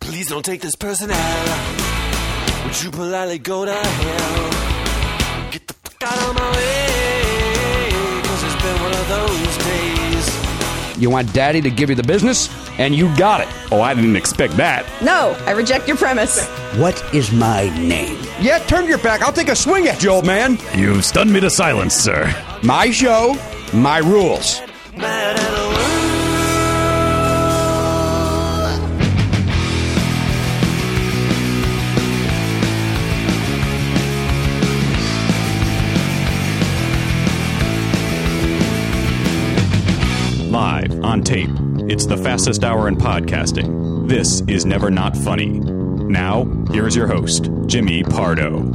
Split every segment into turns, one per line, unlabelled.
Please don't take this person out. Would you politely go to hell? Get the fuck out of my way. Cause it's been one of those days.
You want daddy to give you the business, and you got it.
Oh, I didn't expect that.
No, I reject your premise.
What is my name?
Yeah, turn your back. I'll take a swing at you, old man.
You've stunned me to silence, sir.
My show, my rules.
Mad at the world.
Live, on tape. It's the fastest hour in podcasting. This is Never Not Funny. Now, here's your host, Jimmy Pardo.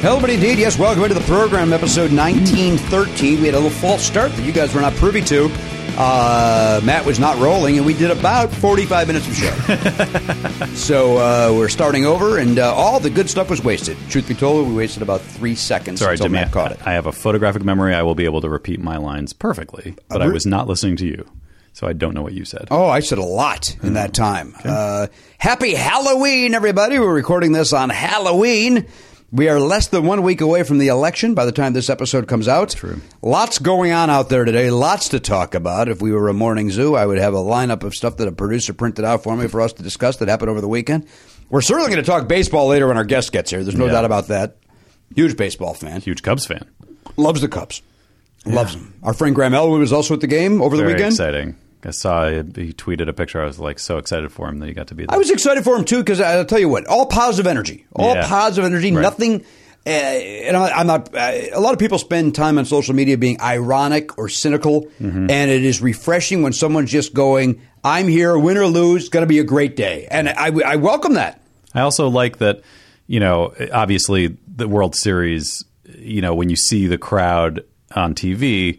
Hello, but indeed, yes, welcome into the program, episode 1913. We had a little false start that you guys were not privy to. Uh, Matt was not rolling, and we did about 45 minutes of show. so uh, we're starting over, and uh, all the good stuff was wasted. Truth be told, we wasted about three seconds
Sorry,
until
Jimmy.
Matt caught it.
I have a photographic memory. I will be able to repeat my lines perfectly, but I was not listening to you, so I don't know what you said.
Oh, I said a lot
Hmm.
in that time. Uh, happy Halloween, everybody. We're recording this on Halloween. We are less than one week away from the election by the time this episode comes out. True. Lots going on out there today. Lots to talk about. If we were a morning zoo, I would have a lineup of stuff that a producer printed out for me for us to discuss that happened over the weekend. We're certainly going to talk baseball later when our guest gets here. There's no
Yeah.
doubt about that. Huge baseball fan.
Huge Cubs fan.
Loves the Cubs. Loves them. Our friend Graham Elwood was also at the game over the
Very
weekend.
exciting. I saw he tweeted a picture. I was like so excited for him that he got to be there.
I was excited for him too because I'll tell you what, all positive energy, all
Yeah.
positive energy,
Right.
nothing. Uh, and I'm, I'm not. Uh, a lot of people spend time on social media being ironic or cynical,
Mm-hmm.
and it is refreshing when someone's just going, "I'm here, win or lose, it's going to be a great day," and I, I welcome that.
I also like that, you know, obviously the World Series, you know, when you see the crowd on TV,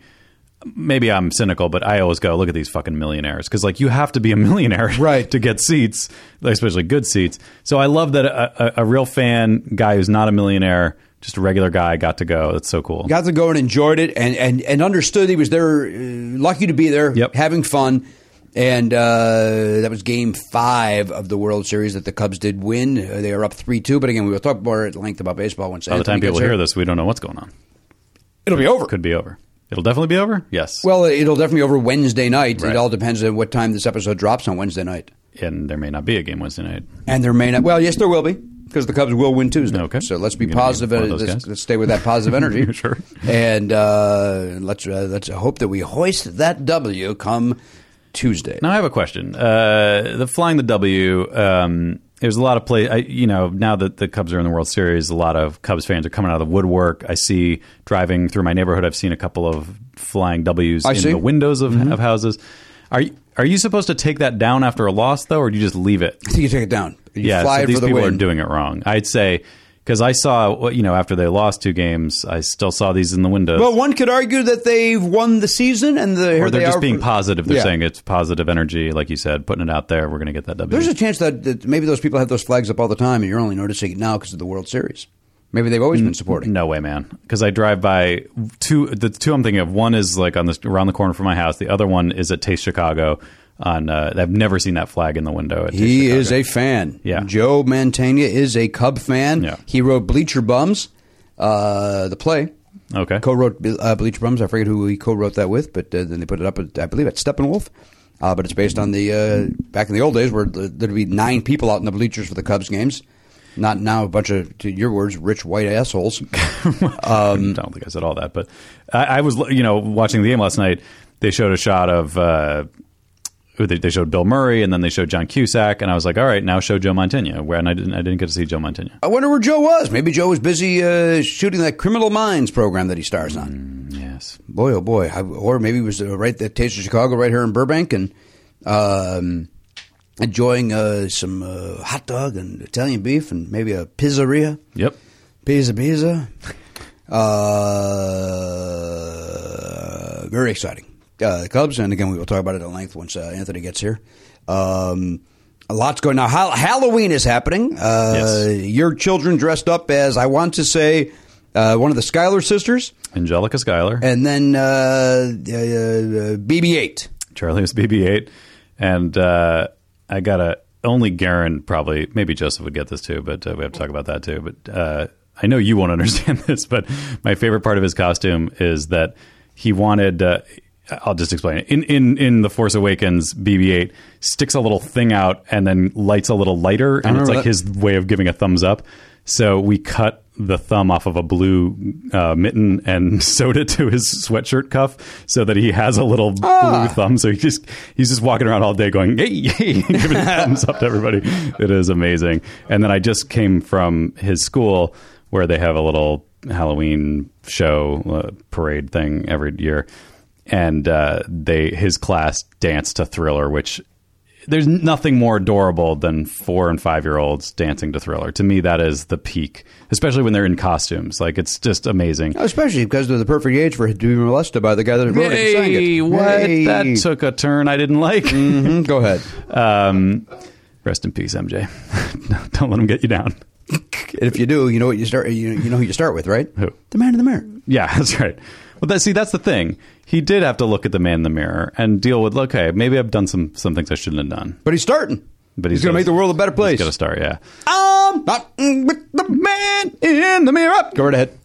maybe I'm cynical, but I always go, look at these fucking millionaires. Cause like you have to be a millionaire
Right.
to get seats, like, especially good seats. So I love that a, a, a real fan guy who's not a millionaire, just a regular guy got to go. That's so cool.
Got to go and enjoyed it, and and and understood he was there, uh, lucky to be there,
Yep.
having fun. And uh, that was Game Five of the World Series that the Cubs did win. Uh, They are up three two, but again, we will talk more at length about baseball once.
By the time people
this.
hear this, we don't know what's going on.
It'll be over.
Could be over. It'll definitely be over. Yes.
Well, it'll definitely be over Wednesday night. It
Right.
all depends on what time this episode drops on Wednesday night.
and there may not be a game Wednesday night.
And there may not. Well, yes, there will be because the Cubs will win Tuesday.
Okay.
So let's be
You're gonna be
positive.
one of
and
those
let's,
guys?
let's stay with that positive energy.
Sure.
And uh, let's uh, let's hope that we hoist that W come Tuesday.
Now I have a question. Uh, the flying the W. Um, there's a lot of play. I, you know, now that the Cubs are in the World Series, a lot of Cubs fans are coming out of the woodwork. I see driving through my neighborhood. I've seen a couple of flying W's
I
in
see. Mm-hmm.
the windows of, of houses. Are you, are you supposed to take that down after a loss though, or do you just leave it?
I think you take it down. You
yeah,
fly
so these
for the
people
win.
are doing it wrong. I'd say because I saw you know after they lost two games, I still saw these in the windows.
Well, one could argue that they've won the season, and the,
or they're just being positive. They're
Yeah.
saying it's positive energy, like you said, putting it out there. We're going to get that W.
There's a chance that, that maybe those people have those flags up all the time, and you're only noticing it now because of the World Series. Maybe they've
Mm.
always been supporting.
No way, man. Because I drive by two. The two I'm thinking of. One is like on this around the corner from my house. The other one is at Taste Chicago. On uh, I've never seen that flag in the window. At Taste
He
Chicago.
is a fan.
Mm-hmm. Yeah.
Joe Mantegna is a Cub fan.
Yeah.
He wrote Bleacher Bums, uh, the play.
okay.
Co-wrote uh, Bleacher Bums. I forget who he co-wrote that with, but uh, then they put it up. At, I believe at Steppenwolf. Uh, but it's based on the uh, back in the old days where th- there'd be nine people out in the bleachers for the Cubs games. Not now a bunch of, to your words, rich white assholes. Um,
I don't think I said all that, but I, I was you know watching the game last night. They showed a shot of uh, they, they showed Bill Murray, and then they showed John Cusack, and I was like, all right, now show Joe Montana. Where and I didn't I didn't get to see Joe Montana.
I wonder where Joe was. Maybe Joe was busy uh, shooting that Criminal Minds program that he stars on.
Yes,
boy, oh boy, I, or maybe it was uh, right the Taste of Chicago right here in Burbank and um, enjoying uh, some uh, hot dog and Italian beef and maybe a pizzeria,
yep.
pizza, pizza. Uh, very exciting. Uh, the Cubs, and again, we will talk about it at length once uh, Anthony gets here. Um, a lot's going now. Hal- Halloween is happening. Uh,
Yes.
Your children dressed up as I want to say uh, one of the Schuyler sisters
Angelica Schuyler.
and then uh, uh, uh, BB-8.
Charlie was BB-8, and uh, I gotta only Garen probably maybe Joseph would get this too, but uh, we have to talk about that too. But uh, I know you won't understand this, but my favorite part of his costume is that he wanted. Uh, I'll just explain it. In in in the Force Awakens, BB-8 sticks a little thing out and then lights a little lighter, and it's
remember
like
that.
his way of giving a thumbs up. So we cut the thumb off of a blue uh, mitten and sewed it to his sweatshirt cuff so that he has a little blue thumb. So he just he's just walking around all day going hey, hey giving thumbs up to everybody. It is amazing. And then I just came from his school where they have a little Halloween show uh, parade thing every year, and uh, they his class danced to Thriller, which there's nothing more adorable than four and five year olds dancing to Thriller. To me, that is the peak, especially when they're in costumes. Like it's just amazing.
Especially because they're the perfect age for it to be molested by the guy that wrote it and sang
Yay,
it.
what?
Yay.
That took a turn I didn't like.
Mhm, Go ahead.
Um, rest in peace, MJ. No, Don't let him get you down.
And if you do, you know what you start. You, you know who you start with, right?
Who?
The man in the mirror.
Yeah, that's right. Well, that see, that's the thing. He did have to look at the man in the mirror and deal with. Okay, maybe I've done some some things I shouldn't have done.
But he's starting.
But
he's, going to
gotta-
make the world a better place.
He's got to start. Yeah.
I'm not mm, with the man in the mirror. Go right ahead.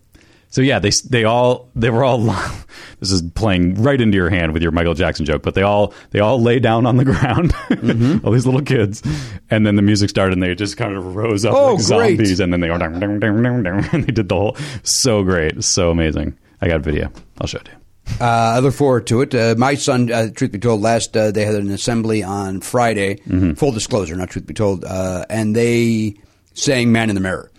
So yeah, they they all they were all this is playing right into your hand with your Michael Jackson joke, but they all they all lay down on the ground,
Mm-hmm.
all these little kids, and then the music started and they just kind of rose up
Oh,
like
great.
zombies, and then they go dum, dum, dum, dum, dum, and they did the whole so great, so amazing. I got a video. I'll show it to you.
Uh, I look forward to it. Uh, my son, uh, truth be told, last uh, they had an assembly on Friday. Full disclosure, not truth be told, uh, and they sang "Man in the Mirror."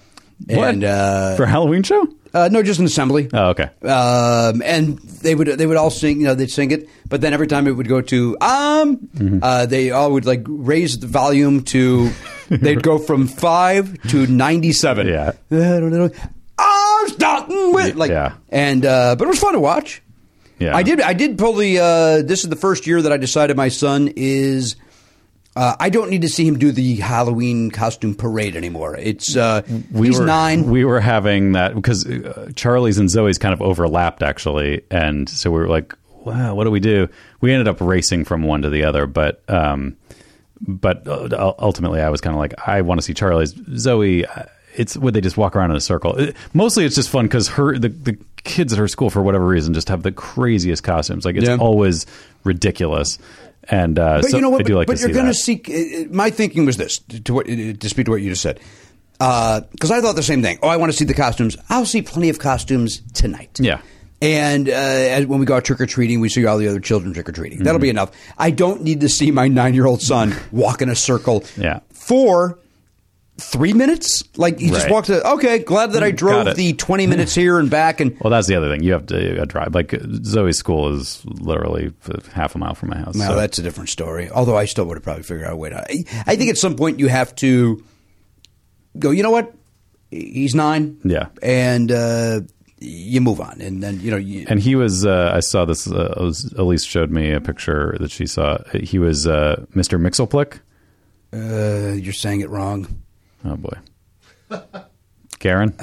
And,
What?
uh,
For a Halloween show?
uh, no, just an assembly.
Oh, okay.
Um, and they would they would all sing, you know, they'd sing it, but then every time it would go to um,
Mm-hmm.
uh, they all would like raise the volume to, they'd go from five to ninety seven.
Yeah.
I'm starting with like,
Yeah.
and uh, but it was fun to watch.
Yeah.
I did. I did pull the. Uh, this is the first year that I decided my son is. Uh, I don't need to see him do the Halloween costume parade anymore. It's uh, he's
were,
nine.
We were having that because uh, Charlie's and Zoe's kind of overlapped actually, and so we were like, "Wow, what do we do?" We ended up racing from one to the other, but um, but uh, ul- ultimately, I was kind of like, "I want to see Charlie's." Zoe, uh, it's would they just walk around in a circle? It- mostly, it's just fun because her the the kids at her school for whatever reason just have the craziest costumes. Like it's
Yeah.
always ridiculous, and uh,
But
so
you know what?
I do
but
like
but
to
you're
see
gonna
that.
see. uh, uh, My thinking was this to what to speak to what you just said, because I thought the same thing. Oh, I want to see the costumes. I'll see plenty of costumes tonight.
Yeah.
And uh, as- when we go out trick or treating, we see all the other children trick or treating. That'll
Mm-hmm.
be enough. I don't need to see my nine year old son walk in a circle.
Yeah.
For three minutes, like he just
Right. Mm,
walks. a- Okay, glad that I drove
it.
the twenty minutes here and back, and
Well, that's the other thing. You have to uh, drive. Like Zoe's school is literally f- half a mile from my house.
Now
so-
that's a different story. Although I still would have probably figured out a way to. I, I think at some point you have to go. You know what? He's nine.
Yeah.
and uh, you move on, and then you know. You,
and he was. Uh, I saw this. Uh, Elise- Elise showed me a picture that she saw. He was uh, Mr. Mixelplick.
uh, you're saying it wrong.
Oh boy, Karen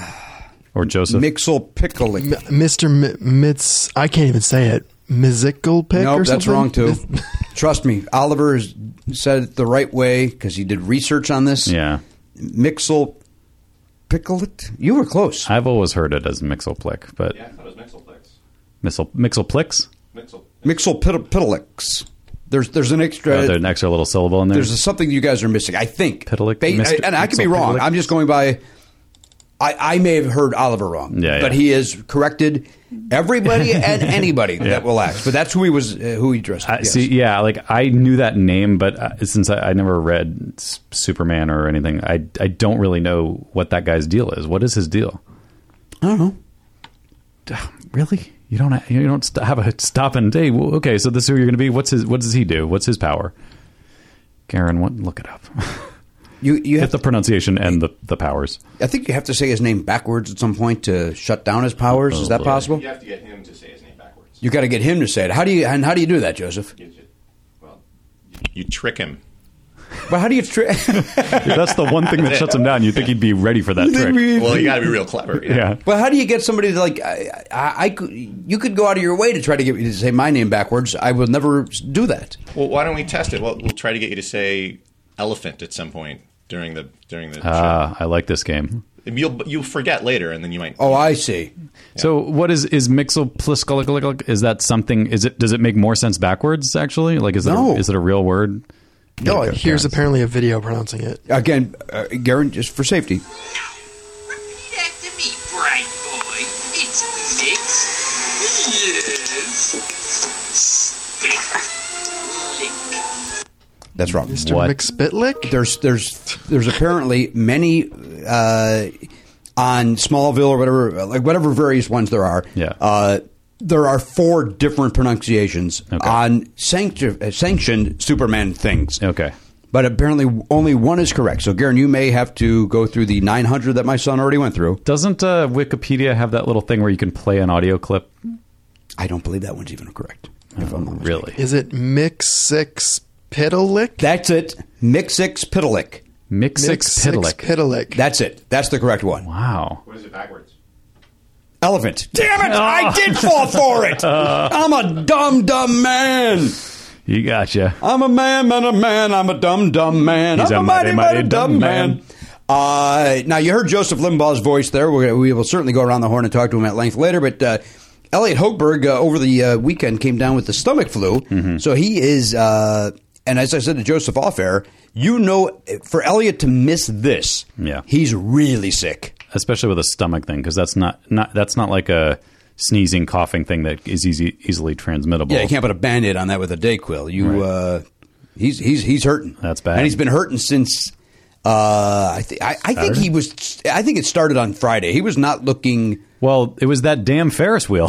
or Joseph.
Mixel pickling.
M- Mr. M- Mitz, I can't even say it. Mizical pick
Nope,
or
that's
something?
wrong too.
Mis-
Trust me, Oliver has said it the right way because he did research on this.
yeah,
Mixel picklet. You were close.
I've always heard it as Mixelplick, but
Yeah, I thought it was Mixelplex.
Mixel Mixelplicks.
Mixel.
Mixel pitlix. There's there's an extra.
Uh, there's an extra little syllable in there.
there's something you guys are missing. I think.
Pitalik-
Ba-
Mr.
and I could be
Mr.
wrong.
Pitalik?
I'm just going by. I, I may have heard Oliver wrong,
Yeah,
but
yeah.
he has corrected everybody and anybody that will ask. But that's who he was, uh, who he dressed.
I,
yes.
See, yeah, like I knew that name, but uh, since I, I never read S- Superman or anything, I I don't really know what that guy's deal is. What is his deal?
I don't know.
Really, you don't ha- you don't st- have a stop and hey, well, okay, so this is who you're going to be. What's his What does he do? What's his power? Karen, what? Look it up.
You, you have
Get the pronunciation and the the powers.
I think you have to say his name backwards at some point to shut down his powers. Is that
Probably.
possible?
You have to get him to say his name backwards.
You got to get him to say it. How do you and how do you do that, Joseph?
You, ju- well, you, you trick him.
But how do you? Tri-
That's the one thing that shuts him down. You think he'd be ready for that trick?
Well, you got to be real clever. you know?
Yeah.
But how do you get somebody to like? I, I, I could, you could go out of your way to try to get me to say my name backwards. I will never do that.
Well, why don't we test it? Well, we'll try to get you to say elephant at some point during the during the
Ah, I like this game.
show. You'll you'll forget later, and then you might.
Oh, I see.
So what is is mixopliskalic? Is that something? Is it does it make more sense backwards? Actually, like is it
No.
a, is it a real word?
oh,
No,
Okay.
Here's
Parents.
apparently a video pronouncing it.
again, uh, Garen, just for safety.
Now, repeat after me, bright boy. It's mix. Yes. Stick. Lick.
That's wrong.
Mr.
What?
McSpitlick?
There's there's there's apparently many uh, on Smallville or whatever, like whatever various ones there are.
Yeah.
Uh, there are four different pronunciations
Okay.
on sanctu- uh, sanctioned Superman things.
Okay.
But apparently, only one is correct. So, Garen, you may have to go through the 900 that my son already went through.
Doesn't uh, Wikipedia have that little thing where you can play an audio clip?
I don't believe that one's even correct. If I'm not mistaken.
Oh, Really?
Is it Mixixpitlick?
That's it. Mixix Pitalik.
Mixixpidlick.
Mixixpitlick.
That's it. That's the correct one.
Wow.
What is it backwards?
Elephant. Damn it!
Oh.
I did fall for it.
Uh.
I'm a dumb dumb man.
You gotcha.
I'm a man, man, a man. I'm a dumb dumb man.
He's
I'm
a mighty, mighty dumb man.
Uh, now you heard Joseph Limbaugh's voice there. We're, we will certainly go around the horn and talk to him at length later. But uh, Elliot Hochberg uh, over the uh, weekend came down with the stomach flu,
Mm-hmm.
so he is. Uh, and as I said to Joseph off air, you know, for Elliot to miss this,
Yeah.
he's really sick.
Especially with a stomach thing, because that's not, not that's not like a sneezing, coughing thing that is easy easily transmittable.
Yeah, you can't put a band-aid on that with a Dayquil. You, uh, he's he's he's hurting.
That's bad.
and he's been hurting since. Uh, I think I, I think he was. I think it started on Friday. He was not looking.
Well, it was that damn Ferris wheel.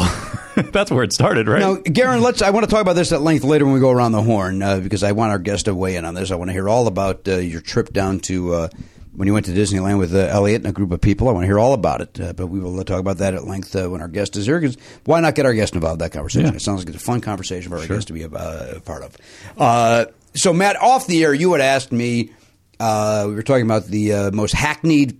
that's where it started, right?
Now, Garen, let's. I want to talk about this at length later when we go around the horn uh, because I want our guest to weigh in on this. I want to hear all about uh, your trip down to uh, when you went to Disneyland with uh, Elliot and a group of people. I want to hear all about it, uh, but we will talk about that at length uh, when our guest is here. Because why not get our guest involved in that conversation?
Yeah.
It sounds like it's a fun conversation for our guest to be a, uh, a part of. Uh, so, Matt, off the air, you had asked me. Uh, we were talking about the uh, most hackneyed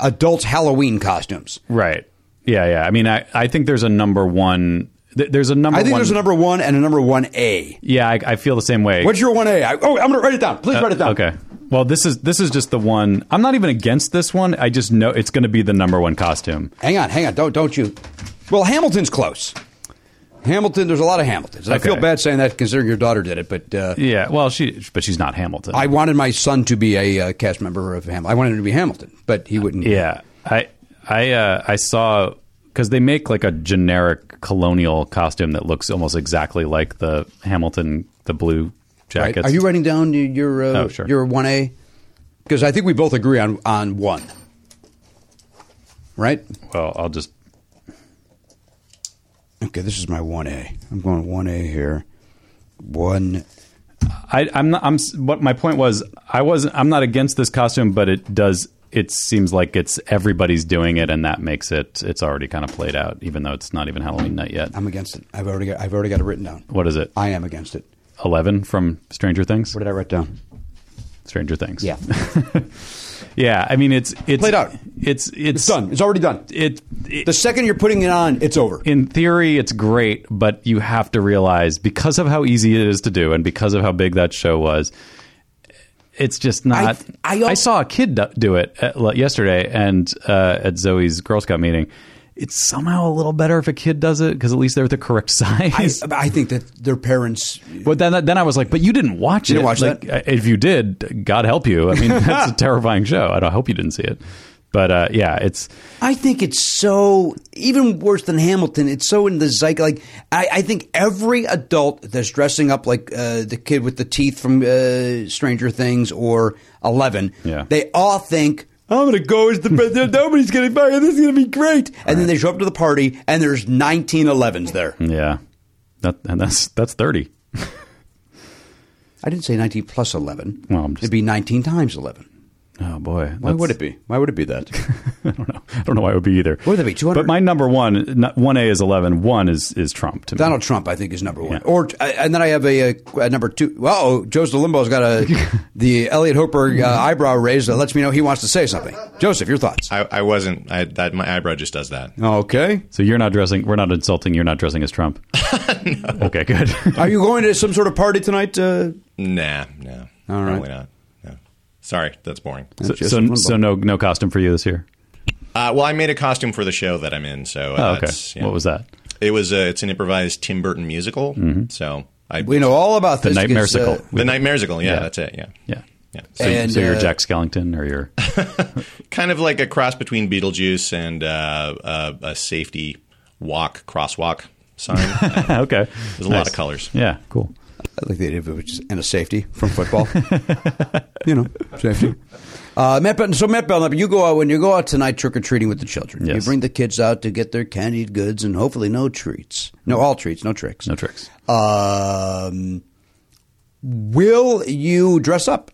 adults Halloween costumes.
Right. Yeah, yeah. I mean, I, I think there's a number one. Th- there's a number.
I think
one,
there's a number one and a number one A.
Yeah, I, I feel the same way.
What's your one A? I, oh, I'm going to write it down. Please write it down.
Uh, Okay. Well, this is this is just the one. I'm not even against this one. I just know it's going to be the number one costume.
Hang on, hang on. Don't don't you. Well, Hamilton's close. Hamilton. There's a lot of Hamiltons. I
Okay.
feel bad saying that considering your daughter did it, but uh,
Yeah. Well, she but she's not Hamilton.
I wanted my son to be a uh, cast member of Hamilton. I wanted him to be Hamilton, but he wouldn't.
Yeah. I I uh, I saw because they make like a generic colonial costume that looks almost exactly like the Hamilton the blue
Right?
jackets.
Are you writing down your uh,
Oh, sure.
your one A? Because I think we both agree on on one. Right.
Well, I'll just.
Okay. This is my one A. I'm going one A here. One.
I, I'm not. I'm. s- What my point was, I wasn't. I'm not against this costume, but it does. It seems like it's everybody's doing it, and that makes it. It's already kind of played out, even though it's not even Halloween night yet.
I'm against it. I've already got, I've already got it written down.
What is it?
I am against it.
Eleven from Stranger Things.
What did I write down?
Stranger Things.
Yeah.
yeah. I mean, it's it's
Played out.
It's it's,
It's done. It's already done.
It, it
The second you're putting it on, it's over.
in theory, it's great, but you have to realize because of how easy it is to do, and because of how big that show was, it's just not.
I al-
saw a kid do- do it at, like, yesterday, and uh, at Zoe's Girl Scout meeting. It's somehow a little better if a kid does it because at least they're the correct
I,
size.
I think that their parents.
but then, then I was like, "But you didn't watch
You
it.
didn't watch
like, uh,
that?
If you did, God help you. I mean, that's a terrifying show. I don't hope you didn't see it. But uh, yeah, it's
I think it's so even worse than Hamilton. It's so in the zeitgeist. Like I, I think every adult that's dressing up like uh, the kid with the teeth from uh, Stranger Things or Eleven,
Yeah.
they all think. I'm gonna go as the best. Nobody's gonna buy it. This is gonna be great. And then they show up to the party, and there's 1911s there.
yeah, that and that's that's thirty.
I didn't say 19 plus 11.
Well, I'm just-
It'd be 19 times 11.
Oh boy,
Why would it be? Why would it be that?
I don't know. I don't know why it would be either.
What would that be, 200?
But my number one, one A is eleven. One is is Trump to me.
Donald Trump, I think, is number one.
Yeah.
Or uh, and then I have a, a, a number two. Well, Joseph Limbaugh's got a the Elliot Hoper uh, eyebrow raised that lets me know he wants to say something. Joseph, your thoughts?
I, I wasn't. I that my eyebrow just does that.
Okay.
So you're not dressing. We're not insulting. You're not dressing as Trump. Okay, good.
Are you going to some sort of party tonight? Uh,
Nah, no,
all right.
probably not. Sorry, that's boring.
So,
Just
so,
one
so no no costume for you this year.
Uh, well, I made a costume for the show that I'm in. So uh,
Oh, okay.
that's, yeah.
What was that? Mm-hmm.
It was a, it's an improvised Tim Burton musical. So I
We know all about
The
this
Nightmare
because, uh,
Sickle.
the Nightmaresical. Yeah,
Yeah.
that's it. Yeah,
Yeah.
yeah.
So,
And,
so you're
uh,
Jack Skellington or you're
kind of like a cross between Beetlejuice and uh, uh, a safety walk crosswalk sign. Uh,
okay.
There's a lot of colors.
Yeah, cool.
I like the idea of it, which is and a safety from football. you know, safety. Uh, Matt Belknap, so Matt Belknap, you go out when you go out tonight trick or treating with the children. You
Yes.
bring the kids out to get their candied goods and hopefully no treats, no all treats, no tricks.
No tricks.
Um, will you dress up?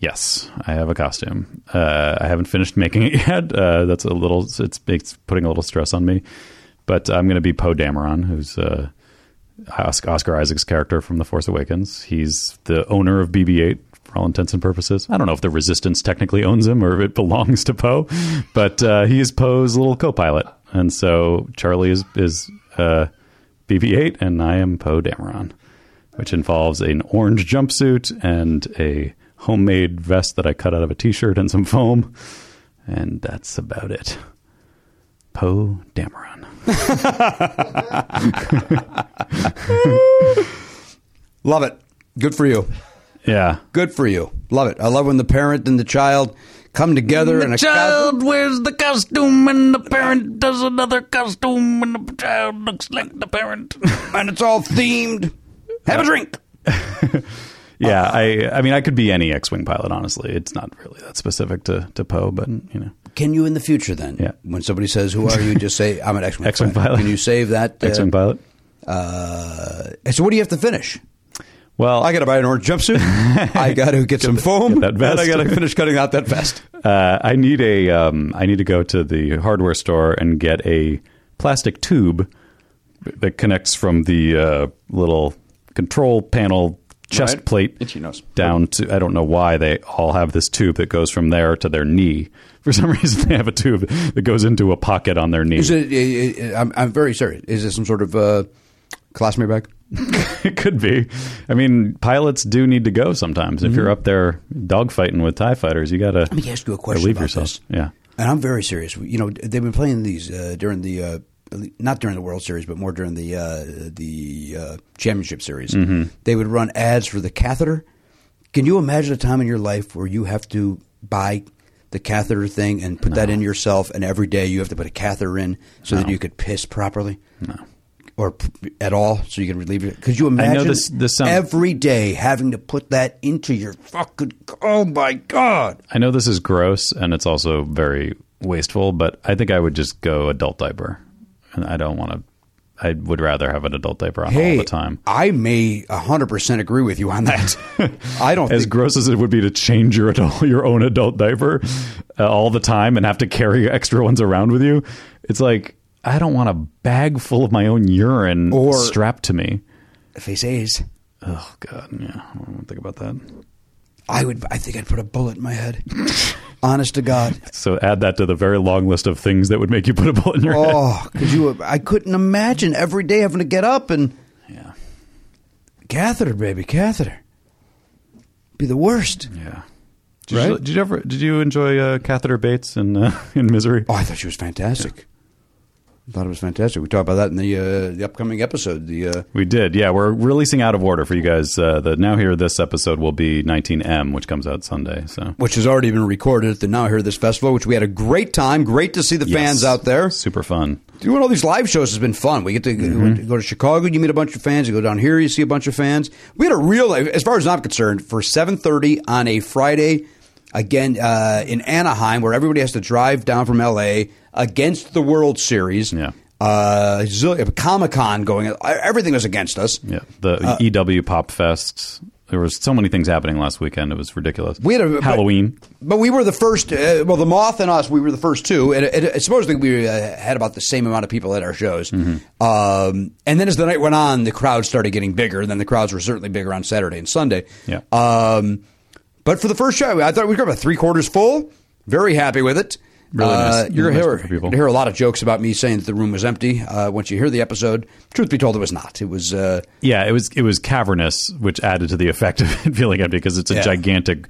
Yes, I have a costume. Uh, I haven't finished making it yet. Uh, that's a little. It's, it's putting a little stress on me, but I'm going to be Poe Dameron, who's uh, Os- Oscar Isaac's character from The Force Awakens. He's the owner of BB-8 for all intents and purposes. I don't know if the Resistance technically owns him or if it belongs to Poe, but uh, he is Poe's little co-pilot, and so Charlie is is uh, BB-8, and I am Poe Dameron which involves an orange jumpsuit and a homemade vest that I cut out of a t-shirt and some foam. And that's about it. Poe Dameron.
Love it. Good for you.
Yeah.
Good for you. Love it. I love when the parent and the child come together and a child
wears the costume and the parent does another costume and the child looks like the parent.
and it's all themed. Have a drink.
Yeah, I I mean I could be any X-wing pilot honestly. It's not really that specific to to Poe, but you know.
Can you in the future then?
Yeah.
When somebody says, "Who are you?" Just say, "I'm an X-wing,
X-wing pilot.
Can you save that? uh,
X-wing pilot.
Uh, and so what do you have to finish?
Well,
I got to buy an orange jumpsuit. I got to get some foam.
get that vest.
And I got to finish cutting out that vest.
uh, I need a um, I need to go to the hardware store and get a plastic tube that connects from the uh, little control panel chest
Right.
plate
Itchy nose.
down to I don't know why they all have this tube that goes from there to their knee. For some reason, they have a tube that goes into a pocket on their knee.
Is it? i- i- I'm, I'm very serious. Is it some sort of uh, classmate bag?
it could be. I mean, pilots do need to go sometimes. If you're up there dogfighting with Tie fighters, you gotta
Mm-hmm. Let me ask you a question
relieve
about
yourself.
this.
Yeah.
And I'm very serious. You know, they've been playing these uh, during the uh, not during the World Series, but more during the uh, the uh, championship series. They would run ads for the catheter. Can you imagine a time in your life where you have to buy the catheter thing and put that in yourself, and every day you have to put a catheter in so that you could piss properly? No. Or p- at all, so you can relieve it. Could you
know
imagine
this- this sounds-
every day having to put that into your fucking? Oh my god!
I know this is gross and it's also very wasteful, but I think I would just go adult diaper. And I don't want to. I would rather have an adult diaper on all the time.
I may 100% agree with you on that. I don't
As
think
gross as it would be to change your adult, your own adult diaper uh, all the time and have to carry extra ones around with you, it's like I don't want a bag full of my own urine
Or-
strapped to me.
face A's.
Oh God, yeah, I don't think about that.
I would. I think I'd put a bullet in my head. Honest to God.
So add that to the very long list of things that would make you put a bullet in your head.
Oh, could you? I couldn't imagine every day having to get up and
Yeah,
catheter, baby, catheter. Be the worst.
yeah. Did,
Right?
you, did you ever? Did you enjoy uh, Catheter Bates in uh, in Misery?
Oh, I thought she was fantastic. I Thought it was fantastic. We talked about that in the uh, the upcoming episode. The uh,
We did, yeah. We're releasing out of order for you guys. Uh, the now here this episode will be 19M, which comes out Sunday. So
which has already been recorded at the Now I Hear This Festival, which we had a great time. Great to see the fans
Yes.
out there.
super fun.
Doing all these live shows has been fun. We get to
Mm-hmm.
go to Chicago, you meet a bunch of fans. You go down here, you see a bunch of fans. We had a real, as far as I'm concerned, for 7:30 on a Friday, again uh, in Anaheim, where everybody has to drive down from L.A. against the World Series.
Yeah.
Uh, Comic Con going. Everything was against us.
Yeah, the
Uh,
EW Pop Fest. There was so many things happening last weekend. It was ridiculous.
We had a-
Halloween.
But we were the first. Uh, well, the moth and us, we were the first two, and it, it, supposedly we uh, had about the same amount of people at our shows.
Mm-hmm.
Um, and then as the night went on, the crowds started getting bigger. And then the crowds were certainly bigger on Saturday and Sunday.
Yeah.
Um, but for the first show, I thought we were about three quarters full. Very happy with it.
Really nice.
Uh, you're
Nice
hear,
for people.
hear a lot of jokes about me saying that the room was empty. Uh, once you hear the episode, truth be told, it was not. It was. Uh,
Yeah, it was it was cavernous, which added to the effect of it feeling empty because it's a
Yeah.
gigantic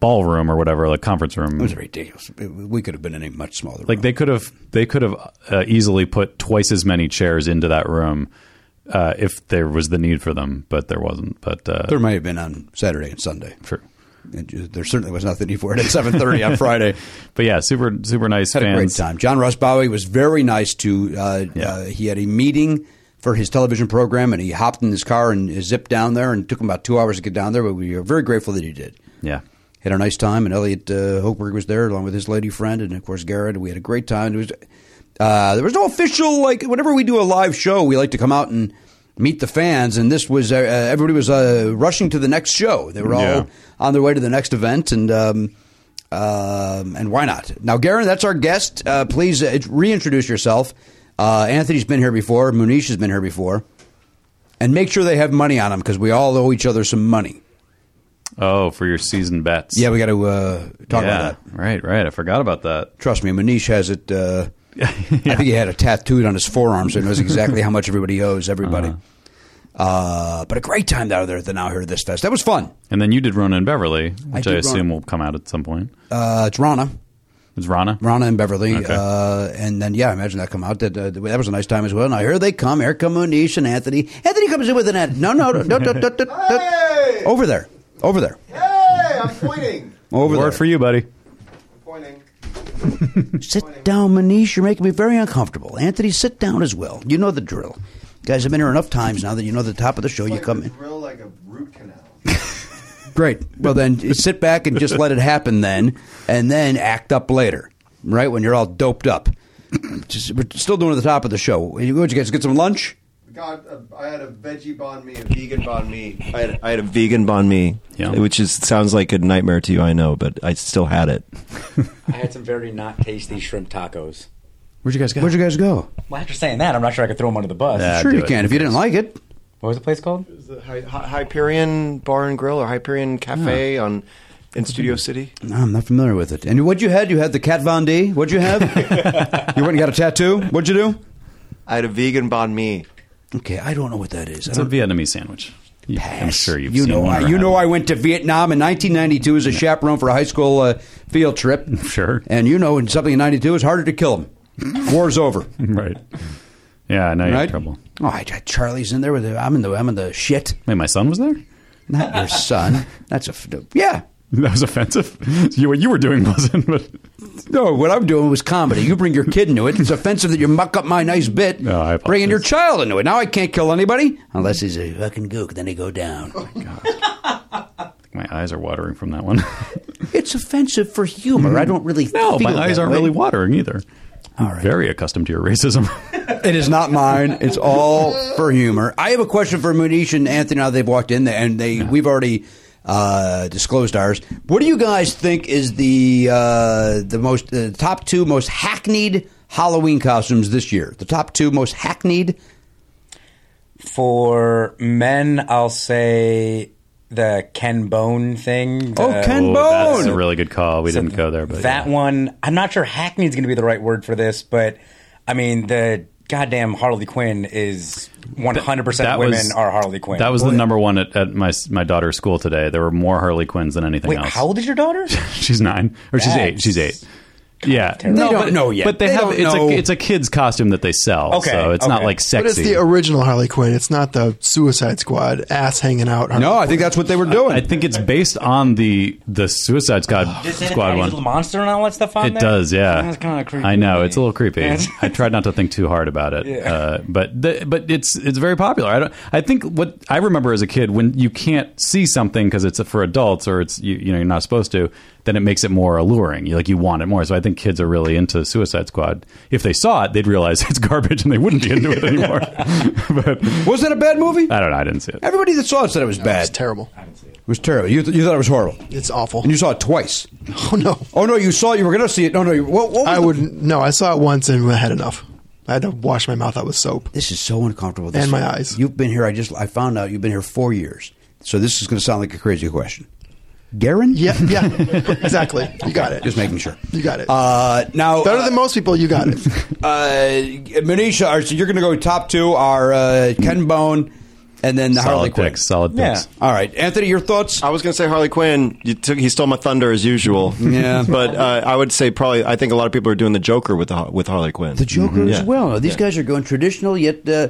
ballroom or whatever, like conference room.
It was ridiculous. It- we could have been in a much smaller
like they could have they could have uh, easily put twice as many chairs into that room uh, if there was the need for them, but there wasn't. But uh,
there might have been on Saturday and Sunday.
true.
And ju- there certainly was nothing need for it at seven thirty on Friday.
But yeah, super super nice
Had a
fans.
great time. John Ross Bowie was very nice to. Uh, uh, he had a meeting for his television program, and he hopped in his car and zipped down there, and it took him about two hours to get down there. But we are very grateful that he did.
Yeah,
Had a nice time, and Elliot uh, Hochberg was there along with his lady friend, and of course Garrett. We had a great time. It was uh, there was no official like whenever we do a live show, we like to come out and meet the fans, and this was uh, uh, everybody was uh, rushing to the next show. They were all
Yeah.
on their way to the next event, and um, um, and why not? Now, Garen, that's our guest. Uh, please uh, reintroduce yourself. Uh, Anthony's been here before. Munish has been here before, and make sure they have money on them because we all owe each other some money.
Oh, for your season bets.
Yeah, we got to uh, talk about that.
Right, right. I forgot about that.
Trust me, Manish has it. Uh, I think he had it tattooed on his forearm, so he knows exactly how much everybody owes everybody.
Uh-huh.
uh but a great time out there at the Now Hear This Fest. That was fun.
And then you did Rona and Beverly, which I,
did
assume
Rona.
will come out at some point.
Uh, it's Rana,
It's Rana.
Rana and Beverly,
Okay.
uh, and then yeah, imagine that come out. That uh, that was a nice time as well. Now here they come. Here come Manish and Anthony. Anthony comes in with an ad. No, no, no, no, no, no, no, no. over there, over there,
Hey, I'm pointing.
over there.
Word for you, buddy.
Pointing.
Sit down, Manish. You're making me very uncomfortable. Anthony, sit down as well. You know the drill. Guys, I've been here enough times now that you know the top of the show. You come in.
Drill like a root canal.
Great. Well, then sit back and just let it happen then, and then act up later, right? When you're all doped up. Just, we're still doing it at the top of the show. What'd you guys get some lunch?
God, uh, I had a veggie banh mi, a vegan banh mi. I had, I had a vegan banh mi,
Yeah.
which is sounds like a nightmare to you, I know, but I still had it.
I had some very not tasty shrimp tacos.
Where'd you guys go?
Where'd you guys go?
Well, after saying that, I'm not sure I could throw them under the bus.
Yeah.
sure
do
you
it.
can if you didn't like it.
What was the place called?
Is it Hy- Hy- Hyperion Bar and Grill or Hyperion Cafe on in Studio City?
No, I'm not familiar with it. And what you had? You had the Kat Von D. What'd you have? you went and got a tattoo. What'd you do?
I had a vegan banh mi.
Okay, I don't know what that is. I
It's a
don't-
Vietnamese sandwich. You- I'm sure you've
you
seen
know
one
I,
or
you
had
know
one.
I went to Vietnam in 1992 as a chaperone for a high school uh, field trip.
Sure.
And you know, in something in '92, it's harder to kill them. War's over,
Right. Yeah, I know you're
right?
in trouble.
Oh, I, Charlie's in there with the, I'm in the I'm in the shit.
Wait, my son was there?
Not your son. That's a f- yeah.
That was offensive. You, what you were doing wasn't, but
No, what I'm doing was comedy. You bring your kid into it. It's offensive that you muck up my nice bit.
No, I apologize.
Bringing your child into it. Now I can't kill anybody unless he's a fucking gook. Then they go down.
my eyes are watering from that one.
It's offensive for humor. I don't really.
no,
feel
my eyes
that
aren't
way.
really watering either.
All right.
Very accustomed to your racism.
It is not mine. It's all for humor. I have a question for Munish and Anthony. Now they've walked in, and they we've already uh, disclosed ours. What do you guys think is the uh, the most the top two most hackneyed Halloween costumes this year? The top two most hackneyed.
For men, I'll say the Ken Bone thing.
Oh,
the-
Ken
Oh,
Bone.
That's a really good call. We didn't go there, but
that
yeah.
one, I'm not sure Hackney's going to be the right word for this, but I mean, the goddamn Harley Quinn is 100%
That
women
was-
are Harley Quinn.
That was the number one at, at my my daughter's school today. There were more Harley Quinns than anything
Wait,
else.
how old is your daughter?
she's nine or she's eight.
That's-
She's eight. Yeah,
They don't
but,
know yet.
But they,
They
have
don't
it's
know.
a it's a kid's costume that they sell.
Okay,
so it's not
okay.
like sexy.
But it's the original Harley Quinn. It's not the Suicide Squad ass hanging out. Harley
No, I think that's what they were doing.
I think it's based on the the Suicide Squad
Does it have
squad
Tiny
one.
Little monster and all that stuff on
It
there?
does, yeah.
That's kind of creepy.
I know
to
it's a little
me.
creepy.
Yes.
I tried not to think too hard about it,
Yeah.
uh, but the, but it's it's very popular. I don't. I think what I remember as a kid when you can't see something because it's for adults or it's you, you know you're not supposed to, then it makes it more alluring. You like you want it more. So I think kids are really into Suicide Squad. If they saw it, they'd realize it's garbage and they wouldn't be into it anymore. but
was that a bad movie?
I don't know. I didn't see it.
Everybody that saw it said it was bad.
It's terrible.
It was terrible. You, th- you thought it was horrible, and
It's awful.
you saw it twice.
Oh no,
Oh no, you saw it. You were going to see it. No, no. You, what, what was
I
the-
would no. I saw it once and I had enough. I had to wash my mouth out with soap.
This is so uncomfortable. This
And my eyes.
You've been here. I just I found out you've been here four years. So this is going to sound like a crazy question. Garen,
Yeah, yeah, exactly. You got it.
just making sure
You got it.
Uh, now,
Better than most people. You got it.
uh, Manisha, are- so you're going to go top two are uh, Ken Bone and then the
Solid
Harley Quinn.
picks, solid
Yeah.
picks.
All right, Anthony, your thoughts?
I was going to say Harley Quinn. You took, he stole my thunder as usual.
Yeah.
but uh, I would say probably. I think a lot of people are doing the Joker with the, Har- with Harley Quinn.
The Joker as well. These guys are going traditional, yet uh,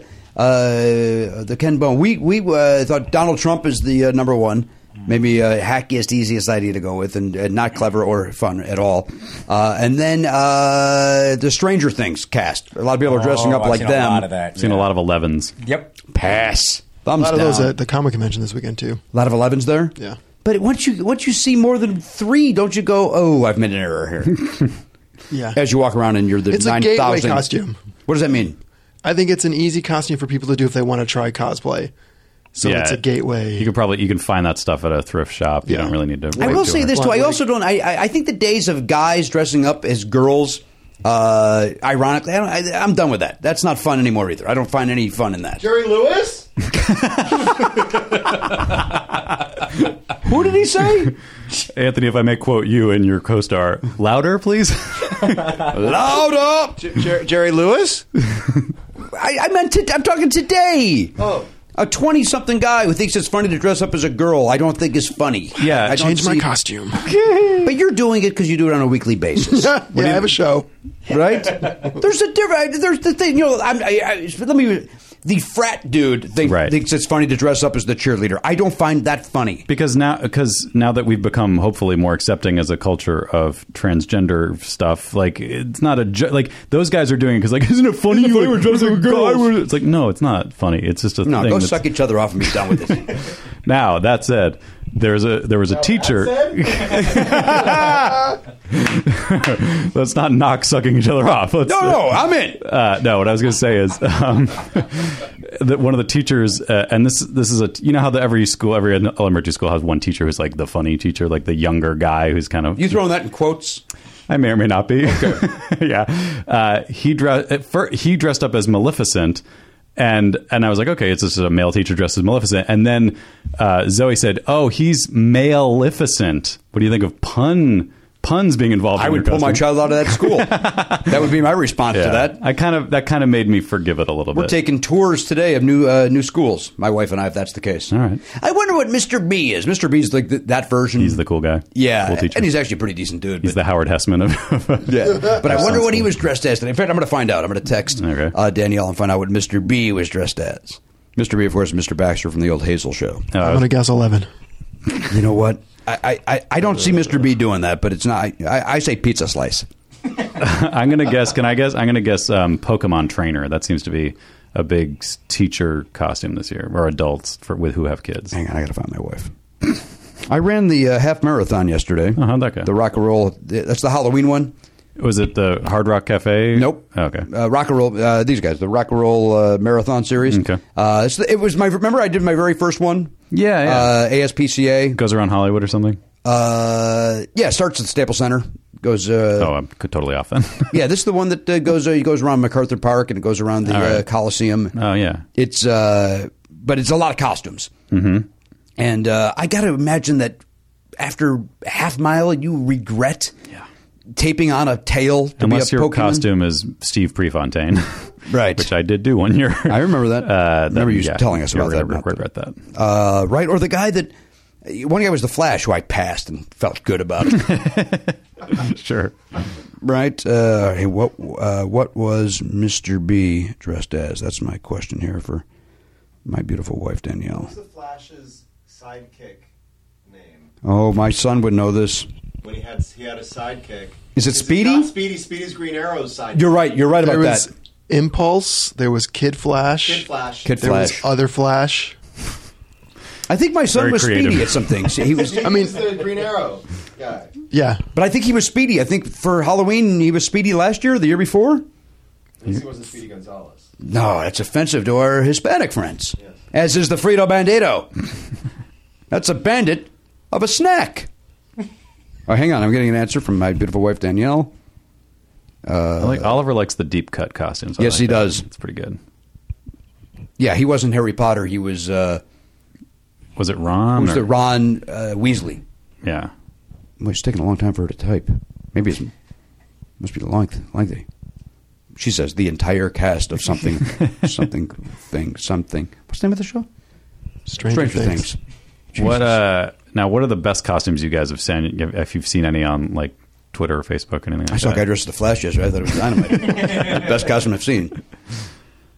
uh, the Ken Bone. We we uh, thought Donald Trump is the uh, number one, maybe uh, hackiest, easiest idea to go with, and, and not clever or fun at all. Uh, and then uh, the Stranger Things cast. A lot of people are dressing
Oh,
up
I've
like
seen a
them.
lot of that,
Seen a lot of 11s.
Yep.
Pass.
A
Thumbs
lot of
down.
those at the comic convention this weekend too.
a lot of elevens there.
Yeah.
But once you once you see more than three, don't you go? Oh, I've made an error here.
Yeah.
As you walk around and you're the
It's a
nine
gateway
thousand
costume.
What does that mean?
I think it's an easy costume for people to do if they want to try cosplay. So
Yeah.
it's a gateway.
You can probably you can find that stuff at a thrift shop. You
Yeah.
don't really need to.
I
wait
will
to
say
her.
this too. I also don't. I- I I think the days of guys dressing up as girls, uh, ironically, I don't, I, I'm done with that. That's not fun anymore either. I don't find any fun in that.
Jerry Lewis.
Who did he say?
Anthony, if I may quote you and your co-star, louder, please.
Loud up!
Jer- Jerry Lewis.
I, I meant to, I'm talking today. Oh. A twenty-something guy who thinks it's funny to dress up as a girl, I don't think is funny.
Yeah,
I don't
Change my
see-
costume.
But you're doing it because you do it on a weekly basis.
yeah, I have a show.
right? There's a different. There's the thing. You know, I'm, I, I, let me. The frat dude think,
Right.
thinks it's funny to dress up as the cheerleader. I don't find that funny.
because now because now that we've become hopefully more accepting as a culture of transgender stuff like it's not a ju- like those guys are doing it because like isn't it funny you were dressed like a guy were-" it's like no it's not funny it's just a
No,
thing
go
that's-
suck each other off and be done with it.
now that said there's a there was a teacher let's not knock sucking each other off let's,
no, no, I'm in.
uh, no, what I was going to say is um, that one of the teachers, uh, and this this is a you know how the every school every elementary school has one teacher who's like the funny teacher, like the younger guy who's kind of
You throwing that in quotes?
I may or may not be. yeah, uh, he dressed he dressed up as Maleficent, and and I was like, okay, it's just a male teacher dressed as Maleficent. And then uh, Zoe said, oh, he's maleficent. What do you think of pun puns being involved?
I
in
would
your
pull my
costume?
child out of that school. that would be my response to
Yeah.
that.
I kind of that kind of made me forgive it a little
We're
bit.
taking tours today of new uh, new schools. My wife and I, if that's the case. All
right.
I wonder what Mr. B is. Mr. B's like th- that version.
He's the cool guy.
Yeah,
Cool teacher.
and he's actually a pretty decent dude.
He's
but-
the Howard Hessman of. of-
Yeah. But I wonder what he was dressed as. today. In fact, I'm going to find out. I'm going to text
Okay.
uh, Danielle and find out what Mr. B was dressed as. Mr. B, of course, is Mr. Baxter from the old Hazel show.
Uh,
I'm going to guess 11.
You know what? I- I, I, I don't see Mr. B doing that, but it's not. I, I say pizza slice.
I'm gonna guess. Can I guess? I'm gonna guess um, Pokemon trainer. That seems to be a big s- teacher costume this year, or adults for with who have kids.
Hang on, I got to find my wife. I ran the uh, half marathon yesterday.
Oh, how'd that go?
The rock and roll. That's the Halloween one.
Was it the Hard Rock Cafe?
Nope.
Oh, Okay.
Uh, rock and roll. Uh, these guys, the rock and roll uh, marathon series.
Okay.
Uh, it's the- it was my. Remember, I did my very first one.
Yeah, yeah.
Uh, ASPCA.
Goes around Hollywood or something.
Uh, yeah, starts at the Staples Center. Goes. Uh,
oh, I'm c- totally off then.
Yeah, this is the one that uh, goes. Uh, goes around MacArthur Park and it goes around the
All right.
uh, Coliseum.
Oh, yeah.
It's. Uh, but it's a lot of costumes. Mm-hmm. And uh, I got to imagine that after half mile, you regret. Taping on a tail to
Unless
be a
your
Pokemon.
costume is Steve Prefontaine,
Right.
Which I did do one year.
I remember that.
Uh,
Remember you telling us about
you're
that,
gonna
not
Regret that.
uh, right? Or the guy that one guy was the Flash, who I passed and felt good about,
sure.
right? Uh, hey, what uh, what was Mister B dressed as? That's my question here for my beautiful wife Danielle.
What's the Flash's sidekick name?
Oh, my son would know this.
When he had he had a sidekick.
Is it
It's
Speedy?
not Speedy. Speedy's Green Arrow's sidekick.
You're right. You're right
There
about
was
that.
Impulse. There was Kid Flash.
Kid Flash.
Kid
There
Flash.
was Other Flash.
I think my son
Very
was speedy
creative.
at some things. He was,
I mean, the Green Arrow guy.
Yeah.
but I think he was speedy. I think for Halloween he was speedy last year, the year before.
At least he wasn't Speedy Gonzalez.
No, that's offensive to our Hispanic friends. As is the Frito Bandito. that's a bandit of a snack. Oh, hang on. I'm getting an answer from my beautiful wife, Danielle.
I like Oliver likes the deep cut costumes. I
Yes,
like
he
that.
does.
It's pretty good.
Yeah, he wasn't Harry Potter. He was, uh,
Was it Ron?
was
or-
the Ron uh, Weasley.
Yeah.
Well, it's taking a long time for her to type. Maybe it's must be the length, lengthy. She says the entire cast of something, something, thing, something. What's the name of the show?
Stranger, Things.
What uh now? What are the best costumes you guys have seen? If you've seen any on like Twitter or Facebook or anything? Like
I saw a
that?
guy dressed as the Flash yesterday. I thought it was dynamite. Best costume I've seen.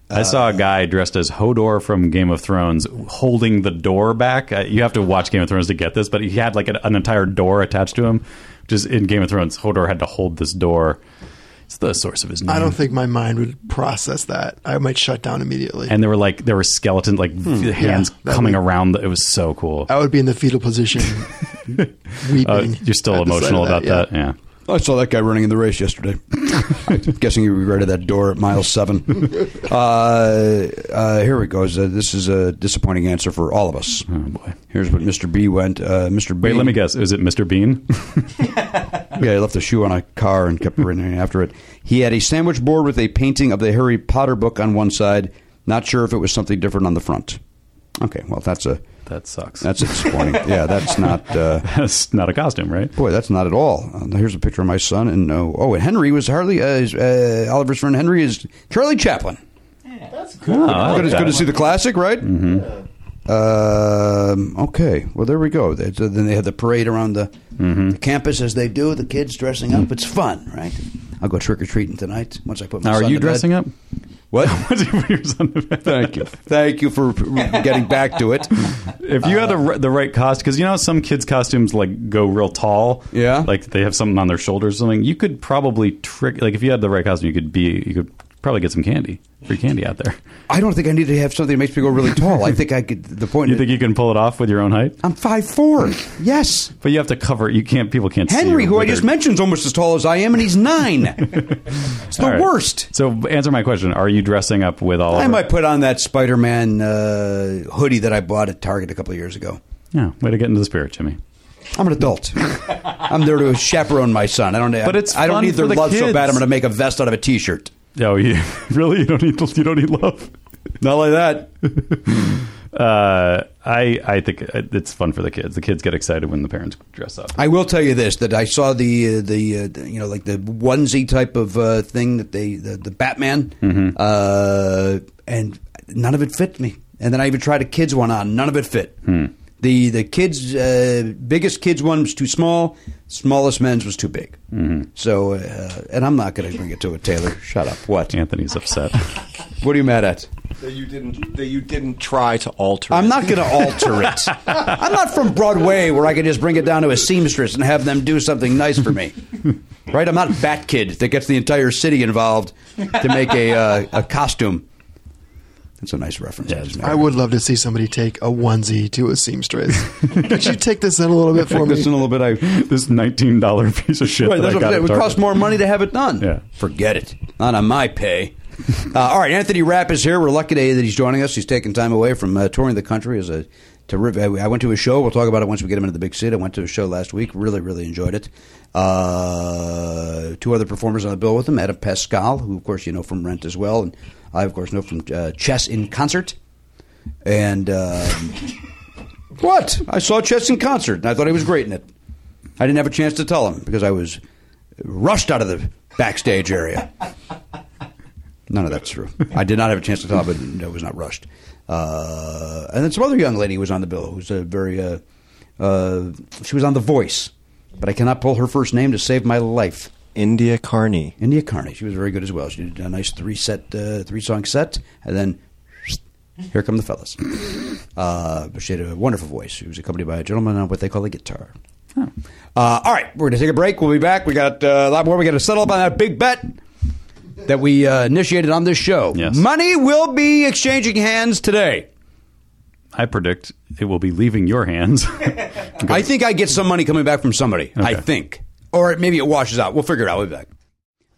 I saw a guy dressed as Hodor from Game of Thrones holding the door back. Uh, you have to watch Game of Thrones to get this, but he had like an, an entire door attached to him. Just in Game of Thrones, Hodor had to hold this door. It's the source of his name.
I don't think my mind would process that. I might shut down immediately.
and there were like there were skeleton like
Hmm.
v- hands
Yeah, that
coming
would-
around. The, it was so cool.
I would be in the fetal position, weeping.
Uh, you're still
at the sight
emotional
of that,
about that, yeah.
I saw that guy running in the race yesterday. I'm guessing he regretted that door at mile seven. uh, uh, here it goes. Uh, this is a disappointing answer for all of us. Oh
boy.
Here's what Mr. B went. Uh, Mr. B.
Wait, let me guess. Is it Mr. Bean?
yeah, he left a shoe on a car and kept running after it. He had a sandwich board with a painting of the Harry Potter book on one side. Not sure if it was something different on the front. Okay, well that's a
that sucks.
That's a disappointing. yeah, that's not uh,
that's not a costume, right?
Boy, that's not at all. Uh, here's a picture of my son, and no. Oh, and Henry was hardly uh, is, uh, Oliver's friend. Henry is Charlie Chaplin.
That's
Ah,
Good, good, it's good to see the classic, right?
Mm-hmm.
Um, okay, well there we go. They, so then they had the parade around the,
Mm-hmm.
the campus as they do. The kids dressing up. It's fun, right? I'll go trick or treating tonight once I put my.
Now, are
son
you
to bed.
dressing up?
What? Thank you, thank you for getting back to it.
If you had the, ri- the right cost, because you know some kids' costumes like go real tall, yeah, like they have something on their shoulders or something. You could probably trick, like if you had the right costume, you could be, you could probably get some candy, free candy out there.
I don't think I need to have something that makes me go really tall. I think I could. The point.
You think you can pull it off with your own height?
I'm five four. Yes.
But you have to cover. You can't. People can't. see
Henry,
your
who I
withered-
just mentioned, is almost as tall as I am, and he's nine. it's the
All right.
worst.
So answer my question: Are you dressing up with all?
I might put on that Spider-Man uh, hoodie that I bought at Target a couple of years ago.
Yeah, way to get into the spirit, Jimmy.
I'm an adult. I'm there to chaperone my son. I don't.
But it's
I don't
fun
need their
for the
love so
kids.
bad. I'm going to make a vest out of a T-shirt.
No, you really you don't need you don't need love.
Not like that.
uh, I I think it's fun for the kids. The kids get excited when the parents dress up.
I will tell you this: that I saw the uh, the, uh, the you know like the onesie type of uh, thing that they the, the Batman, uh, and none of it fit me. And then I even tried a kids one on; none of it fit.
Hmm.
The the kids uh, biggest kids one was too small, smallest men's was too big.
Mhm.
So, uh, and I'm not going to bring it to it, Taylor. Shut up. What?
Anthony's upset.
What are you mad at?
That you didn't. That you didn't try to alter.
I'm
it.
not going to alter it. I'm not from Broadway where I can just bring it down to a seamstress and have them do something nice for me. Right? I'm not Bat Kid that gets the entire city involved to make a, uh, a costume. That's a nice reference. I just made.
I would love to see somebody take a onesie to a seamstress. Could you take this in a little bit for
Take
me?
this in a little bit. I this nineteen dollar piece of shit.
Right,
that
that's
I
what
got
I'm saying.
at
It would
Target.
cost more money to have it done. Yeah. Forget it. Not on my pay. uh, all right, Anthony Rapp is here. We're lucky today that he's joining us. He's taking time away from uh, touring the country as a terrific. I I went to a show. We'll talk about it once we get him into the big city. I went to a show last week. Really, really enjoyed it. Uh, two other performers on the bill with him: Adam Pascal, who of course you know from Rent as well, and I of course know from uh, Chess in Concert. And um, what? I saw Chess in concert, and I thought he was great in it. I didn't have a chance to tell him because I was rushed out of the backstage area. None of that's true. I did not have a chance to tell him, but it was not rushed. Uh, and then some other young lady was on the bill who's a very. Uh, uh, she was on The Voice, but I cannot pull her first name to save my life.
India Carney.
India Carney. She was very good as well. She did a nice three set, uh, three song set, and then here come the fellas. Uh, but she had a wonderful voice. She was accompanied by a gentleman on what they call a guitar. Uh, all right, we're going to take a break. We'll be back. We got uh, a lot more. We got to settle up on that big bet that we uh, initiated on this show. Money will be exchanging hands today.
I predict it will be leaving your hands.
I think I get some money coming back from somebody. I think. Or maybe it washes out. We'll figure it out. We'll be back.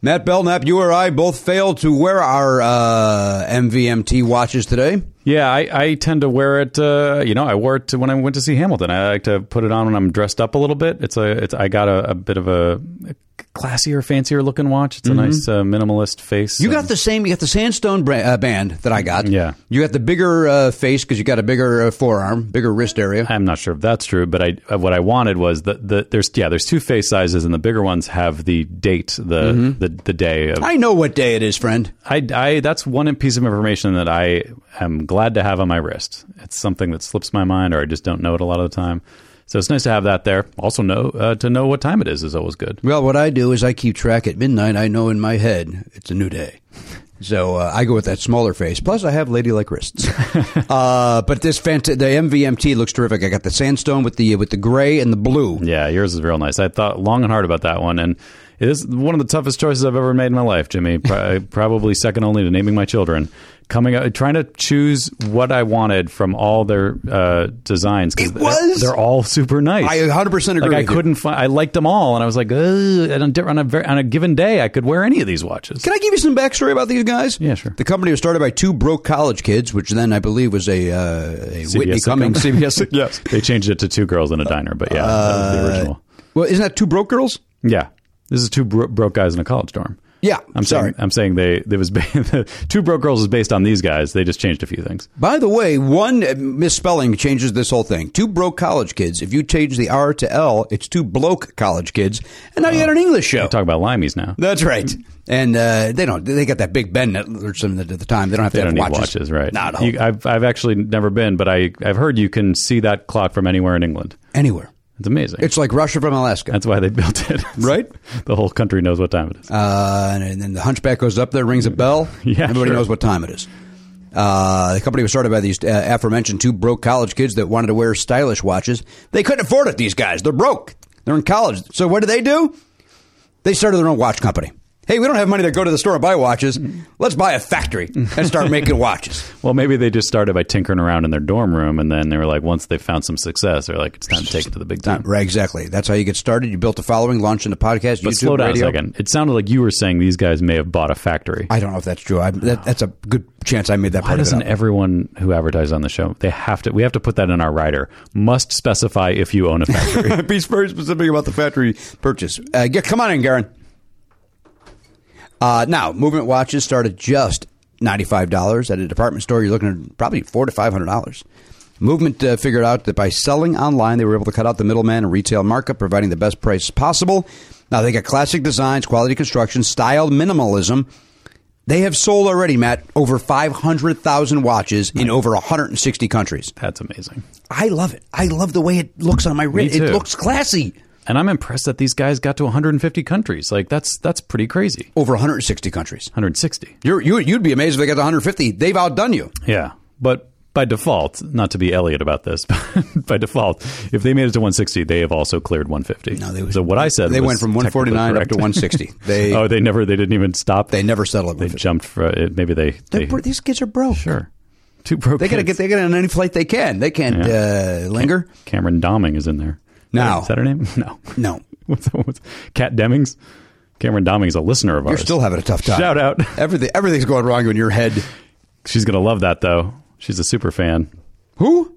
Matt Belknap, you or I both failed to wear our uh, MVMT watches today.
Yeah, I, I tend to wear it. Uh, you know, I wore it when I went to see Hamilton. I like to put it on when I'm dressed up a little bit. It's a, it's. I got a, a bit of a, a classier, fancier looking watch. It's a
Mhm.
nice uh, minimalist face.
You got the same. You got the Sandstone bra- uh, band that I got. Yeah. You got the bigger uh, face because you got a bigger uh, forearm, bigger wrist area.
I'm not sure if that's true, but I uh, what I wanted was the, the there's yeah there's two face sizes and the bigger ones have the date the
Mhm.
the, the day of
I know what day it is, friend.
I, I that's one piece of information that I am glad to have on my wrist. It's something that slips my mind, or I just don't know it a lot of the time. So it's nice to have that there. Also, know uh, to know what time it is is always good.
Well, what I do is I keep track at midnight. I know in my head it's a new day. So uh, I go with that smaller face. Plus, I have ladylike wrists. uh, but this fanta- the MVMT looks terrific. I got the sandstone with the with the gray and the blue.
Yeah, yours is real nice. I thought long and hard about that one, and it is one of the toughest choices I've ever made in my life, Jimmy. Pro- probably second only to naming my children. Coming up, trying to choose what I wanted from all their uh, designs. 'cause
It was-
they're all super nice.
I 100% agree
Like, I
with you.
couldn't find. I liked them all, and I was like, "Ugh," on a di- on a, ver- on a given day, I could wear any of these watches.
Can I give you some backstory about these guys? Yeah, sure. The company was started by two broke college kids, which then I believe was a, uh, a Whitney Cummings CBS.
yes, they changed it to two girls in a diner, but yeah, that was the
Uh,
original.
Well, isn't that two broke girls?
Yeah, this is two bro- broke guys in a college dorm.
Yeah,
I'm
sorry.
Saying, I'm saying they there was ba- two broke girls is based on these guys. They just changed a few things.
By the way, one uh, misspelling changes this whole thing. Two broke college kids. If you change the R to L, it's two bloke college kids. And now you got an English show.
Talk about limeys now.
That's right. And uh, they don't. They got that big Ben that alerts them at the time. They don't have
They
to
don't
have
need
watches.
watches, right?
Not at all.
You, I've I've actually never been, but I I've heard you can see that clock from anywhere in England.
Anywhere.
It's amazing.
It's like Russia from Alaska.
That's why they built it,
right?
the whole country knows what time it is.
Uh, and, and then the hunchback goes up there, rings a bell.
Yeah,
Everybody
sure.
knows what time it is. Uh, the company was started by these uh, aforementioned two broke college kids that wanted to wear stylish watches. They couldn't afford it, these guys. They're broke. They're in college. So what do they do? They started their own watch company. Hey, we don't have money to go to the store and buy watches. Let's buy a factory and start making watches.
Well, maybe they just started by tinkering around in their dorm room, and then they were like, once they found some success, they're like, it's time to take it to the big time.
Right, exactly. That's how you get started. You built a following, launched into podcast, YouTube,
But slow down
radio.
a second. It sounded like you were saying these guys may have bought a factory.
I don't know if that's true. I, that, that's a good chance I made that
Why
part of it
doesn't
up.
everyone who advertises on the show they have to? We have to put that in our rider. Must specify if you own a factory.
Be very specific about the factory purchase. Uh, yeah, come on in, Garen. Uh, now, movement watches start at just ninety-five dollars at a department store. You're looking at probably four to five hundred dollars. Movement uh, figured out that by selling online, they were able to cut out the middleman and retail markup, providing the best price possible. Now they got classic designs, quality construction, styled minimalism. They have sold already, Matt, over five hundred thousand watches in over one hundred and sixty countries.
That's amazing.
I love it. I love the way it looks on my
Me
wrist.
too.
It looks classy.
And I'm impressed that these guys got to 150 countries. Like that's that's pretty crazy.
Over 160 countries.
160.
You're, you, you'd be amazed if they got to 150. They've outdone you.
Yeah, but by default, not to be Elliot about this, but by default, if they made it to 160, they have also cleared 150. No, they, so what I said,
they
was
went from 149 up to
technically correct.
160. They-
oh, they never, they didn't even stop.
They never settled. at
They
150.
jumped for it. Maybe they,
They're
they
bro- these kids are broke. Sure.
two broke.
They gotta
kids.
get. They gotta on any flight they can. They can't uh, linger.
Cameron Doming is in there.
No.
is that her name? No,
No.
what's, what's Kat Demings? Cameron Doming is a listener of
You're
ours.
still having a tough time.
Shout out.
Everything. Everything's going wrong in your head.
She's gonna love that though. She's a super fan.
Who?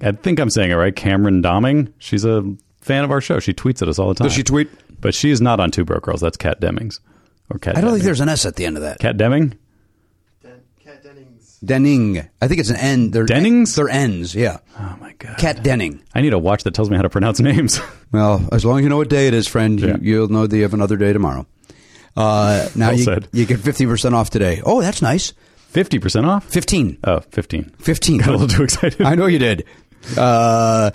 I think I'm saying it right. Cameron Doming. She's a fan of our show. She tweets at us all the time.
Does she tweet?
But she is not on Two Broke Girls. That's Kat Demings. Or Kat.
I don't
Deming.
think there's an S at the end of that.
Kat Deming.
Denning. I think it's an N. They're Dennings. They're N's. Yeah. Oh
my god.
Cat Denning.
I need a watch that tells me how to pronounce names.
Well, as long as you know what day it is, friend,
Yeah.
you, you'll know that you have another day tomorrow. Uh, now
Well
you,
said.
you get fifty percent off today. Oh, that's nice.
Fifty percent off.
Fifteen.
Oh, 15.
Fifteen.
Got a little too excited.
I know you did. Uh,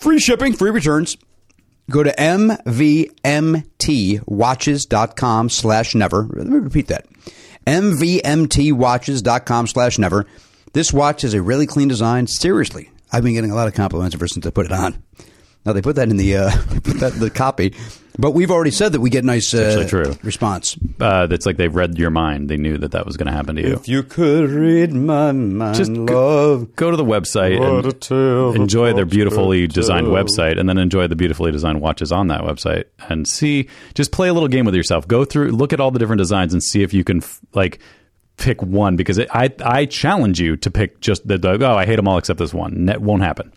free shipping, free returns. Go to mvmtwatches.com slash never. Let me repeat that. mvmtwatches.com slash never. This watch is a really clean design. Seriously, I've been getting a lot of compliments ever since I put it on. Now they put that in the uh, they put that in the copy, but we've already said that we get nice uh,
actually true.
response.
Uh, that's like they read your mind. They knew that that was going to happen to you.
you could read my mind,
Just go- Go to the website
What a tale
and enjoy their
that's
beautifully
good to
designed
tell.
website, and then enjoy the beautifully designed watches on that website, and see. Just play a little game with yourself. Go through, look at all the different designs, and see if you can f- like pick one. Because it, I I challenge you to pick just the, the oh I hate them all except this one. That won't happen.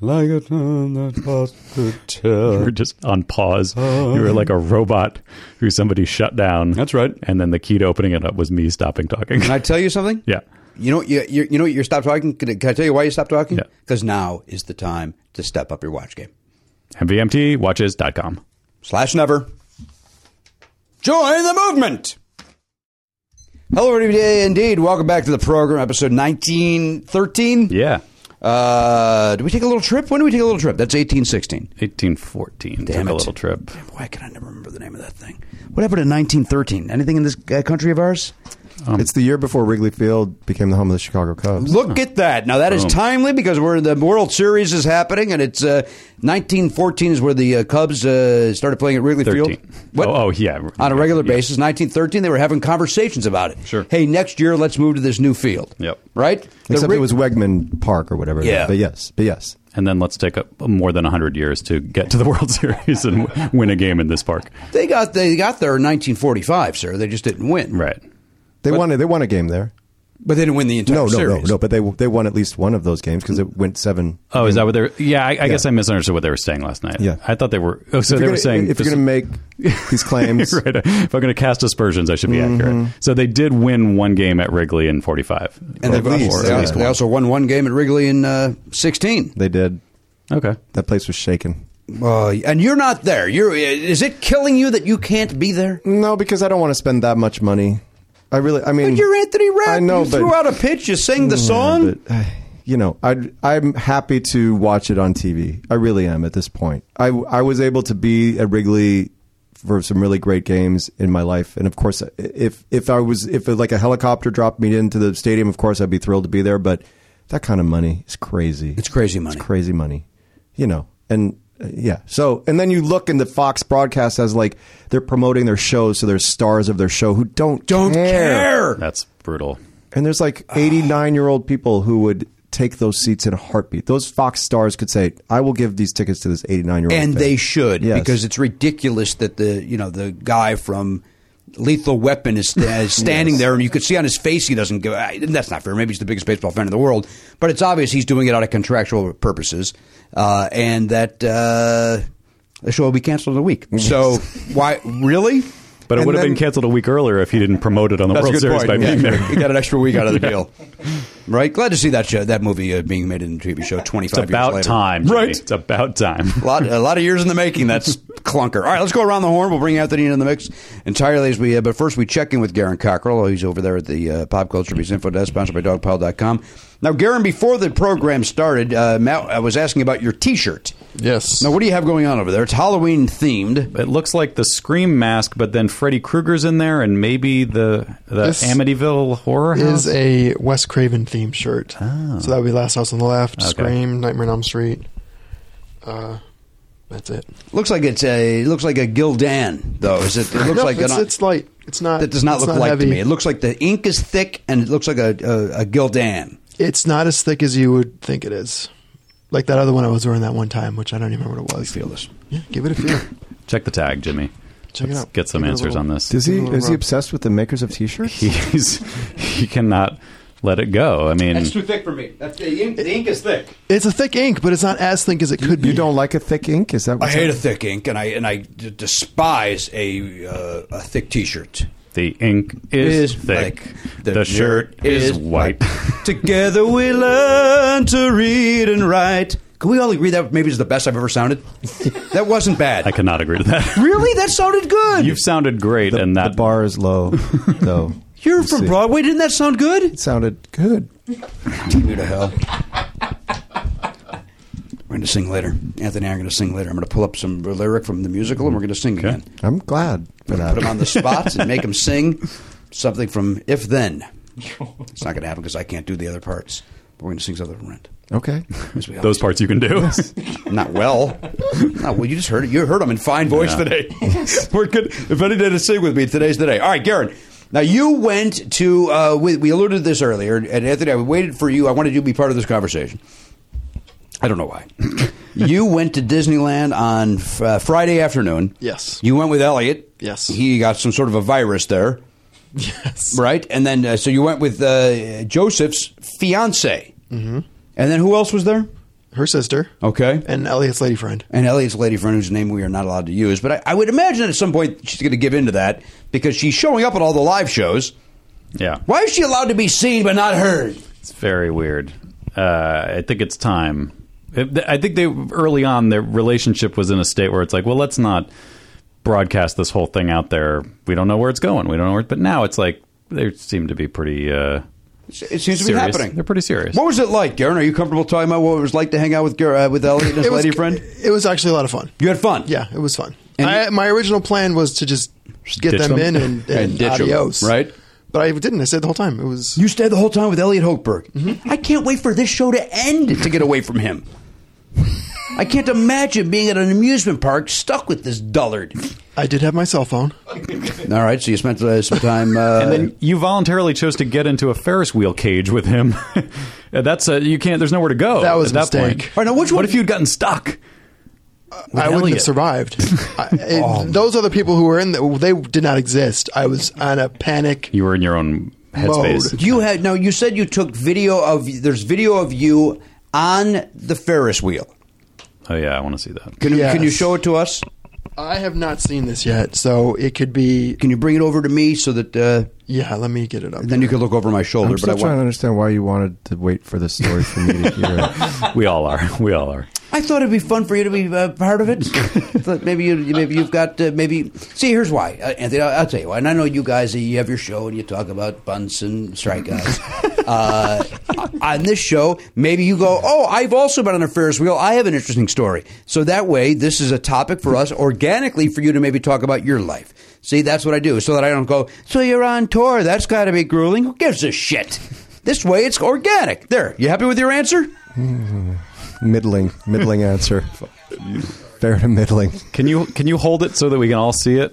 Like a time that lost the
You were just on pause.
uh,
You were like a robot who somebody shut down. That's right. And then the key to opening it up was me stopping talking.
Can I tell you something?
yeah.
You know, you, you, you know, you stopped talking. Can I, can I tell you why you stopped talking? Because now is the time to step up your watch game.
MVMTWatches.com.
Slash never. Join the movement. Hello, everybody. Indeed. Welcome back to the program, episode 1913.
Yeah.
Uh, do we take a little trip? When do we take a little trip? That's 1816.
1814.
Damn
Took
it.
a little trip.
Why can I never remember the name of that thing? What happened in 1913? Anything in this uh, country of ours?
Um,
it's the year before Wrigley Field became the home of the Chicago Cubs.
Look at that. Now, that is
Boom.
timely because we're the World Series is happening, and it's uh, 1914 is where the uh, Cubs uh, started playing at Wrigley
13.
Field. What?
Oh, oh, yeah.
On a regular basis, 1913, they were having conversations about it. Sure. Hey, next year, let's move to this new field.
Yep.
Right? The
Except
Wri-
it was Wegman Park or whatever. it is.
Yeah.
But yes, but yes.
And then let's take up more than 100 years to get to the World Series and w- win a game in this park.
They got they got there in 1945, sir. They just didn't win.
Right.
They won. They won a game there.
But they didn't win the entire
no, no,
series.
no, no. But they they won at least one of those games because it went seven.
Oh, is that what they're? Yeah, I, I guess I misunderstood what they were saying last night. Yeah, I thought they were. Oh, so they
If you're
were
gonna-
saying
if you're gonna make these claims,
right, if I'm going to cast aspersions, I should be accurate. So they did win one game at Wrigley in 45,
And
Or-
they,
or
they,
at least
they
one.
also won one game at Wrigley in uh, 16.
They did.
Okay,
that place was shaken.
Uh, and you're not there. You're. uh, Is it killing you that you can't be there?
No, because I don't want to spend that much money. I really, I mean,
But you're Anthony Rapp.
I know,
you
but-
threw out a pitch. You sang the
Yeah,
song.
but, uh, you know, I I'm happy to watch it on TV. I really am at this point. I I was able to be at Wrigley for some really great games in my life, and of course, if if I was if like a helicopter dropped me into the stadium, of course I'd be thrilled to be there. But that kind of money is crazy. It's
crazy money.
It's crazy money. You know, and. uh, Yeah. So, and then you look in the Fox broadcast as like they're promoting their shows, so there's stars of their show who don't don't
That's brutal.
and there's like 89 year old people who would take those seats in a heartbeat. Those Fox stars could say, I will give these tickets to this 89 year old.
and they should
Yes.
because it's ridiculous that the you know the guy from Lethal Weapon is, sta- is standing there, and you could see on his face he doesn't give. I- That's not fair. Maybe he's the biggest baseball fan in the world, but it's obvious he's doing it out of contractual purposes, uh, and that uh, the show will be canceled in a week. So why really?
But it
And
would have
then-
been canceled a week earlier if he didn't promote it on the
That's a
World
good
Series
point.
by being
Yeah.
there.
He got an extra week out of the
Yeah.
deal. Right, glad to see that show, that movie uh, being made into a TV show. Twenty
It's
five.
about
later.
time, right? It's about time.
A lot, a lot of years in the making. That's clunker. All right, let's go around the horn. We'll bring Anthony into the mix entirely as we. Uh, but first, we check in with Garen Cockrell. Oh, He's over there at the uh, Pop Culture Beats Info Desk, sponsored by DogPile.com. Now, Garen, before the program started, uh, Matt, I was asking about your T-shirt.
Yes.
Now, what do you have going on over there? It's Halloween themed.
It looks like the Scream mask, but then Freddy Krueger's in there, and maybe the the
This
Amityville horror house?
Is a Wes Craven themed shirt.
Ah.
So that would be Last House on the Left,
Okay.
Scream, Nightmare on Elm Street. Uh, that's it.
Looks like it's a looks like a Gildan though. Is it? It looks
No,
like
it's,
an,
it's light. It's not.
that does not
it's
look like
heavy.
to me. It looks like the ink is thick and it looks like a a, a Gildan.
It's not as thick as you would think it is. Like that other one I was wearing that one time, which I don't even remember what it was.
Feel this.
Yeah, give it a feel.
Check the tag, Jimmy.
Check it
Let's
out.
Get some
Give it a
answers
little-
on this.
Does he,
Give it a little
is he
rub.
obsessed with the makers of t shirts?
He's he cannot let it go. I mean,
thick for me. That's, the, ink, the ink is thick.
It's a thick ink, but it's not as thick as it could be. You
don't like a thick ink? Is that
I hate a thick ink, and I and I d- despise a uh, a thick T-shirt.
the ink is,
Is
thick.
thick.
The,
The
shirt
dirt
is,
is
white.
Together we learn to read and write. Can we all agree that maybe is the best I've ever sounded? That wasn't bad.
I cannot agree to that.
really, that sounded good.
You've sounded great, and that
The bar is low, though.
You're
You
from
see.
Broadway. Didn't that sound good?
It sounded good.
Who the hell? We're going to sing later. Anthony and I are going to sing later. I'm going to pull up some lyric from the musical, and we're going to sing again.
I'm glad for that.
put them on the spot and make them sing something from If Then. It's not going to happen because I can't do the other parts. But we're going to sing something from Rent.
Okay.
As we
those parts you can do.
always- Not well. Not well. You just heard it. You heard them in fine voice
Yeah.
today. we're good. If any day to sing with me, today's the day. All right, Garen. Now you went to. Uh, we, we alluded to this earlier, and Anthony, I waited for you. I wanted you to be part of this conversation. I don't know why. you went to Disneyland on f- uh, Friday afternoon.
Yes.
You went with Elliot.
Yes.
He got some sort of a virus there. Yes. Right? And then, uh, so you went with uh, Joseph's fiance. Mm-hmm. And then who else was there?
Her sister.
Okay.
And Elliot's lady friend.
And Elliot's lady friend, whose name we are not allowed to use. But I, I would imagine at some point she's going to give in to that because she's showing up at all the live shows.
yeah,
Why is she allowed to be seen but not heard?
it's very weird. Uh, I think it's time. It- I think they early on their relationship was in a state where it's like, well, let's not broadcast this whole thing out there. We don't know where it's going. We don't know where. But now it's like they seem to be pretty. Uh,
it seems to be
serious.
happening.
They're pretty serious.
What was it like, Garen? Are you comfortable talking about what it was like to hang out with Gar- uh, with Elliot and his
It was-
lady friend?
It was actually a lot of fun.
You had fun.
Yeah, it was fun. I, my original plan was to just get
ditch
them,
them?
in and, and,
And ditch 'em,
adios,
right?
But I didn't. I stayed the whole time. It was
you stayed the whole time with Elliot Hochberg.
Mm-hmm.
I can't wait for this show to end to get away from him. I can't imagine being at an amusement park stuck with this dullard.
I did have my cell phone.
All right, so you spent uh, some time. Uh,
and then you voluntarily chose to get into a Ferris wheel cage with him. That's a, you can't. There's nowhere to go.
That was
at
a
that
mistake.
Point. All right, now which What if you'd gotten stuck?
I wouldn't
Elliot.
have survived. I, it-
Oh.
Those other people who were in there, they did not exist. I was on a panic.
You were in your own headspace.
Mode. You had no. You said you took video of. There's video of you on the Ferris wheel.
Oh yeah, I want to see that.
Can,
Yes.
can you show it to us?
I have not seen this yet, so it could be.
Can you bring it over to me so that? Uh,
yeah, let me get it up.
Then you can look over my shoulder.
I'm
but I
still trying to
want,
understand why you wanted to wait for this story for me to hear.
we all are. We all are.
I thought it'd be fun for you to be uh, part of it. I thought maybe you, maybe you've got uh, maybe. See, here's why, uh, Anthony. I'll, I'll tell you why. And I know you guys. uh, You have your show and you talk about bunts and strikeouts. uh, on this show, maybe you go, "Oh, I've also been on a Ferris wheel. I have an interesting story." So that way, this is a topic for us organically for you to maybe talk about your life. See, that's what I do, so that I don't go. So you're on tour. That's got to be grueling. Who gives a shit? This way, it's organic. There. You happy with your answer?
middling, middling answer. Fair to middling.
Can you can you hold it so that we can all see it?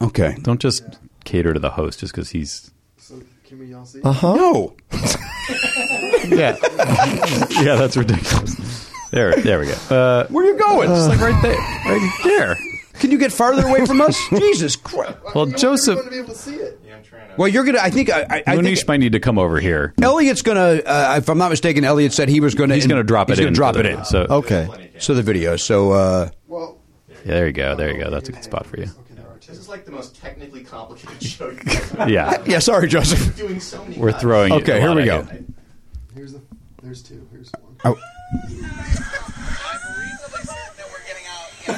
Okay.
Don't just cater to the host just because he's.
Can we all see?
Uh huh.
No.
yeah. yeah, that's ridiculous. There, there we go. Uh,
Where you going?
It's like right there, right there.
Can you get farther away from us? Jesus Christ!
Well, Joseph,
Well, you're gonna. I think. I, I, I think
Munish might need to come over here.
Elliot's gonna. Uh, if I'm not mistaken, Elliot said he was gonna.
He's gonna drop it
He's gonna
in
drop
for
it
the-
in.
so-
Okay.
So the video. So uh,
Yeah, there you go. There you go. That's a good spot for you.
This is like the most technically complicated show you've ever
Yeah.
yeah. Sorry, Joseph.
Doing so many
We're throwing.
Okay, here we go.
Here's, the, there's two. Here's one.
Oh,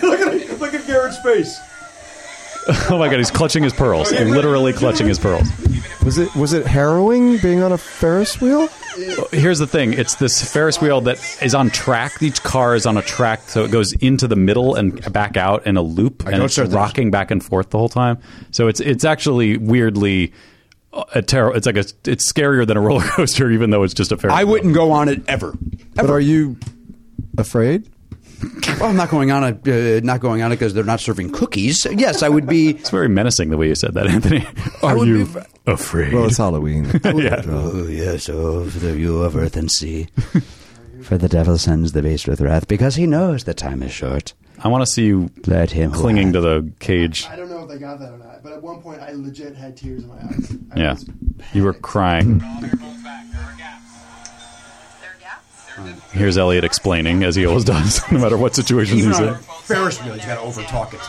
look at look at Garrett's face.
oh my god, he's clutching his pearls. Literally clutching his pearls.
Was it was it harrowing being on a Ferris wheel?
Here's the thing: it's this Ferris wheel that is on track. Each car is on a track, so it goes into the middle and back out in a loop, and
don't
it's
start this.
rocking back and forth the whole time. So it's it's actually weirdly a terror. It's like a it's scarier than a roller coaster, even though it's just a Ferris.
I
wheel.
wouldn't go on it ever.
But are you afraid?
Well, I'm not going on it. Uh, not going on it because they're not serving cookies. Yes, I would be.
It's very menacing the way you said that, Anthony. Are
would
you
be-
afraid?
Well, it's Halloween.
Oh yes, oh for the view of earth and sea. For the devil sends the beast with wrath because he knows the time is short.
I want to see you
Let him who
clinging
hath-
to the cage.
I don't know if they got that or not, but at one point I legit had tears in my eyes. I
Yeah,
was-
you were crying. Here's Elliot explaining, as he always does, no matter what situation he's in.
Ferris wheel, you got to over talk it.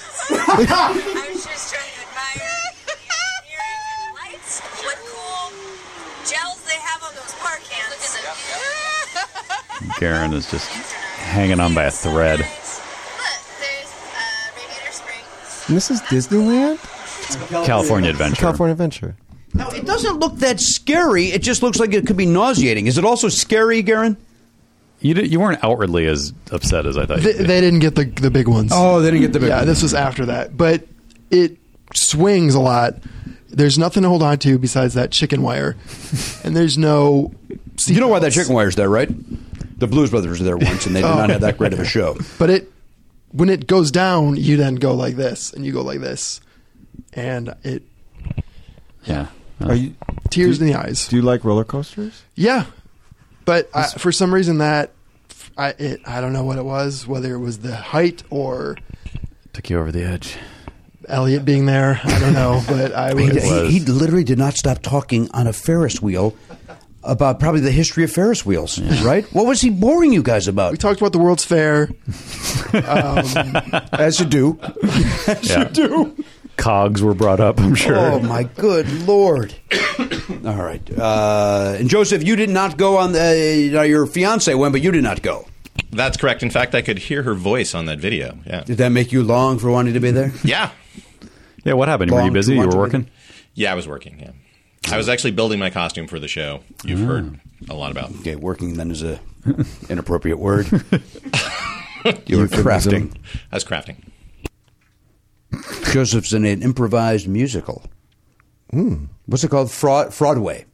I was just trying to admire your lights, what cool gels they have on those park hands.
Garen is just hanging on by a thread.
And this is Disneyland,
California Adventure.
California Adventure.
No, it doesn't look that scary. It just looks like it could be nauseating. Is it also scary, Garen?
You did, you weren't outwardly as upset as I thought.
They,
you
they didn't get the the big ones.
they didn't get the
yeah, this was after that, but it swings a lot. There's nothing to hold on to besides that chicken wire, and there's no.
You know why that chicken wire's there, right? The Blues Brothers were there once, and they did
Oh.
not have that great of a show.
But it, when it goes down, you then go like this, and you go like this, and it
yeah.
Are you?
tears in the eyes.
Do you like roller coasters?
Yeah, but I, for some reason that I it I don't know what it was, whether it was the height or
Took you over the edge.
Elliot being there. I don't know, but I
He,
was.
he- he literally did not stop talking on a Ferris wheel about probably the history of Ferris wheels, right? What was he boring you guys
We
about?
talked about the World's Fair. Um,
As you do.
Yeah.
do.
cogs were brought up. I'm sure.
Oh my good lord! All right, uh, and Joseph, you did not go on the. Uh, your fiance went, but you did not go.
That's correct. In fact, I could hear her voice on that video. Yeah.
Did that make you long for wanting to be there?
Yeah.
Yeah. What happened? were you
Long
busy?
to
You
watch
were
a
working.
Yeah, I was working. Yeah. I was actually building my costume for the show. You've
Mm.
Ah.
heard a lot about.
Okay, working then is a inappropriate word. you were crafting.
I was crafting.
Joseph's in an improvised musical. What's it called? Fraud, Fraudway.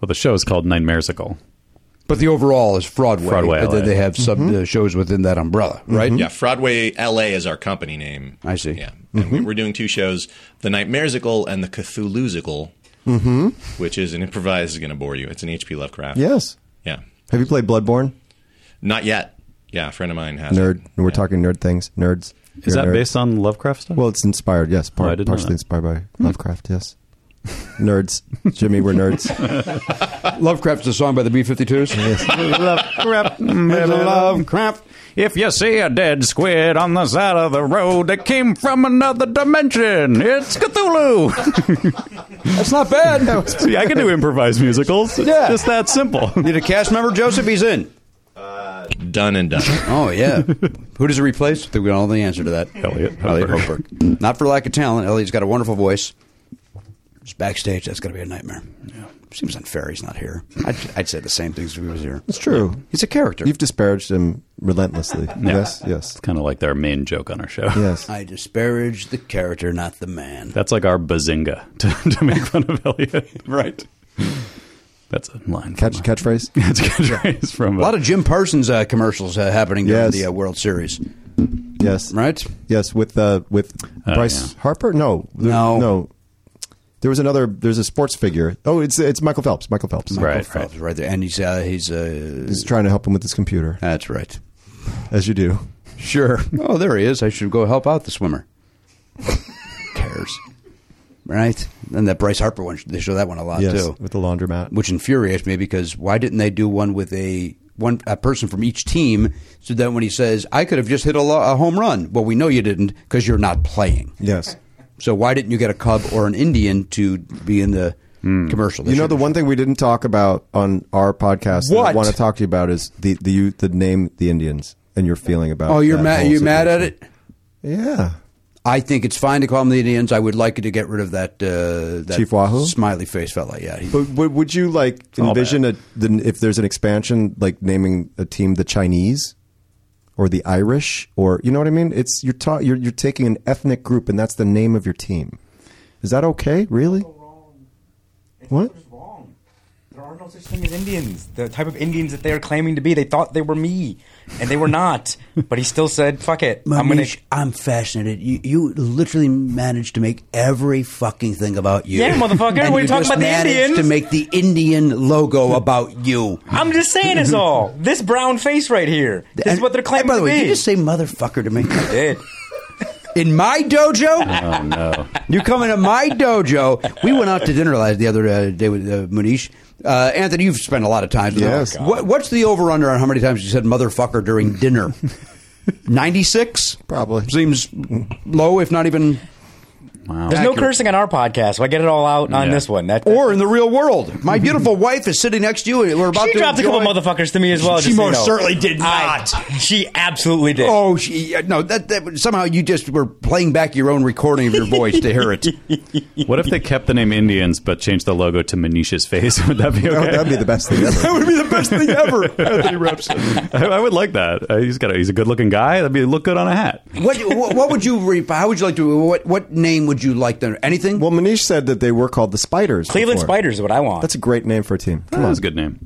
Well, the show is called Nightmaresical.
But the overall is Fraudway.
Fraudway,
But then
LA.
they have sub uh, shows within that umbrella, right?
Yeah, Fraudway LA is our company name. I see. Yeah. And
Mm-hmm.
we, we're doing two shows, The Nightmaresical and The Cthulhusical,
Mm-hmm.
which is an improvised is going to bore you. It's an HP Lovecraft.
Yes.
Yeah.
Have you played Bloodborne?
Not yet. Yeah, a friend of mine has. it.
Nerd. We're talking nerd things. Nerds.
Is
You're a
that
nerd.
based on Lovecraft stuff?
Well, it's inspired. Yes,
Oh, I
part,
didn't know
partially
that.
inspired by
Hmm.
Lovecraft. Yes. nerds. Jimmy, we're nerds.
Lovecraft's a song by the B 52s.
Lovecraft.
Lovecraft.
If you see a dead squid on the side of the road that came from another dimension, it's Cthulhu.
That's not bad.
See, I can do improvised musicals. It's
Yeah.
just that simple.
Need a cast member, Joseph? He's in.
Done and done.
Oh, yeah. Who does it replace? I think we all know the answer to that.
Elliot.
Elliot Hochberg. Not for lack of talent. Elliot's got a wonderful voice. Just backstage, that's going to be a nightmare. Seems unfair he's not here. I'd, I'd say the same things if he was here.
It's true.
He's a character.
You've disparaged him relentlessly. Yes. Yes. It's
kind of like their main joke on our show.
Yes.
I disparage the character, not the man.
That's like our bazinga to, to make fun of Elliot. right. That's a line.
Catch catchphrase.
That's a catchphrase from
A lot of Jim Parsons uh, commercials uh, happening during
Yes.
the uh, World Series.
Yes.
Right?
Yes, with uh, with
Oh,
Bryce Harper. No, There-
No.
no. There was another. There's a sports figure. Oh, it's it's Michael Phelps. Michael Phelps.
Michael Phelps, right. there, and he's uh, he's uh,
He's trying to help him with his computer.
That's right.
As you do.
Sure. Oh, there he is. I should go help out the swimmer. Cares. Right? And that Bryce Harper one, they show that one a lot
yes,
too.
with the laundromat.
Which infuriates me because why didn't they do one with a one a person from each team so that when he says, I could have just hit a, lo- a home run? Well, we know you didn't because you're not playing.
Yes.
So why didn't you get a Cub or an Indian to be in the commercial? They
Hmm. You know
should-
the one thing we didn't talk about on our podcast that I
What?
want to talk to you about is the the you, the name the Indians and your feeling about.
Oh, you're
that
mad.
whole
You mad at
situation.
it?
Yeah.
I think it's fine to call them the Indians. I would like you to get rid of that uh, that
Chief Wahoo?
smiley face fella. Yeah, he-
But would, would you like
all
envision a, the, if there's an expansion, like naming a team the Chinese or the Irish, or you know what I mean? It's you're ta- you're, you're taking an ethnic group and that's the name of your team. Is that okay? Really? What?
There are no such thing as Indians. The type of Indians that they are claiming to be, they thought they were me, and they were not. but he still said, "Fuck it, I'm gonna."
Manish, I'm fascinated. You, you literally managed to make every fucking thing about you.
Yeah, motherfucker,
And
we're
you
talking
just
about the
managed
Indians.
to make the Indian logo about you.
I'm just saying it's all this brown face right here is
And-
what they're claiming
By the
to
way,
be.
did you just say motherfucker to me?
I did.
In my dojo?
Oh no.
You come into my dojo. We went out to dinner last the other uh, day with uh, Manish. Uh, Anthony, you've spent a lot of time. with him.
Yes.
What, what's the over under on how many times you said motherfucker during dinner? Ninety six
probably
seems low, if not even.
Wow.
There's no cursing on our podcast, so I get it all out on
Yeah.
this one. That,
Or in the real world, my beautiful wife is sitting next to you, and we're about
she
to
dropped a couple
enjoy-
motherfuckers to me as well.
She
just so you
most
know.
certainly did
I- she absolutely did.
Oh, she, yeah, no! That, that somehow you just were playing back your own recording of your voice to hear it.
What if they kept the name Indians but changed the logo to Manish's face? Would that be okay?
No, that'd be the best thing ever.
that would be the best thing ever. Anthony Repson.
I, I would like that. Uh, he's got a, he's a good looking guy. That'd be look good on a hat.
What, what, what would you? Re- how would you like to? What what name would you like? Them? Anything?
Well, Manish said that they were called the Spiders.
Cleveland
before.
Spiders
is what I want.
That's a great name for a team. Come
That
on.
was a good name.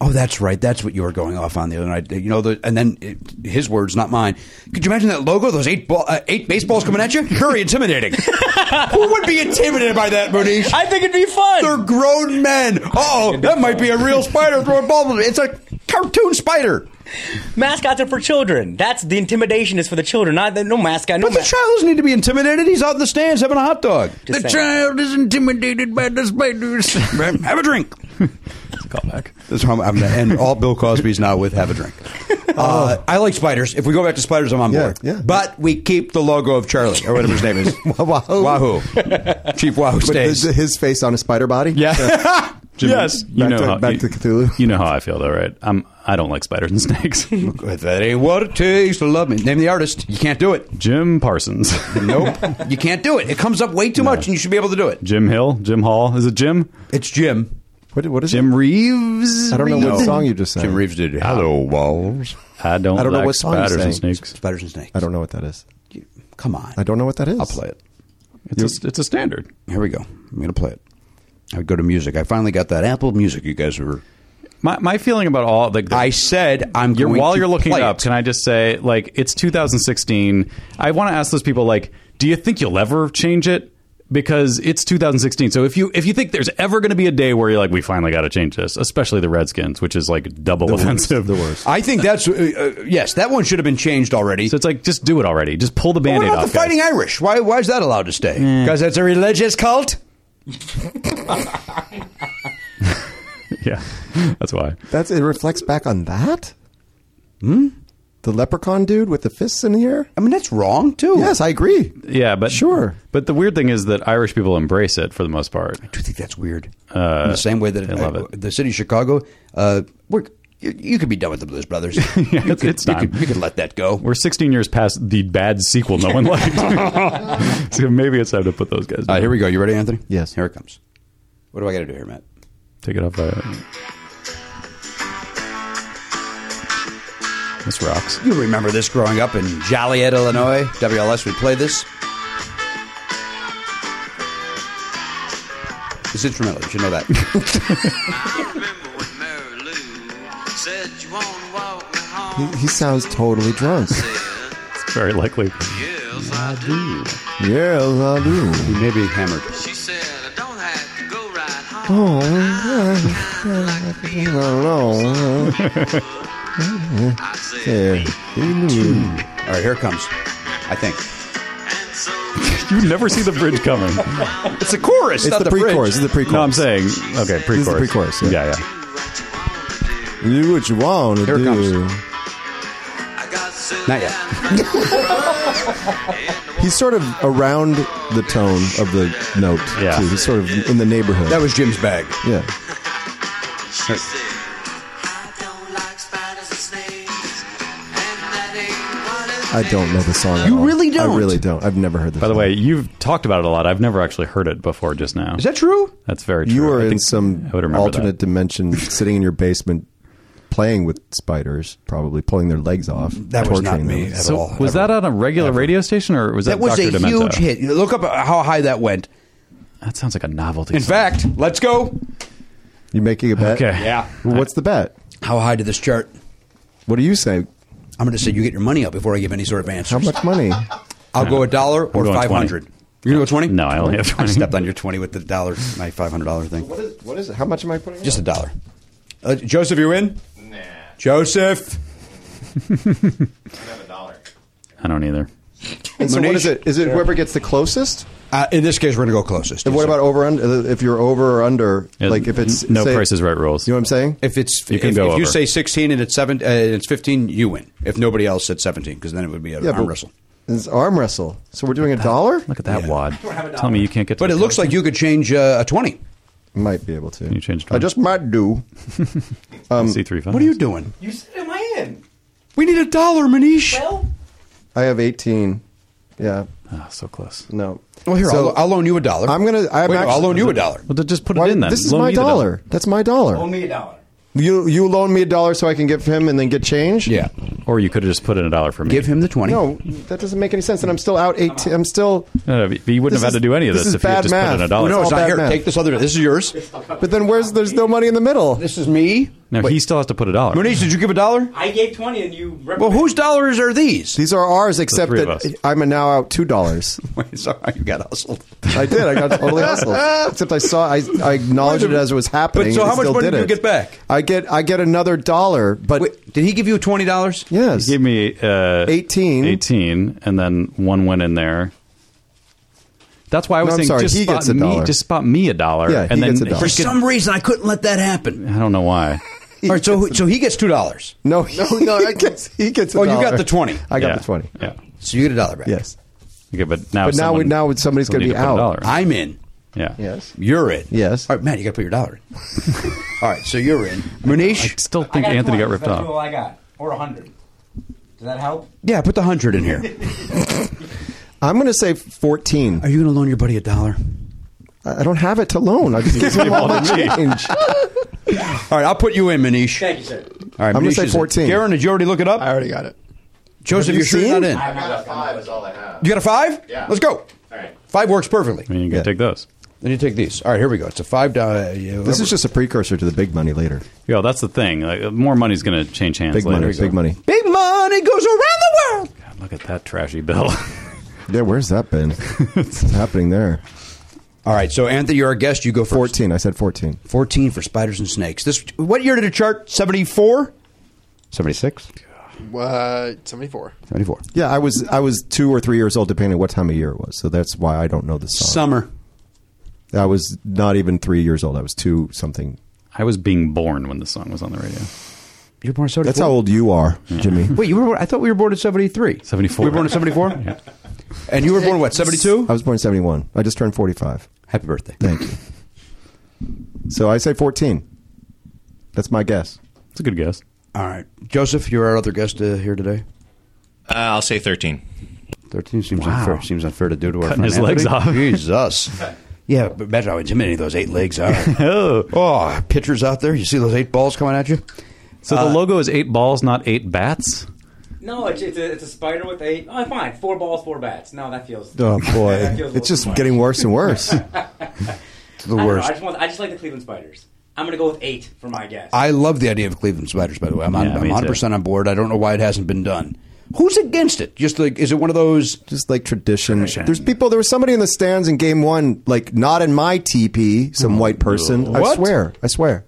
Oh, that's right. That's what you were going off on the other night. You know, the, and then it, his words, not mine. Could you imagine that logo? Those eight ball, uh, eight baseballs coming at you. Very intimidating. Who would be intimidated by that, Monish?
I think it'd be fun.
They're grown men. Oh, that might be a real spider throwing balls. It's a cartoon spider.
Mascots are for children. That's the intimidation is for the children. Not no mascot. No
But the
ma-
child doesn't need to be intimidated. He's out in the stands having a hot dog.
Just
the
saying.
child is intimidated by the spiders.
Have a drink.
Call back.
That's how I'm, I'm going to end all Bill Cosby's now with have a drink. Uh, I like spiders. If we go back to spiders, I'm on board. Yeah, But we keep the logo of Charlie or whatever his name is. Wahoo. Chief Wahoo
With
stays.
his- his face on a spider body.
Yeah.
Jim,
yes.
you
back
know
to,
how,
back
you,
to Cthulhu.
You know how I feel though, right? I'm I don't like spiders and snakes.
that ain't what it takes to love me. Name the artist. You can't do it.
Jim Parsons.
nope. You can't do it. It comes up way too much, and you should be able to do it.
Jim Hill, Jim Hall. Is it Jim?
It's Jim.
What, what is
Jim Reeves?
I don't know what song you just sang.
Jim Reeves did Hello Walls.
I don't,
I don't know
like
what song you
spiders
sang.
and snakes.
Spiders and snakes.
I don't know what that is.
Come on.
I don't know what that is. I'll play
it.
It's a, it's a standard.
Here we go. I'm going to play it. I would go to music. I finally got that Apple Music you guys were.
My, my feeling about all like
I said I'm
You're,
going
while
to
you're looking
play
it up,
it.
can I just say like it's 2016? I want to ask those people like, do you think you'll ever change it? Because it's 2016, so if you if you think there's ever going to be a day where you're like, we finally got to change this, especially the Redskins, which is like double
The worst,
offensive, the
worst.
I think that's uh, uh, yes. That one should have been changed already. So
it's like just do it already. Just pull the
But
band-aid
what about
off.
the Fighting Irish? Why? Why is that allowed to stay? Because it's a religious cult.
yeah, that's why.
That's it. Reflects back on that. Hmm. The leprechaun dude with the fists in the air.
I mean, that's wrong too.
Yes, I agree.
Yeah, but
Sure.
But the weird thing is that Irish people embrace it for the most part. I
do think that's weird.
Uh,
In the same way that
I love it.
the city of Chicago, uh, we're, you, you could be done with the Blues Brothers. You
it's,
could-
it's
you
time.
could- you could let that go.
We're 16 years past the bad sequel no one liked. so maybe it's time to put those guys.
Uh, here we go. You ready, Anthony?
Yes.
Here it comes. What do I got to do here, Matt?
Take it off. Uh, this rocks.
You remember this growing up in Joliet, Illinois? WLS would play this. It's instrumental. You should know that.
He, he sounds totally drunk.
It's very likely.
Yes, I do. Yes, I do. He
may be hammered.
Oh, I don't know. Yeah.
All right, here it comes. I think.
you never see the bridge coming.
It's the chorus,
It's
not
the
the,
pre-chorus,
bridge.
it's the pre-chorus.
No, I'm saying okay.
This
Pre-chorus.
is the pre-chorus, yeah.
yeah.
Do what you want to
Here it
do.
Not yet.
He's sort of around the tone of the note.
Yeah.
too. He's sort of in the neighborhood.
That was Jim's bag.
Yeah. I don't know the song. at
You
all.
really
I
don't?
really don't. I've never heard this.
By the way, you've talked about it a lot. I've never actually heard it before just now.
Is that true?
That's very true.
you were
I
in
think
some
I would remember
alternate dimension, sitting in your basement, playing with spiders, probably pulling their legs off.
That was not
torturing
me
them.
at
So
all.
was that on a regular radio station or was that,
That was
Dr.
a
Demento?
huge hit. You Look up how high that went.
That sounds like a novelty.
In fact, let's go.
You making a bet?
Okay. Yeah.
Well, What's the bet?
How high did this chart?
What do you say?
I'm going to say you get your money up before I give any sort of answer.
How much money?
I'll go a dollar or
going
five hundred. You're gonna go twenty?
No, I only have
I
20.
stepped on your twenty with the dollar, my five hundred dollar thing.
What is, what is it? How much am I putting?
Just a dollar. Uh, Joseph, you in? Nah. Joseph.
I don't either.
And so what
Monish?
is it? Is it whoever gets the closest?
Uh, in this case, we're going to go closest.
And what about over under? If you're over or under,
Yeah,
like if it's
n- no
say-
Price is Right rules.
You know what I'm saying?
if it's
You can
if,
go
if you
over.
say sixteen and it's seven, uh, and it's fifteen, you win. If nobody else said seventeen, because then it would be an
Yeah,
arm
but-
wrestle.
It's arm wrestle. So we're doing a dollar.
Look at that wad. Tell me you can't get. To
But it
the
looks
top.
like you could change uh, a twenty.
Might be able to.
you changed.
I just might do.
C three five.
What are you doing?
You said, "Am I in?"
We need a dollar, Manish.
Well,
I have 18. Yeah.
Ah, so close.
No.
Well, Oh, here
So-
I'll, I'll loan you a dollar.
I'm gonna- I'm
Wait, I'll
actually-
loan you a dollar.
Well, then just put
Why-
it in then.
This is
Loan
my
me the
dollar. That's my dollar.
only a dollar.
You you loan me a dollar so I can give him and then get change.
Yeah,
Or you could have just put in a dollar for me.
give him the twenty.
No, that doesn't make any sense. And I'm still out 18. I'm still.
No, no, but you Uh, wouldn't
This
have had
is-
to do any of
this
this,
is
if you
bad
had just
math.
put in a
Oh,
dollar.
Well,
no, it's
all
not
bad
here.
math.
Take this other. This is yours.
But then where's there's no money in the middle?
This is me.
no, he still has to put a dollar.
Manish, did you give a dollar?
I gave twenty, and you.
Well, whose dollars are these?
These are ours, except
three of us.
that I'm now out two dollars.
Wait, sorry, you got hustled.
I did. I got totally hustled. Except I saw. I, I acknowledged it as it was
But
happening.
so
and
how much
still
money did you
it.
get back?
I get. I get another dollar. But
Wait, did he give you twenty dollars?
yes,
He gave me uh,
18.
18, and then one went in there. That's why I was
No, I'm
saying
sorry,
just
he
spot
gets a
me,
dollar.
just spot me a dollar,
Yeah, he
and then
gets a dollar.
For
he could-
some reason, I couldn't let that happen.
I don't know why.
All right, so who- so he gets two dollars.
No, no, no. He gets, he gets a
Oh, you got
dollar.
the twenty.
I got
Yeah.
the twenty.
Yeah.
So you get a dollar back.
Yes.
Okay, but now,
But now we-
someone-
now somebody's
someone
gonna
need
be
to put a
out.
dollar in.
I'm in.
Yeah.
Yes.
You're in.
Yes.
All right, Matt, you got to put your dollar in. All right, so you're in. Munish. I
still
I got 20. That's all I got. Or 100. Does that help?
Yeah, put the hundred in here.
I'm going to say fourteen. Are
you going to loan your buddy a dollar?
I I don't have it to loan. I just give him all the change.
All right, I'll put you in, Manish.
Thank you, sir.
All right,
I'm gonna
Manish
say
is in.
14.
Garen, did you already look it up? I
already got it.
Joseph,
Have you
you're sure you're
seen?
not in.
I got a five is all I have.
You got a five?
Yeah.
Let's go.
All right.
Five works perfectly.
you can take those.
Then you take these. All right, here we go. It's a five dollar. uh,
This is just a precursor to the big money later.
Yo, that's the thing. Like, more money's going to change hands.
Big
later.
money, big money.
Big money goes around the world.
Look at that trashy bill.
Yeah, where's that been? What's happening there?
All right, so Anthony, you're our guest. You go first.
Fourteen. I said fourteen.
Fourteen for spiders and snakes. This what year did it chart? Seventy four.
Seventy six.
Uh, 74.
Seventy four.
Yeah, I was I was two or three years old, depending on what time of year it was. So that's why I don't know the song.
Summer.
I was not even three years old. I was two something.
I was being born when the song was on the radio.
You're born seventy.
That's how old you are, Jimmy.
Wait, you were? born- I thought we were born in seventy three.
74.
We were born in seventy four. yeah. And you were born what? Seventy two.
I was born in seventy one. I just turned forty five.
Happy birthday.
Thank you. so I say fourteen. That's my guess.
It's a good guess.
All right, Joseph, you're our other guest uh, here today.
Uh, I'll say 13.
13 seems
Wow.
unfair. Seems unfair to do to our
Cutting
friend
his legs
Anthony.
off.
Jesus. Yeah, but imagine how intimidating those eight legs are. oh. pitchers out there. You see those eight balls coming at you?
So
Uh,
the logo is eight balls, not eight bats.
No, it's, it's, a, it's a spider with eight. Oh, fine. Four balls, four bats. No, that feels.
Oh boy,
that feels a
it's
little
just
too much.
getting worse and worse.
It's the
I don't know.
worst.
I just, want, I just like the Cleveland Spiders. I'm going to go with eight for my guess.
I love the idea of Cleveland Spiders, by the way. I'm, on,
Yeah,
I'm
me
100% on board. I don't know why it hasn't been done. Who's against it? Just like, is it one of those?
Just like tradition. There's people. There was somebody in the stands in game one, like not in my TP. Some white person. I
What?
swear. I swear.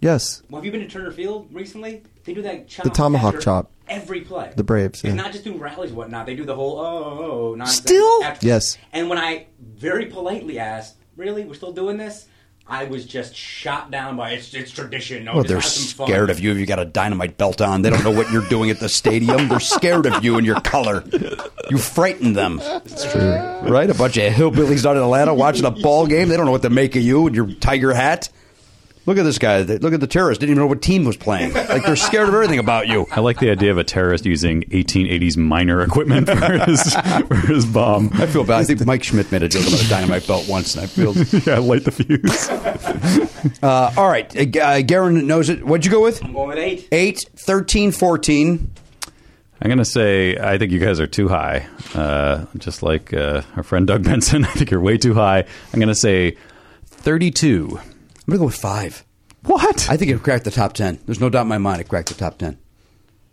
Yes.
Well, have you been to Turner Field recently? They do that chop.
The tomahawk
after
chop.
Every play.
The Braves,
They
yeah.
not just do rallies and whatnot. They do the whole, oh, oh, oh. nonsense
Still?
after-
Yes.
And when I very politely asked, really? We're still doing this? I was just shot down by, it's, it's tradition. No,
Well,
just
they're
have some
scared
fun.
of you if you got a dynamite belt on. They don't know what you're doing at the stadium. They're scared of you and your color. You frighten them. It's true. Right? A bunch of hillbillies out in Atlanta watching a ball game. They don't know what to make of you and your tiger hat. Look at this guy. Look at the terrorist. Didn't even know what team was playing. Like they're scared of everything about you.
I like the idea of a terrorist using 1880s miner equipment for his, for his bomb.
I feel bad. I think Mike Schmidt made a joke about a dynamite belt once, and I feel.
yeah, light the fuse.
Uh, all right. Uh, G- uh, Garen knows it. What'd you go with? I'm
going with eight.
Eight, 13, 14.
I'm going to say I think you guys are too high. Uh, just like uh, our friend Doug Benson, I think you're way too high. I'm going to say 32.
I'm going to go with five.
What?
I think it cracked the top 10. There's no doubt in my mind it cracked the top 10.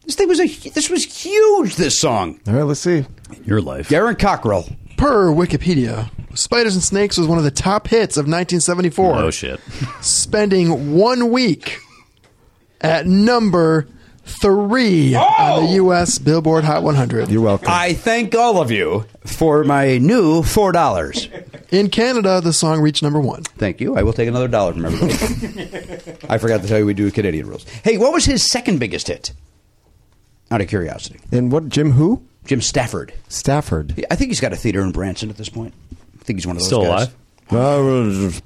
This thing was a this was huge. This song.
All right, let's see.
Your life.
Garen Cockrell.
Per Wikipedia, Spiders and Snakes was one of the top hits of 1974.
Oh, shit.
Spending one week at number three on the U.S. Billboard Hot 100.
Oh! You're welcome.
I thank all of you for my new four dollars.
In Canada, the song reached number one.
Thank you. I will take another dollar from everybody. I forgot to tell you we do Canadian rules. Hey, what was his second biggest hit? Out of curiosity,
And what? Jim who?
Jim Stafford.
Stafford.
I think he's got a theater in Branson at this point. I think he's one of those
Still
guys.
alive?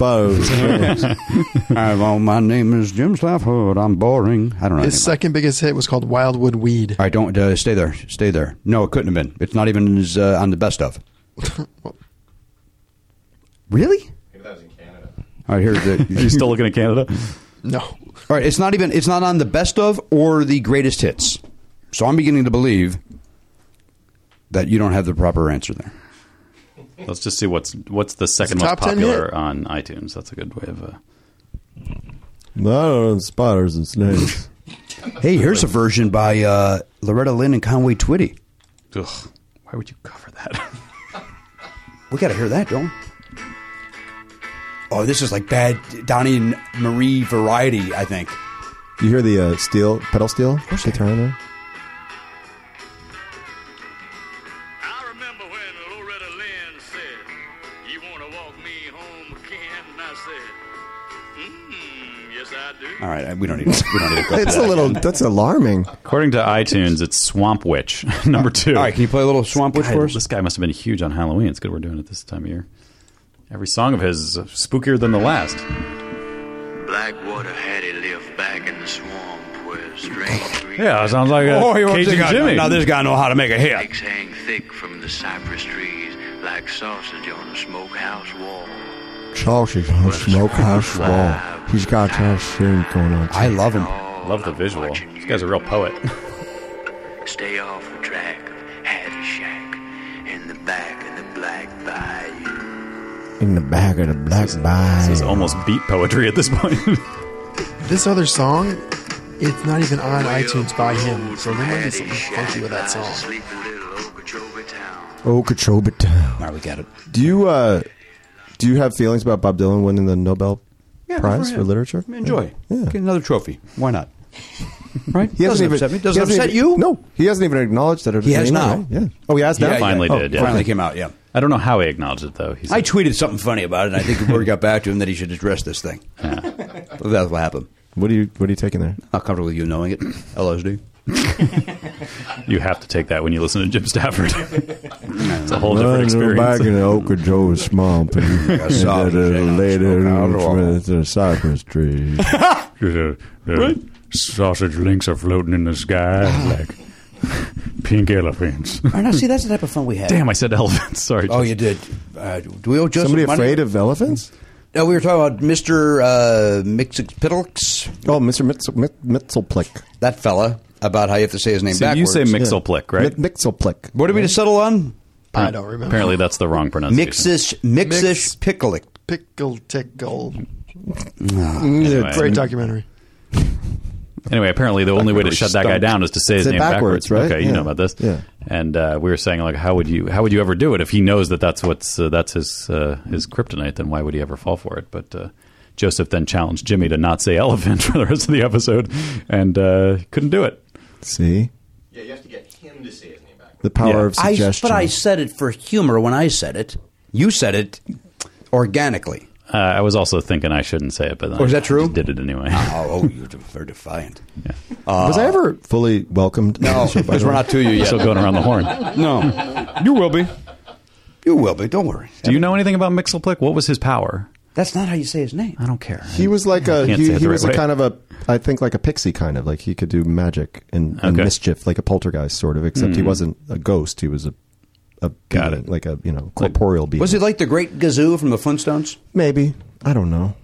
Hi, well, my name is Jim Stafford. I'm boring. I don't know.
His
anything
second biggest hit was called Wildwood Weed.
All right, don't uh, stay there. Stay there. No, it couldn't have been. It's not even as, uh, on the best of. really?
Maybe that was in Canada.
All right, here's the.
Are you still looking at Canada?
No.
All right, it's not even. It's not on the best of or the greatest hits. So I'm beginning to believe that you don't have the proper answer there.
Let's just see what's what's the second
It's
most
top 10
popular
hit.
on iTunes. That's a good way of. Uh,
I don't know spiders and snakes.
Hey, here's a version by uh, Loretta Lynn and Conway Twitty.
ugh, why would you cover that?
We got to hear that, don't we? Oh, this is like bad Donnie and Marie variety. I think.
you hear the uh, steel pedal steel guitar in there?
I remember when Loretta Lynn said, You want to walk me home again? And I said, Mmm, Yes, I do.
All right, we don't need. We don't need to go
it's a little. That's alarming.
According to iTunes, it's Swamp Witch number two.
All right, can you play a little Swamp Witch
Guy-
for us?
This guy must have been huge on Halloween. It's good we're doing it this time of year. Every song of his is spookier than the last.
Blackwater Hattie lived back in the swamp where strange
Yeah, it sounds like a
Oh, he wants to
Cajun
go-
Jimmy.
now this guy know how to make a hit.
snakes hang thick from the cypress trees like sausage on a smokehouse wall.
Sausage on smokehouse wall. He's got that thing going on.
I love him.
Love the visual. This guy's a real poet.
Stay off the track of Hattie Shack in the back of the Black Bayou.
In the back of the black
This
bag.
is almost beat poetry at this point.
This other song, it's not even on iTunes by him, so there might be something funky with that
Oh.
song.
Okeechobee Town.
All right, we got it.
Do you uh, do you have feelings about Bob Dylan winning the Nobel
Yeah, go
Prize
ahead.
for literature?
Enjoy. Get another trophy. Why not? Right?
He hasn't
Doesn't
even
upset me. Doesn't
he hasn't
upset
even-
you?
No, he hasn't even acknowledged that. it was
He has
named,
now.
right? Yeah. Oh, he has now.
Yeah,
finally
yeah.
did.
Oh,
Yeah.
finally came out, yeah.
I don't know how he acknowledged it though. He's
I tweeted something funny about it, and I think the word got back to him that he should address this thing. But That's what happened.
What are you What are you taking there?
Not comfortable with you knowing it. LSD.
you have to take that when you listen to Jim Stafford. it's a whole
Well,
different experience.
Back in the Okeechobee swamp, and, and
I saw
that
it.
uh, lady with the cypress tree.
The, the sausage links are floating in the sky like pink elephants.
All right, now see, that's the type of fun we had.
Damn, I said elephants. Sorry.
Oh, you did. Uh, do we owe Joseph
Somebody
money?
afraid of elephants?
No, we were talking about Mister uh, Mixpittlix.
Oh, Mister Mitzelplick.
That fella about how you have to say his name
So you
backwards.
say Mixelplick, right?
Mi- Mixelplick.
What did we just settle on?
I don't remember.
Apparently, that's the wrong pronunciation.
Mixish, mixish, picklick.
Pickle tickle. Mm,
Anyway.
Great documentary.
Anyway, apparently the only way to shut that guy
stunk.
down is to say his
Say
name
backwards,
backwards,
right?
Okay, you
Yeah.
know about this.
Yeah.
And uh, we were saying like, how would you how would you ever do it if he knows that that's what's uh, that's his uh, his kryptonite? Then why would he ever fall for it? But uh, Joseph then challenged Jimmy to not say elephant for the rest of the episode, and uh, couldn't do it.
See
Yeah, you have to get him to say his name back.
the power of
I,
suggestion.
but I said it for humor when I said it. You said it organically.
Uh, I was also thinking I shouldn't say it, but then
Oh, is
I
that true?
Did it anyway.
Oh, oh you're de- very defiant.
was I ever Uh, fully welcomed?
No, because we're not to you yet.
Still going around the horn.
No, you will be. You will be. Don't worry.
Do you know anything about Mixelplick? What was his power?
That's not how you say his name.
I don't care.
He was like a
can't
he,
say it
he
the
was
right
a
way.
kind of a I think like a pixie kind of like he could do magic and, and
Okay.
mischief like a poltergeist sort of except he
Mm.
wasn't a ghost he was a a
Got
being,
it.
like a you know corporeal being
Was he like the Great Gazoo from the Flintstones?
maybe I don't know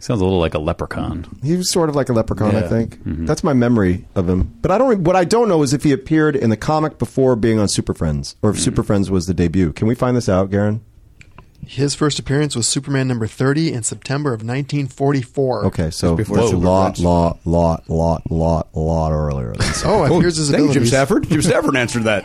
Sounds a little like a leprechaun.
he was sort of like a leprechaun I
Yeah.
think
Mm-hmm.
that's my memory of him but I don't re- what I don't know is if he appeared in the comic before being on Super Friends or if
Mm-hmm.
Super Friends was the debut can we find this out Garen
His first appearance was Superman number 30 in September of 1944.
okay so
before
that's a
Super
lot
Friends.
lot lot lot lot lot earlier than
Oh, and here's his
Thank you, Jim
abilities.
Stafford. Jim Stafford answered that.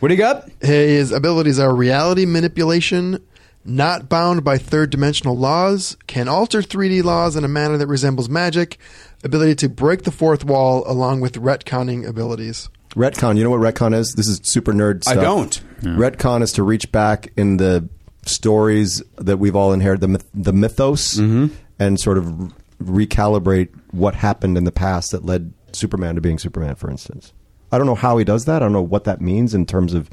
What do you got?
His abilities are reality manipulation, not bound by third dimensional laws, can alter 3D laws in a manner that resembles magic, ability to break the fourth wall, along with retconning abilities.
Retcon. You know what retcon is? This is super nerd
I
stuff.
don't.
Retcon is to reach back in the stories that we've all inherited, the myth, the mythos, and sort of recalibrate what happened in the past that led Superman to being Superman, for instance. I don't know how he does that. I don't know what that means in terms of.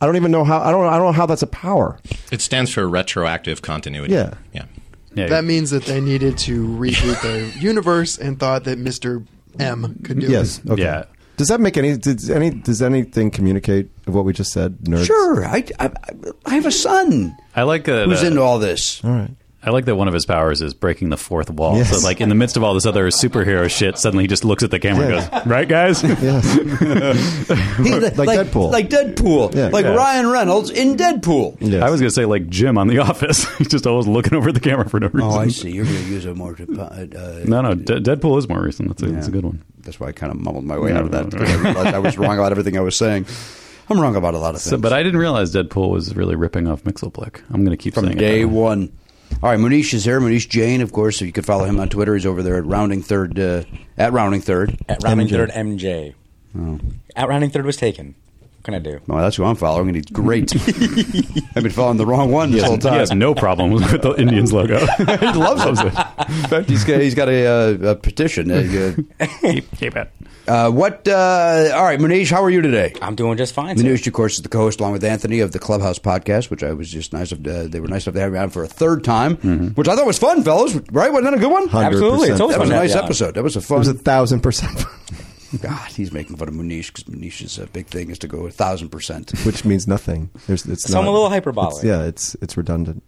I don't even know how. I don't. I don't know how that's a power.
It stands for retroactive continuity.
Yeah.
Yeah.
Yeah,
That means that they needed to reboot their universe and thought that Mr. M could do
Yes.
it.
Okay.
Yeah.
Does that make any? Does any? Does anything communicate of what we just said? Nerds.
Sure. I, I, I have a son
I like that.
who's
uh,
into all this.
All right.
I like that one of his powers is breaking the fourth wall.
Yes.
So, like in the midst of all this other superhero shit, suddenly he just looks at the camera and
Yeah.
goes, "Right, guys."
Yes.
He's
Like Deadpool.
Like Deadpool.
Yeah.
like
Yeah.
Ryan Reynolds in Deadpool.
Yes.
I was gonna say like Jim on The Office. He's just always looking over the camera for no reason.
Oh, I see. You're going to use a more. Uh,
No, no. De- Deadpool is more recent. That's a, that's a good one.
That's why I kind of mumbled my way
No,
out of that.
no, no.
because I, realized I was wrong about everything I was saying. I'm wrong about a lot of things.
So, but I didn't realize Deadpool was really ripping off Mixelplick. I'm gonna keep
from
saying
day
it.
one. All right, Munish is here. Munish Jain, of course. You can follow him on Twitter. He's over there at Rounding Third. Uh, at Rounding Third.
At rounding
MJ.
third, MJ. At rounding third was taken. What can I do?
Well, that's who I'm following, and he's great. I've been following the wrong one this
He
whole
has, he
time.
has no problem with the Indians logo. he loves it.
In fact, he's got, he's got a, uh, a petition. Uh, uh,
keep, keep it.
uh, what? Uh, all right, Manish, how are you today?
I'm doing just fine.
Manish, of course, is the co-host along with Anthony of the Clubhouse podcast, which I was just nice of. Uh, they were nice enough to have me on for a third time, which I thought was fun, fellas. Right? Wasn't that a good one?
100%. Absolutely. It's always
that
fun
was
to
a
have
nice
you on.
episode. That was a
It
fun.
was a thousand percent,
God, he's making fun of Manish because Manish's uh, big thing is to go a thousand percent.
which means nothing. There's, it's
So I'm
not-
a little hyperbolic.
it's- yeah, it's it's redundant.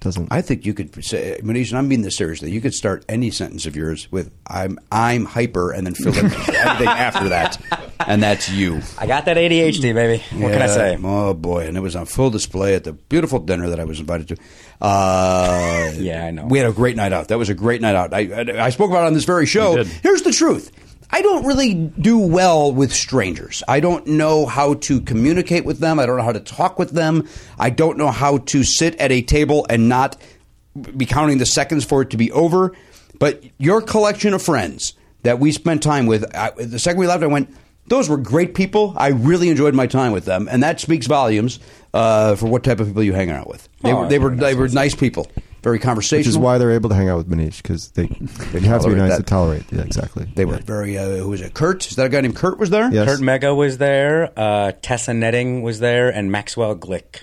Doesn't
I think you could say, Manish, and I mean this seriously. You could start any sentence of yours with "I'm I'm hyper" and then fill it with anything after that, and that's you.
I got that ADHD, baby. What can I
Yeah,
say?
Oh boy, and it was on full display at the beautiful dinner that I was invited to. Uh, yeah, I know. We had a great night out. That was a great night out. I I, I spoke about it on this very show. Here's the truth. I don't really do well with strangers. I don't know how to communicate with them. I don't know how to talk with them. I don't know how to sit at a table and not be counting the seconds for it to be over. But your collection of friends that we spent time with, I, the second we left, I went, those were great people. I really enjoyed my time with them. And that speaks volumes uh, for what type of people you hang out with. They,
Oh,
were, they, were, they were nice people, very conversational.
Which is why they're able to hang out with Manish because they they have to be
Tolerate
nice
that.
to tolerate. Yeah, exactly.
They were very, uh, who was it? Kurt? Is that a guy named Kurt was there?
Kurt Mega was there. Uh, Tessa Netting was there, and Maxwell Glick.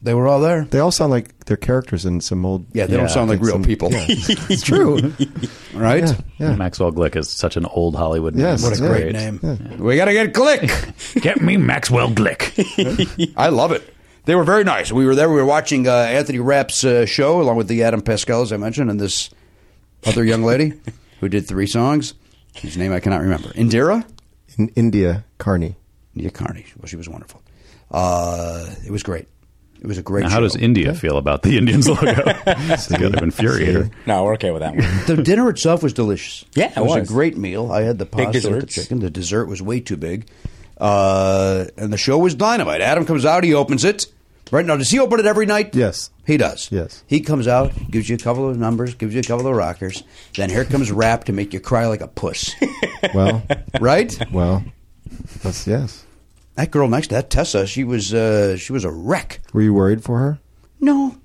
They were all there.
They all sound like they're characters in some old.
Yeah, they don't sound like
it's
real
some-
people.
yeah. it's true.
Right?
Yeah, yeah.
Maxwell Glick is such an old Hollywood name.
Yes,
It's
yeah.
We got to get Glick.
get me Maxwell Glick.
I love it. They were very nice. We were there. We were watching uh, Anthony Rapp's uh, show along with the Adam Pascal, as I mentioned, and this other young lady who did three songs. Whose name I cannot remember. Indira?
In India, Carney.
India Carney. Well, she was wonderful. Uh, it was great. It was a great
Now,
show.
how does India feel about the Indians logo? it's got to infuriate her.
No, we're okay with that one.
the dinner itself was delicious.
Yeah,
it
it
was,
was.
a great meal. I had the
Big
pasta with the
desserts.
chicken. The dessert was way too big, uh, and the show was dynamite. Adam comes out, he opens it. Right now, does he open it every night?
Yes,
he does.
Yes.
he comes out, gives you a couple of numbers, gives you a couple of rockers. Then here comes rap to make you cry like a puss.
Well,
right?
well, that's yes.
That girl next to that Tessa, she was uh, she was a wreck.
Were you worried for her?
No.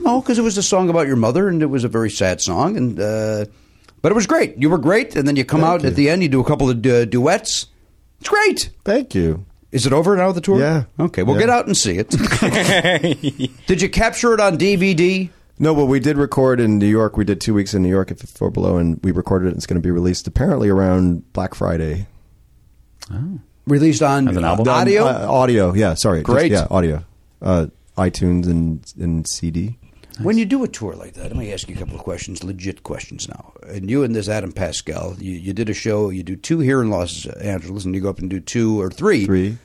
no, because it was a song about your mother, and it was a very sad song, and uh, but it was great. You were great, and then you come out at the end. You do a couple of du- duets. It's great.
Thank you.
Is it over now? The tour?
Yeah.
Okay. Well,
Yeah.
get out and see it. Did you capture it on DVD?
No, but we did record in New York. We did two weeks in New York at Fifth Floor Below, and we recorded it. It's going to be released apparently around Black Friday.
Released on
As an album?
audio.
Uh, audio, yeah. Sorry, Just-
Great.
yeah, audio, uh, iTunes and and CD.
When you do a tour like that, let me ask you a couple of questions, legit questions now. And you and this Adam Pascal, you, you did a show. You do two here in Los Angeles, and you go up and do two or three.
Three.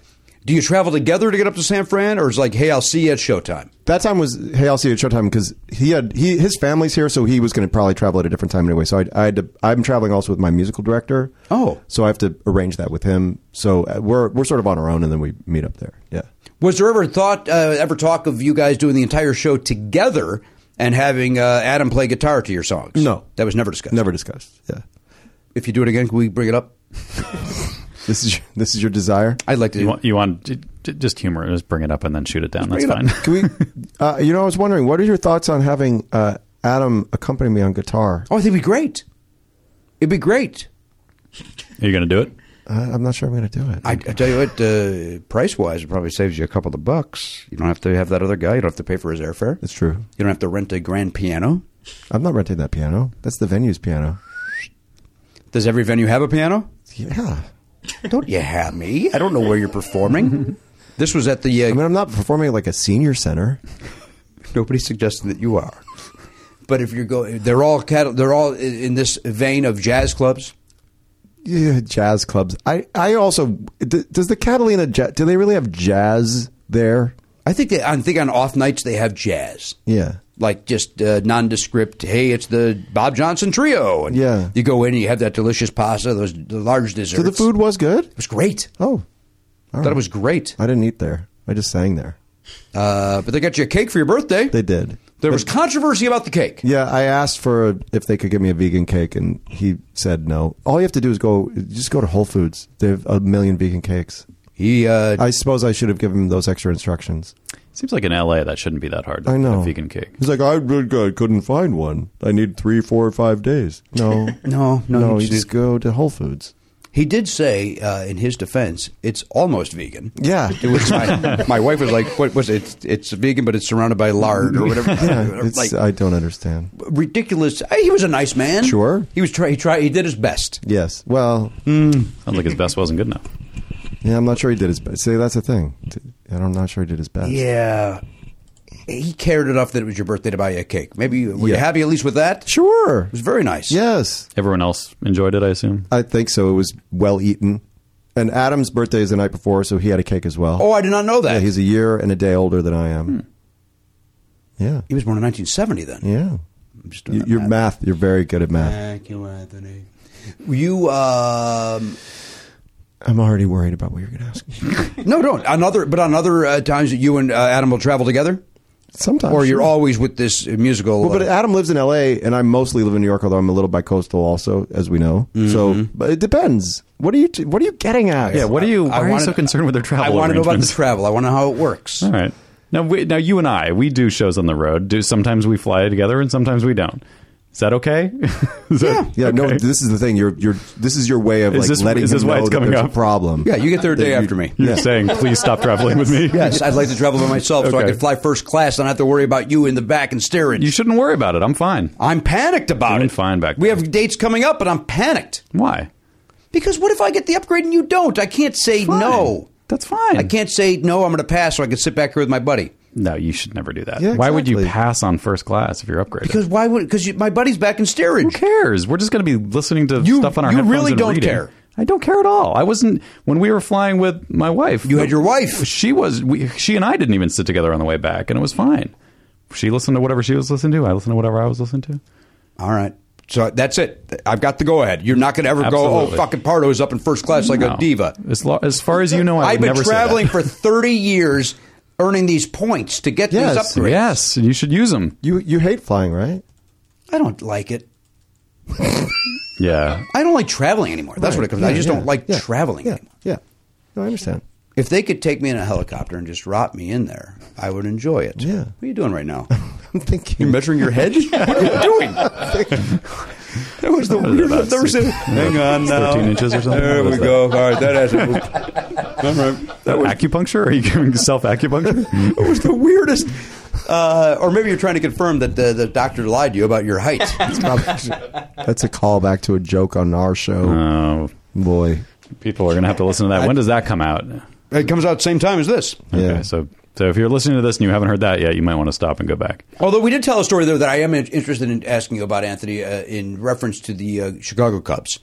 Do you travel together to get up to San Fran, or is it like, hey, I'll see you at Showtime?
That time was hey, I'll see you at Showtime because he had he his family's here, so he was going to probably travel at a different time anyway. So I, I had to, I'm traveling also with my musical director.
Oh.
so I have to arrange that with him. So uh, we're we're sort of on our own, and then we meet up there. Yeah.
Was there ever thought, uh, ever talk of you guys doing the entire show together and having uh, Adam play guitar to your songs? No, that was never discussed.
Never discussed. Yeah.
If you do it again, can we bring it up?
This is your, this is your desire.
I'd like
You want, you want j- j- just humor, it, just bring it up and then shoot it down. That's
Bring
fine.
it up. Can we? Uh, you know, I was wondering, what are your thoughts on having uh, Adam accompany me on guitar?
Oh, I think it'd be great. It'd be great.
Are you going to do it?
Uh, I'm not sure I'm going to do it.
I, I tell you what, uh, price wise, it probably saves you a couple of bucks. You don't have to have that other guy. You don't have to pay for his airfare.
It's true.
You don't have to rent a grand piano.
I'm not renting that piano. That's the venue's piano.
Does every venue have a piano?
Yeah.
Don't you have me? I don't know where you're performing. this was at the. Uh, I mean,
I'm not performing at like a senior center.
Nobody's suggesting that you are. But if you're going, they're all cat- they're all in in this vein of jazz clubs.
Yeah, jazz clubs. I, I also d- does the Catalina jazz, do they really have jazz there?
I think they, I think on off nights they have jazz,
Yeah.
like just uh, nondescript. Hey, it's the Bob Johnson Trio, and
Yeah.
you go in and you have that delicious pasta, those the large desserts.
So the food was good. It
was great.
Oh,
Thought it was great.
I didn't eat there. I just sang there.
Uh, but they got you a cake for your birthday.
They did.
There was controversy about the cake.
Yeah, I asked for if they could give me a vegan cake, and he said no. All you have to do is go, just go to Whole Foods. They have a million vegan cakes.
He, uh,
I suppose I should have given him those extra instructions.
Seems like in LA that shouldn't be that hard. to-
I know.
a vegan cake.
He's like, I, I couldn't find one. I need three, four, or five days. No,
No, no,
no.
you
You
should-
just go to Whole Foods.
He did say, uh, in his defense, it's almost vegan.
Yeah,
It was my, my wife was like, "What was it? It's, it's vegan, but it's surrounded by lard or whatever."
yeah, it's,
like
I don't understand.
ridiculous. Hey, He was a nice man.
Sure.
he was. Try, he tried. He did his best.
Yes. Well,
Sounds like his best wasn't good enough.
yeah, I'm not sure he did his best. See, that's the thing. I'm not sure he did his best.
Yeah, he cared enough that it was your birthday to buy you a cake. Maybe you- were you
Yeah.
happy at least with that?
Sure. It
was very nice.
Yes.
Everyone else enjoyed it, I assume.
I think so. It was well eaten. And Adam's birthday is the night before, so he had a cake as well.
Oh, I did not know that.
Yeah, he's a year and a day older than I am. Yeah.
He was born in 1970. Then
Yeah. You, your math. You're very good at math.
Thank you, Anthony. You um,
I'm already worried about what you're going to ask. me.
no, don't. On other, but on other uh, times that you and uh, Adam will travel together,
sometimes,
Oh,
or you're
sure.
always with this uh, musical.
Well, but
uh,
Adam lives in L.A. and I mostly live in New York, although I'm a little bicoastal also, as we know. So, but it depends. What are you? T- what are you getting at?
Mm-hmm. Yeah, what are you? Why are you
wanted-
so concerned with their travel?
I want to know about the
arrangements?
travel. I want to know how it works.
All right. Now, we, now you and I, we do shows on the road. Do sometimes we fly together and sometimes we don't. Is that okay? Is that-
Yeah, no.
okay?
This is the thing. You're, you're. This is your way of
Is
like
this-
letting
is this
him
why
know
it's
that
coming
there's a
up?
problem.
Yeah, you get there a
That
day
you-
after me.
You're
Yeah.
saying, please stop traveling with me.
Yes, I'd like to travel by myself so I
Okay.
could fly first class and not have to worry about you in the back and steerage.
You shouldn't worry about it. I'm fine.
I'm panicked about
Doing
it.
fine back
We have dates coming up, but I'm panicked
Why?
because what if I get the upgrade and you don't? I can't say no.
That's fine.
I can't say no. I'm going to pass, so I can sit back here with my buddy.
No, you should never do that.
Yeah,
Why would you
exactly.
pass on first class if you're upgraded?
Because why would? Because my buddy's back in
Who
steerage.
cares? We're just going to be listening to
You-
stuff on our
you
headphones
really
and
don't
reading.
care.
I don't care at all. I wasn't when we were flying with my wife.
You had your wife.
She was. We, she and I didn't even sit together on the way back, and it was fine. She listened to whatever she was listening to. I listened to whatever I was listening to.
All right. So that's it. I've got the go ahead. You're not going to ever go. Oh,
Absolutely.
fucking Pardo is up in first class like
No.
a diva.
As, lo- as far as you know, I
I've
would
been
never say that.
traveling for 30 years, earning these points to get
Yes.
these upgrades.
Yes, and you should use them.
You you hate flying, right?
I don't like it.
Yeah,
I don't like traveling anymore. That's what it comes. down I
Yeah,
just
yeah,
don't like
yeah,
traveling.
Yeah,
anymore.
yeah. No, I understand.
If they could take me in a helicopter and just drop me in there, I would enjoy it.
Yeah.
What are you doing right now?
I'm thinking.
You're measuring your head. What are you doing? That was the
What is it,
weirdest.
about
There was a,
six-
hang on now.
13 inches or something?
There
What
we
is
go. All right, that hasn't moved. All right. That was
acupuncture? Are you giving self acupuncture?
It was the weirdest. Uh, or maybe you're trying to confirm that the, the doctor lied to you about your height.
That's a callback to a joke on our show.
oh,
Boy,
people are going to have to listen to that. When does that come out?
it comes out same time as this.
Yeah.
Okay, so so if you're listening to this and you haven't heard that yet, you might want to stop and go back.
Although we did tell a story there that I am in- interested in asking you about, Anthony, uh, in reference to the uh, Chicago Cubs.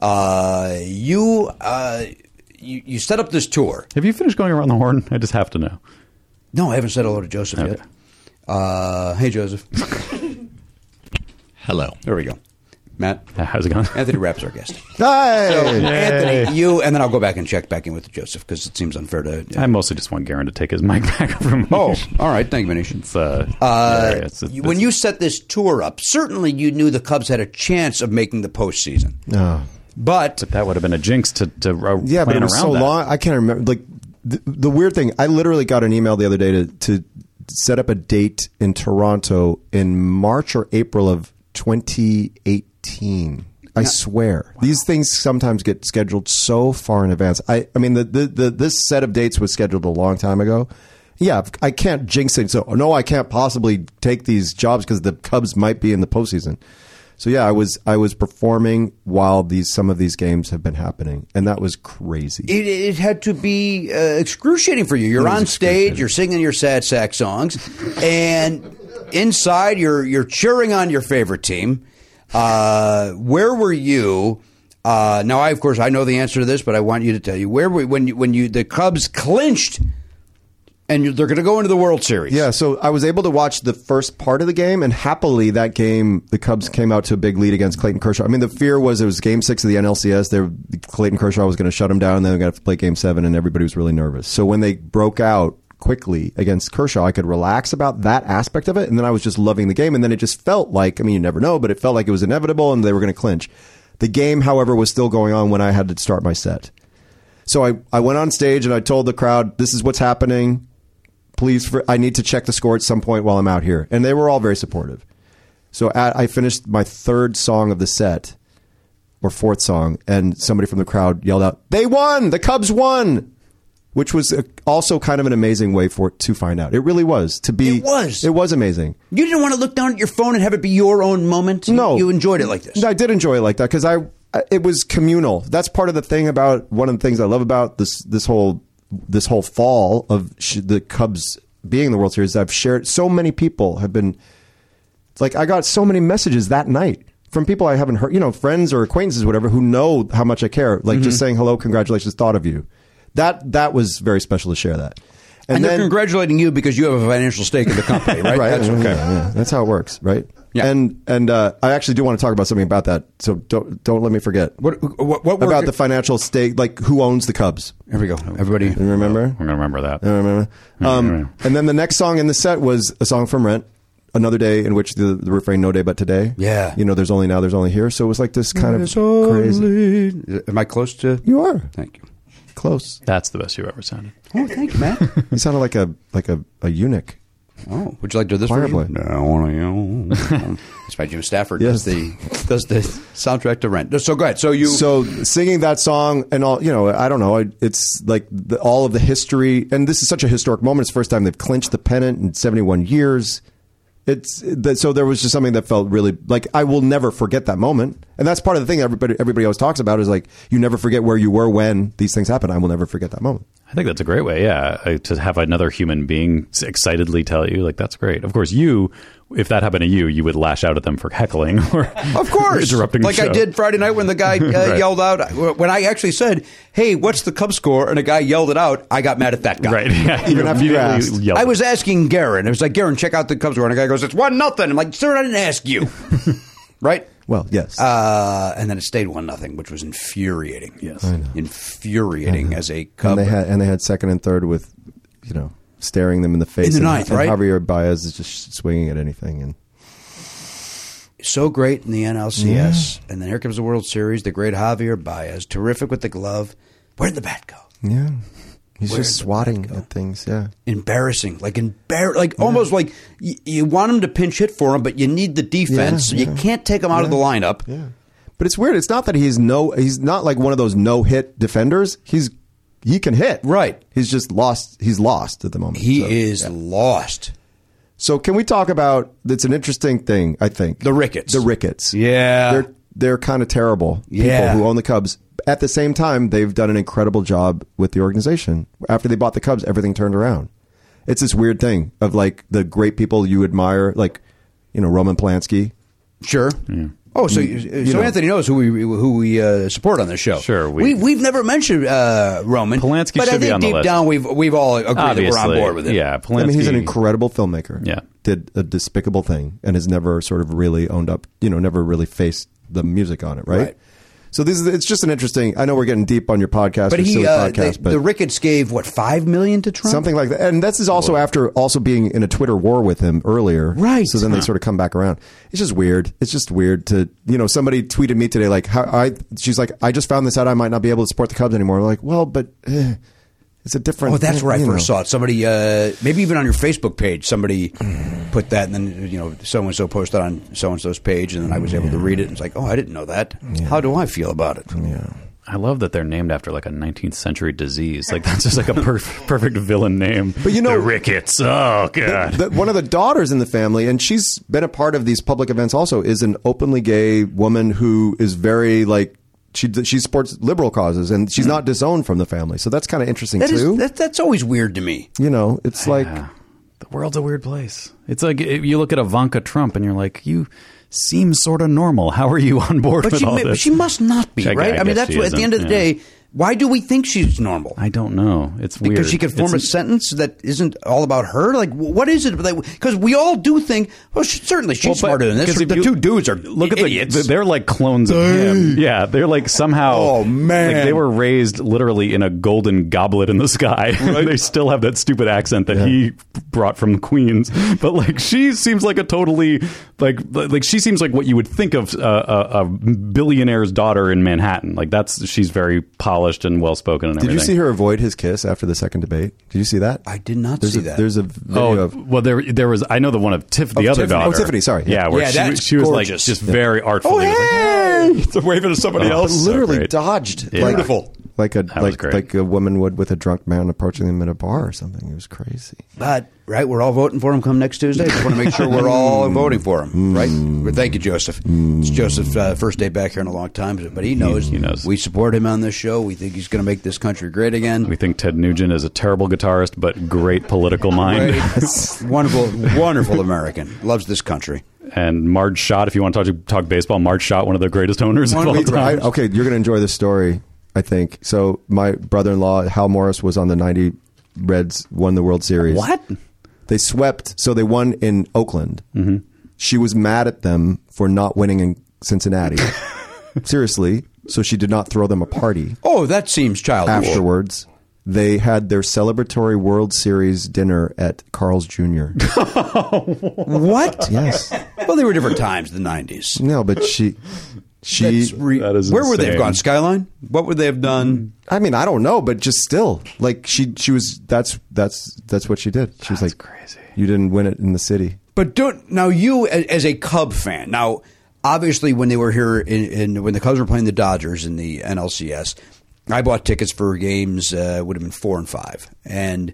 Uh, you, uh, you you set up this tour.
Have you finished going around the horn? I just have to know.
No, I haven't said hello to Joseph
Okay.
yet. Uh, hey, Joseph.
Hello.
there we go. Matt.
How's it going?
Anthony Rapp's our guest.
hey,
Anthony, you, and then I'll go back and check back in with Joseph because it seems unfair to. uh,
I mostly just want Garen to take his mic back from me.
Oh, all right. Thank you, Manish.
It's, uh,
Uh,
yeah, it's- it's-
when you set this tour up, certainly you knew the Cubs had a chance of making the postseason.
Oh.
But
that would have been a jinx to to uh,
yeah, but
plan
it was
around
so
that.
long. I can't remember. Like the, the weird thing, I literally got an email the other day to to set up a date in Toronto in March or April of 2018. I swear, these things sometimes get scheduled so far in advance. I, I mean, the, the, the this set of dates was scheduled a long time ago. Yeah, I can't jinx it. So oh, no, I can't possibly take these jobs because the Cubs might be in the postseason. So yeah, I was I was performing while these some of these games have been happening, and that was crazy.
it, it had to be uh, excruciating for you. You're on stage, you're singing your sad sack songs, and inside you're you're cheering on your favorite team. Uh, where were you? Uh, now, I of course I know the answer to this, but I want you to tell you where were when you, when you the Cubs clinched, and you, they're going to go into the World Series.
Yeah, so I was able to watch the first part of the game, and happily that game, the Cubs came out to a big lead against Clayton Kershaw. I mean, the fear was it was Game Six of the NLCS. There, Clayton Kershaw was going to shut him down, and then they got to play Game Seven, and everybody was really nervous. So when they broke out quickly against Kershaw, I could relax about that aspect of it, and then I was just loving the game. And then it just felt like, I mean, you never know, but it felt like it was inevitable, and they were going to clinch. The game, however, was still going on when I had to start my set. So I, I went on stage and I told the crowd, this is what's happening. Please, for, I need to check the score at some point while I'm out here. And they were all very supportive. So at, I finished my third song of the set or fourth song, and somebody from the crowd yelled out, "They won! The Cubs won!" Which was uh also kind of an amazing way for to find out. It really was to be. It was. It was amazing.
You didn't want to look down at your phone and have it be your own moment. No, you enjoyed it like this.
I did enjoy it like that because I it was communal. That's part of the thing about one of the things I love about this this whole this whole fall of sh- the Cubs being in the World Series. I've shared so many people have been. It's like I got so many messages that night from people I haven't heard, you know, friends or acquaintances, whatever, who know how much I care. Like just
Mhm.
saying hello, congratulations, thought of you. That that was very special to share that.
And, they're congratulating you because you have a financial stake in the company, right? That's-
Yeah, yeah, that's how it works, right? Yeah. And and uh, I actually do want to talk about something about that. So don't don't let me forget.
What what,
about the financial stake? Like who owns the Cubs?
There we go. Everybody
remember? I'm
gonna remember that.
remember. Um, and then the next song in the set was a song from Rent. Another day in which the, the refrain "No day but today."
Yeah.
you know, there's only now, there's only here. So it was like this kind
There's
of crazy.
Am I close to?
You are.
Thank you.
Close.
That's the best you've ever sounded.
Oh, thank you, Matt.
You sounded like a like a, a eunuch.
Oh, would you like to do this
Choir boy.
version? No, it's by Jim Stafford. Does the does the soundtrack to Rent? So go ahead. So you
so singing that song and all you know i don't know it- it's like the, all of the history and this is such a historic moment it's the first time they've clinched the pennant in 71 years it's that so there was just something that felt really like i will never forget that moment and that's part of the thing everybody everybody always talks about is like you never forget where you were when these things happen i will never forget that moment
I think that's a great way, yeah, uh, to have another human being s- excitedly tell you, like, that's great. Of course, you, if that happened to you, you would lash out at them for heckling or
Of course,
interrupting the
like I
show.
did Friday night when the guy uh,
Right.
yelled out when I actually said, "Hey, what's the Cubs score?" and a guy yelled it out. I got mad at that guy.
Right, yeah, you Even after you immediately asked. yelled.
I was asking Garen. It was like Garen, check out the Cubs score, and a guy goes, "It's one nothing." I'm like, "Sir, I didn't ask you." right?
Well, yes.
Uh, and then it stayed one nothing, which was infuriating. Yes,
I know.
infuriating as a Cub.
and they had and they had second and third with you know staring them in the face
In the
and,
ninth,
and
right?
javier baez is just swinging at anything and
so great in the NLCS, and then here comes the World Series. The great Javier Baez, terrific with the glove. Where did the bat go?
yeah he's
Where
just
the-
swatting at things yeah
Embarrassing, like embar, like almost like y- you want him to pinch hit for him, but you need the defense.
Yeah,
You
yeah.
can't take him out of the
Yeah.
lineup.
But it's weird. It's not that he's no. He's not like one of those no hit defenders. He's he can hit. Right. He's just lost. He's lost at the moment.
He is lost.
So can we talk about? That's an interesting thing. I think the
Ricketts.
The Ricketts.
Yeah.
They're they're kind of terrible.
Yeah.
People who own the Cubs. At the same time, they've done an incredible job with the organization. After they bought the Cubs, everything turned around. It's this weird thing of like the great people you admire, like you know Roman Polanski.
Sure. Oh, so
You-
so
you know.
Anthony knows who we who we uh, support on this show. Sure, we,
we-
we have never mentioned uh, Roman Polanski, but I
should be
think
on the
deep
list.
down we've we've all agreed that we're on
Obviously,
board with it.
yeah,
I mean, he's an
Polanski-
incredible filmmaker.
Yeah.
Did a despicable thing and has never sort of really owned up, you know, never really faced the music on it, right?
Right.
So this is it's just an interesting I know we're getting deep on your podcast,
But
your
he
silly
uh,
podcast,
they-
but
the Ricketts gave what five million to Trump,
something like that. And this is also after also being in a Twitter war with him earlier. Right. So then they
Huh.
sort of come back around. It's just weird. It's just weird to you know, somebody tweeted me today like how I she's like, I just found this out I might not be able to support the Cubs anymore. I'm like, well, but eh, it's a different
Oh, that's where I
you
first
know.
saw it. Somebody, uh, maybe even on your Facebook page, somebody put that, and then you know, so and so posted on so and so's page, and then I was able to read it, and it's like, oh, I didn't know that. How do I feel about it?
Yeah.
I love that they're named after like a 19th century disease. Like that's just like a perf- perfect villain name. But you know, the rickets. Oh god.
the, one of the daughters in the family, and she's been a part of these public events also, is an openly gay woman who is very like she she supports liberal causes, and
Hmm.
she's not disowned from the family. So that's kind of interesting
That is
too.
that, that's always weird to me.
you know, it's like
the world's a weird place. It's like if you look at Ivanka Trump and you're like, you seem sort of normal. How are you on board
But
with
she,
all
may-
this?
she must not be
I- I
right. I, mean,
guess
that's
she
what, at the end of the
isn't, yeah.
day. Why do we think she's normal?
I don't know. It's weird
Because she could form
It's-
a sentence that isn't all about her. Like, wh- what is it? Because we all do think. Well, she, certainly she's
Well, but-
smarter than this.
'cause if
The
you-
two dudes are
Look at
idiots.
the, they're like clones of him. Yeah, they're like somehow. Oh
man.
like they were raised literally in a golden goblet in the sky. they still have that stupid accent that he brought from Queens, but like she seems like a totally like like she seems like what you would think of uh, a, a billionaire's daughter in Manhattan. Like that's she's very polished and well spoken and
Did
everything.
you see her avoid his kiss after the second debate? Did you see that? I
did not
there's
see
a,
that.
There's a video
oh,
of
well, there there was. I know the one of Tiff, the
Of
other
Tiffany.
daughter.
Oh, Tiffany, sorry.
Yeah, where
Yeah,
she,
that's
she was like
gorgeous.
just
Yeah.
very artfully. was like, it's waving to somebody
Oh,
else.
literally
dodged.
Beautiful. like a
was
like
great.
like a woman would with a drunk man approaching them in a bar or something. It was crazy.
But right, we're all voting for him come next Tuesday. Just want to make sure we're all
Mm.
voting for him, right? But thank you, Joseph. It's Joseph uh, first day back here in a long time, but he knows. He knows. We support him on this show. We think he's going to make this country great again.
We think Ted Nugent is a terrible guitarist, but great political mind.
Great. wonderful, wonderful American. Loves this country.
And Marge Schott, if you want to talk, talk baseball, Marge Schott, one of the greatest owners of all
I-
time.
okay, you're going to enjoy this story, I think. So my brother-in-law Hal Morris was on the '90 Reds won the World Series.
What?
They swept. So they won in Oakland.
Mm-hmm.
She was mad at them for not winning in Cincinnati. Seriously. So she did not throw them a party.
Oh, that seems childish.
Afterwards, they had their celebratory World Series dinner at Carl's Jr.
what?
Yes.
Well, they were different times. The nineties.
No, but she, she.
That's re- That is Where would they have insane. gone? Skyline? What would they have done?
I mean, I don't know, but just still, like she, she was. That's that's that's what she did. She was like, crazy. You didn't win it in the city.
But don't now you a- as a Cub fan now. Obviously, when they were here in, in when the Cubs were playing the Dodgers in the NLCS, I bought tickets for games uh, would have been four and five, and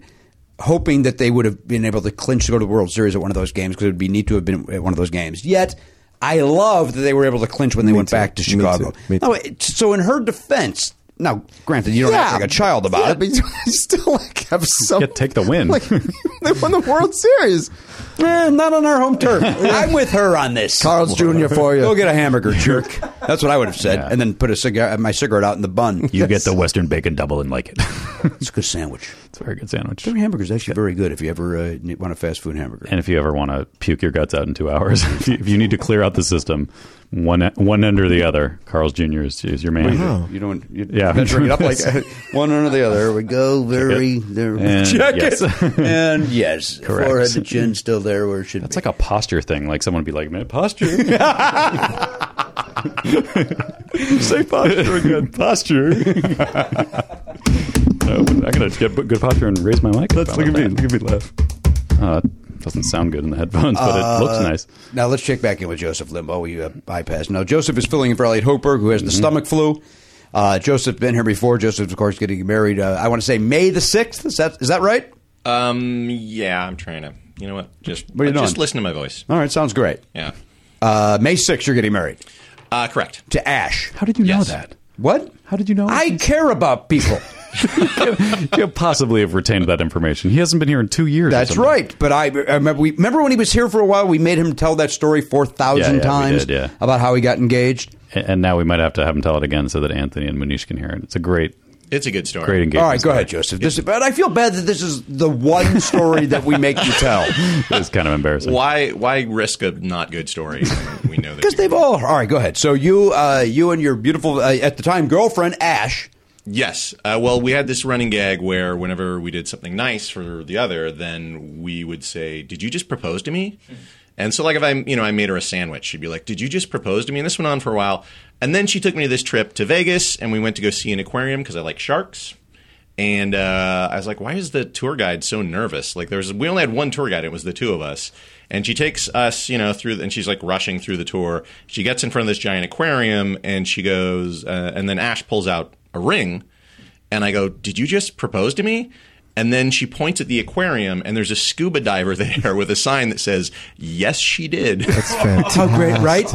hoping that they would have been able to clinch to go to the World Series at one of those games because it would be neat to have been at one of those games. Yet, I love that they were able to clinch when they went back to Chicago. Now, it- so, in her defense, now granted, you don't
Yeah.
act like a child about
Yeah,
it,
but you still like have some.
take the win.
Like they won the World Series.
Eh, not on our home turf. I'm with her on this.
Carl's Jr. for you.
Go get a hamburger, jerk. That's what I would have said, and then put a cigar, my cigarette out in the bun.
You get the Western Bacon Double and like it.
it's a good sandwich.
It's a very good sandwich.
Their hamburger is actually very good if you ever uh, ne- want a fast food hamburger.
And if you ever want to puke your guts out in two hours, if, you, if you need to clear out the system, one one end or the other, Carl's Jr. is, is your man.
You don't. You,
Yeah.
you bring it up like uh, one under the other. There we go. Very. There,
And
check
yes.
it. and yes,
Correct.
forehead to chin still there where it should
That's
be.
like a posture thing. Like someone would be like, man, posture. Say posture again. posture. no, I gotta get b- good posture and raise my mic. Let's look at me. Look at me laugh. Uh, doesn't sound good in the headphones, but it looks
Uh,
nice.
Now let's check back in with Joseph Limbo. We uh, bypassed. Now Joseph is filling in for Elliot Hochberg, who has
Mm-hmm.
the stomach flu. Uh, Joseph's been here before. Joseph's, of course, getting married. Uh, I want to say May the sixth. Is that is that right?
Um, yeah, I'm trying to. You know what? Just uh,
What are you
just
doing?
listen to my voice.
All right, sounds great.
Yeah.
Uh, May sixth, you're getting married
Uh, correct.
to Ash.
How did you know that?
What?
How did you know?
I care about people.
You could possibly have retained that information. He hasn't been here in two years. or
That's
something.
right. But I, I remember we remember when he was here for a while. We made him tell that story four thousand
Yeah, yeah, we
times
did, yeah.
about how he got engaged.
A- And now we might have to have him tell it again so that Anthony and Manish can hear it. It's a great,
It's a good story.
great engagement.
All right, go ahead, Joseph. This is, but I feel bad that this is the one story that we make you tell.
It's kind of embarrassing.
Why? Why risk a not good story? when we know that.
Because they've all. All right, go ahead. So you, uh, you and your beautiful uh, at the time girlfriend Ash.
Yes. Uh, well, we had this running gag where whenever we did something nice for the other, then we would say, "Did you just propose to me?" And so, like, if I, you know, I made her a sandwich, she'd be like, "Did you just propose to me?" And this went on for a while, and then she took me to this trip to Vegas, and we went to go see an aquarium because I like sharks. And uh, I was like, "Why is the tour guide so nervous?" Like, there was we only had one tour guide; it was the two of us. And she takes us, you know, through, the, and she's like rushing through the tour. She gets in front of this giant aquarium, and she goes, uh, and then Ash pulls out a ring, and I go, "Did you just propose to me?" And then she points at the aquarium, and there's a scuba diver there with a sign that says, "Yes, she did." That's
How great, right?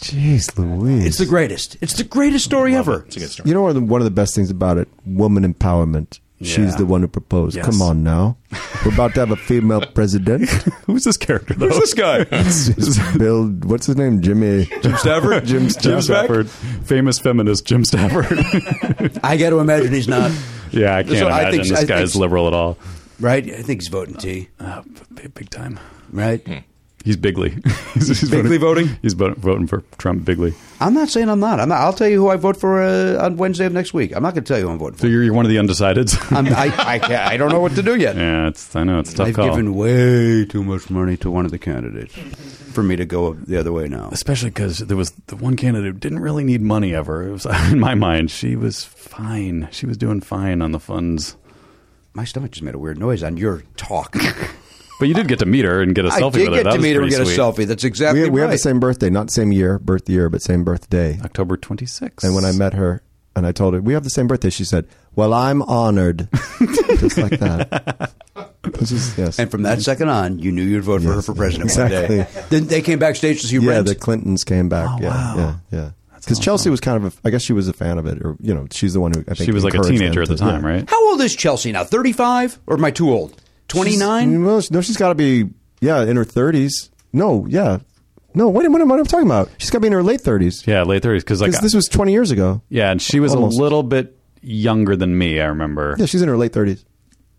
Jeez, Louise.
It's the greatest. It's the greatest story ever.
It's a good story.
You know one of the, one of the best things about it, woman empowerment.
Yeah.
She's the one who proposed.
Yes.
Come on now, we're about to have a female president.
Who's this character? Though?
Who's this
guy?
It's Bill, what's his name? Jimmy. Jim
Stafford?
Jim
Jim
Stafford.
Stafford, famous feminist Jim Stafford.
I got to imagine he's not
yeah, I can't
So I
imagine
think- I
this
think-
guy's liberal at all.
right. I think he's voting T.
Uh, b- big time.
Right.
He's bigly. he's, he's
Bigly
voting. He's vo- voting for Trump bigly.
I'm not saying I'm not. I'm not. I'll tell you who I vote for uh, on Wednesday of next week. I'm not going to tell you who I'm voting for.
So you're, you're one of the undecideds.
I'm, I, I, ca- I don't know what to do yet.
yeah, it's, I know it's a tough
I've
call.
given way too much money to one of the candidates for me to go the other way now.
Especially because there was the one candidate who didn't really need money ever. It was, in my mind, she was fine. She was doing fine on the funds.
My stomach just made a weird noise on your talk.
But you did get to meet her and get a
I
selfie
did
with
get
her. That
to
was
meet her and
pretty
get
sweet.
a selfie. That's exactly
we, we have
right.
the same birthday, not same year, birth year, but same birthday.
October 26th.
And when I met her and I told her, we have the same birthday, she said, well, I'm honored. Just like that. Which is, yes.
And from that second on, you knew you'd vote for her for president one day.
exactly.
Then they came backstage to see
yeah,
Brent.
the Clintons came back.
Oh,
yeah, yeah, yeah. Because Chelsea was kind of, a, I guess she was a fan of it, or you know, she's the one who I think
She was like a
encouraged
teenager at
them
the
to- yeah.
time, right?
How old is Chelsea now? 35? Or am I too old? 29?
She's- Well, she- no, she's got to be yeah in her thirties. No, yeah, no. What, am- what, am- what am I talking about? She's got to be in her late thirties
Yeah, late 30s. Because like,
because this was twenty years ago.
yeah, and she was
Almost.
a little bit younger than me, I remember.
Yeah, she's in her late thirties.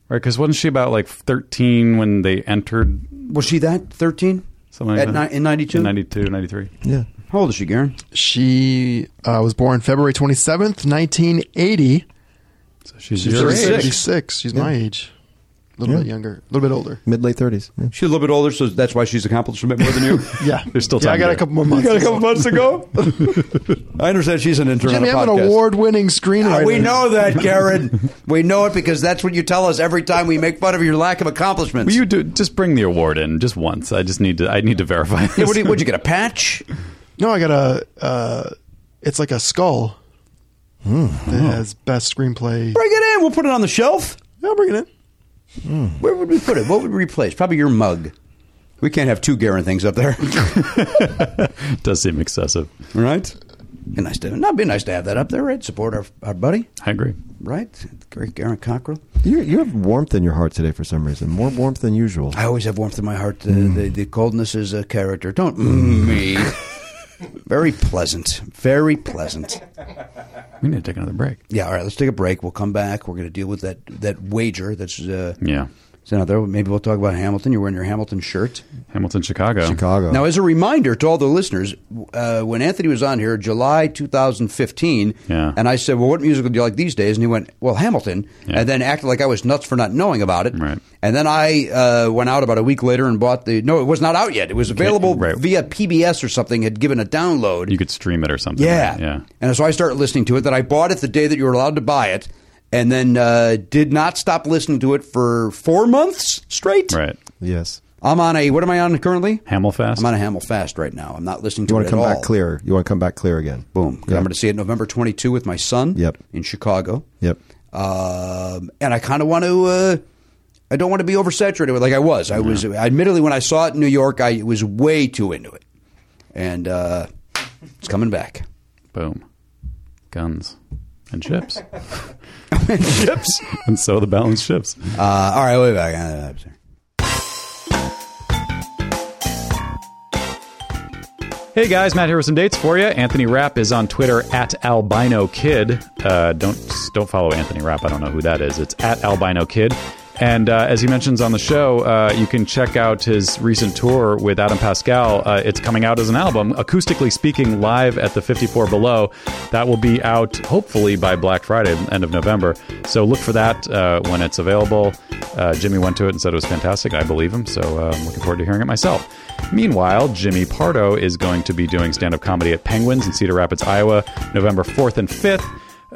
Right, because wasn't she about like 13 when they entered?
Was she that? 13?
Something like
At
that.
ni- in 92?
92, 93.
Yeah.
How old is she, Garen?
She uh, was born February 27th, 1980.
So she's,
She's
your age.
36. She's my age. A little
Yeah.
bit younger. A little bit older.
Mid late thirties. Yeah.
She's a little bit older, so that's why she's accomplished a bit more than you.
Yeah.
There's still
Yeah,
time.
I got a
there.
couple more months.
got a couple months to go. I understand she's an intern
Jimmy,
on a
I'm
podcast. Uh,
an award-winning screenwriter.
we know that, Garen. we know it because that's what you tell us every time we make fun of your lack of accomplishments.
Will you do, just bring the award in just once? I just need to. I need to verify. This.
Yeah, what did, what'd you get? A patch?
No, I got a. Uh, it's like a skull that has best screenplay.
Bring it in. We'll put it on the shelf. Hmm.
I'll bring it in.
Where would we put it? What would we replace? Probably your mug. We can't have two Garen things up there,
It does seem excessive.
right? Be nice to not be nice to have that up there, right? Support our, our buddy,
I agree.
right? Great Garen Cockrell.
You you have warmth in your heart today for some reason, more warmth than usual.
I always have warmth in my heart. The, the, the coldness is a character. Don't
Hmm.
mm me. Very pleasant. Very pleasant.
We need to take another break.
Yeah. All right. Let's take a break. We'll come back. We're going to deal with that that wager. That's uh,
Yeah,
it's out there. Maybe we'll talk about Hamilton. You're wearing your Hamilton shirt.
Hamilton, Chicago.
Chicago.
Now, as a reminder to all the listeners, uh, when Anthony was on here, July 2015,
Yeah.
and I said, "Well, what musical do you like these days?" and he went, "Well, Hamilton,"
Yeah.
and then acted like I was nuts for not knowing about it.
Right.
And then I uh, went out about a week later and bought the. No, it was not out yet. It was available
right.
via PBS or something. Had given a download.
You could stream it or something.
yeah,
right? yeah.
And so I started listening to it. That I bought it the day that you were allowed to buy it. And then uh, did not stop listening to it for four months straight.
Right.
yes.
I'm on a what am I on currently?
Hamilfast.
I'm on a Hamel fast right now. I'm not listening to it
You want to
at
come
all.
back clear. You want to come back clear again.
Boom. 'Cause
Yeah.
I'm going to see it November 22 with my son.
Yep.
In Chicago.
Yep.
Um, and I kind of want to. Uh, I don't want to be oversaturated with like I was. I was admittedly when I saw it in New York, I was way too into it, and uh, it's coming back.
Boom. Guns and ships. ships. And so the balance shifts.
Uh, all right, way back. Uh, sorry.
Hey guys, Matt here with some dates for you. Anthony Rapp is on Twitter at albino kid. Uh, don't don't follow Anthony Rapp. I don't know who that is. It's at albino kid. And uh, as he mentions on the show, uh, you can check out his recent tour with Adam Pascal. Uh, it's coming out as an album, acoustically speaking, live at the 54 Below. That will be out hopefully by Black Friday, end of November. So look for that uh, when it's available. Uh, Jimmy went to it and said it was fantastic. I believe him, so uh, I'm looking forward to hearing it myself. Meanwhile, Jimmy Pardo is going to be doing stand up comedy at Penguins in Cedar Rapids, Iowa, November 4th and 5th.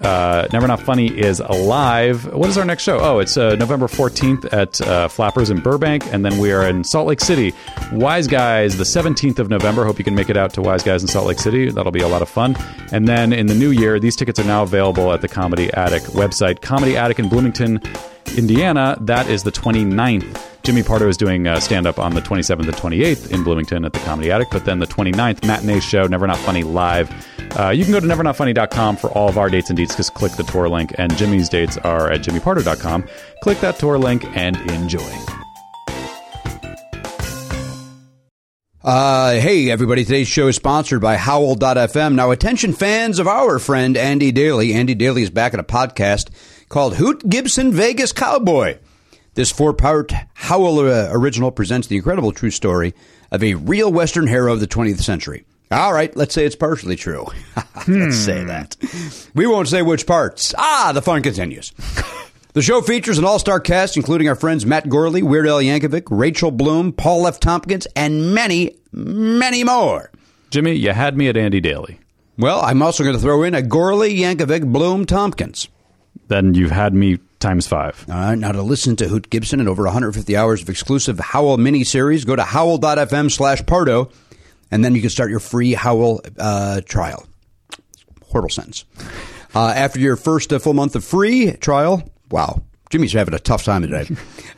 Uh, Never Not Funny is alive. What is our next show? Oh, it's uh, November 14th at uh, Flappers in Burbank, and then we are in Salt Lake City. Wise Guys, the 17th of November. Hope you can make it out to Wise Guys in Salt Lake City. That'll be a lot of fun. And then in the new year, these tickets are now available at the Comedy Attic website. Comedy Attic in Bloomington, Indiana, that is the 29th. Jimmy Pardo is doing uh, stand up on the 27th and 28th in Bloomington at the Comedy Attic, but then the 29th matinee show, Never Not Funny Live. Uh, you can go to nevernotfunny.com for all of our dates and deets. Just click the tour link, and Jimmy's dates are at jimmypardo.com. Click that tour link and enjoy.
Uh, hey, everybody. Today's show is sponsored by Howl.fm. Now, attention fans of our friend Andy Daly. Andy Daly is back in a podcast called Hoot Gibson Vegas Cowboy. This four part Howl uh, original presents the incredible true story of a real Western hero of the 20th century. All right, let's say it's partially true. let's say that. We won't say which parts. Ah, the fun continues. The show features an all-star cast, including our friends Matt Gorley, Weird Al Yankovic, Rachel Bloom, Paul F. Tompkins, and many, many more.
Jimmy, you had me at Andy Daly.
Well, I'm also going to throw in a Gorley, Yankovic, Bloom, Tompkins.
Then you've had me times five.
All right, now to listen to Hoot Gibson and over 150 hours of exclusive Howl miniseries, go to howl.fm slash Pardo, and then you can start your free Howl uh, trial. Horrible sentence. Uh, after your first uh, full month of free trial, wow, Jimmy's having a tough time today.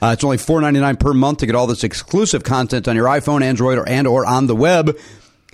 Uh, it's only four ninety nine per month to get all this exclusive content on your iPhone, Android, or and or on the web.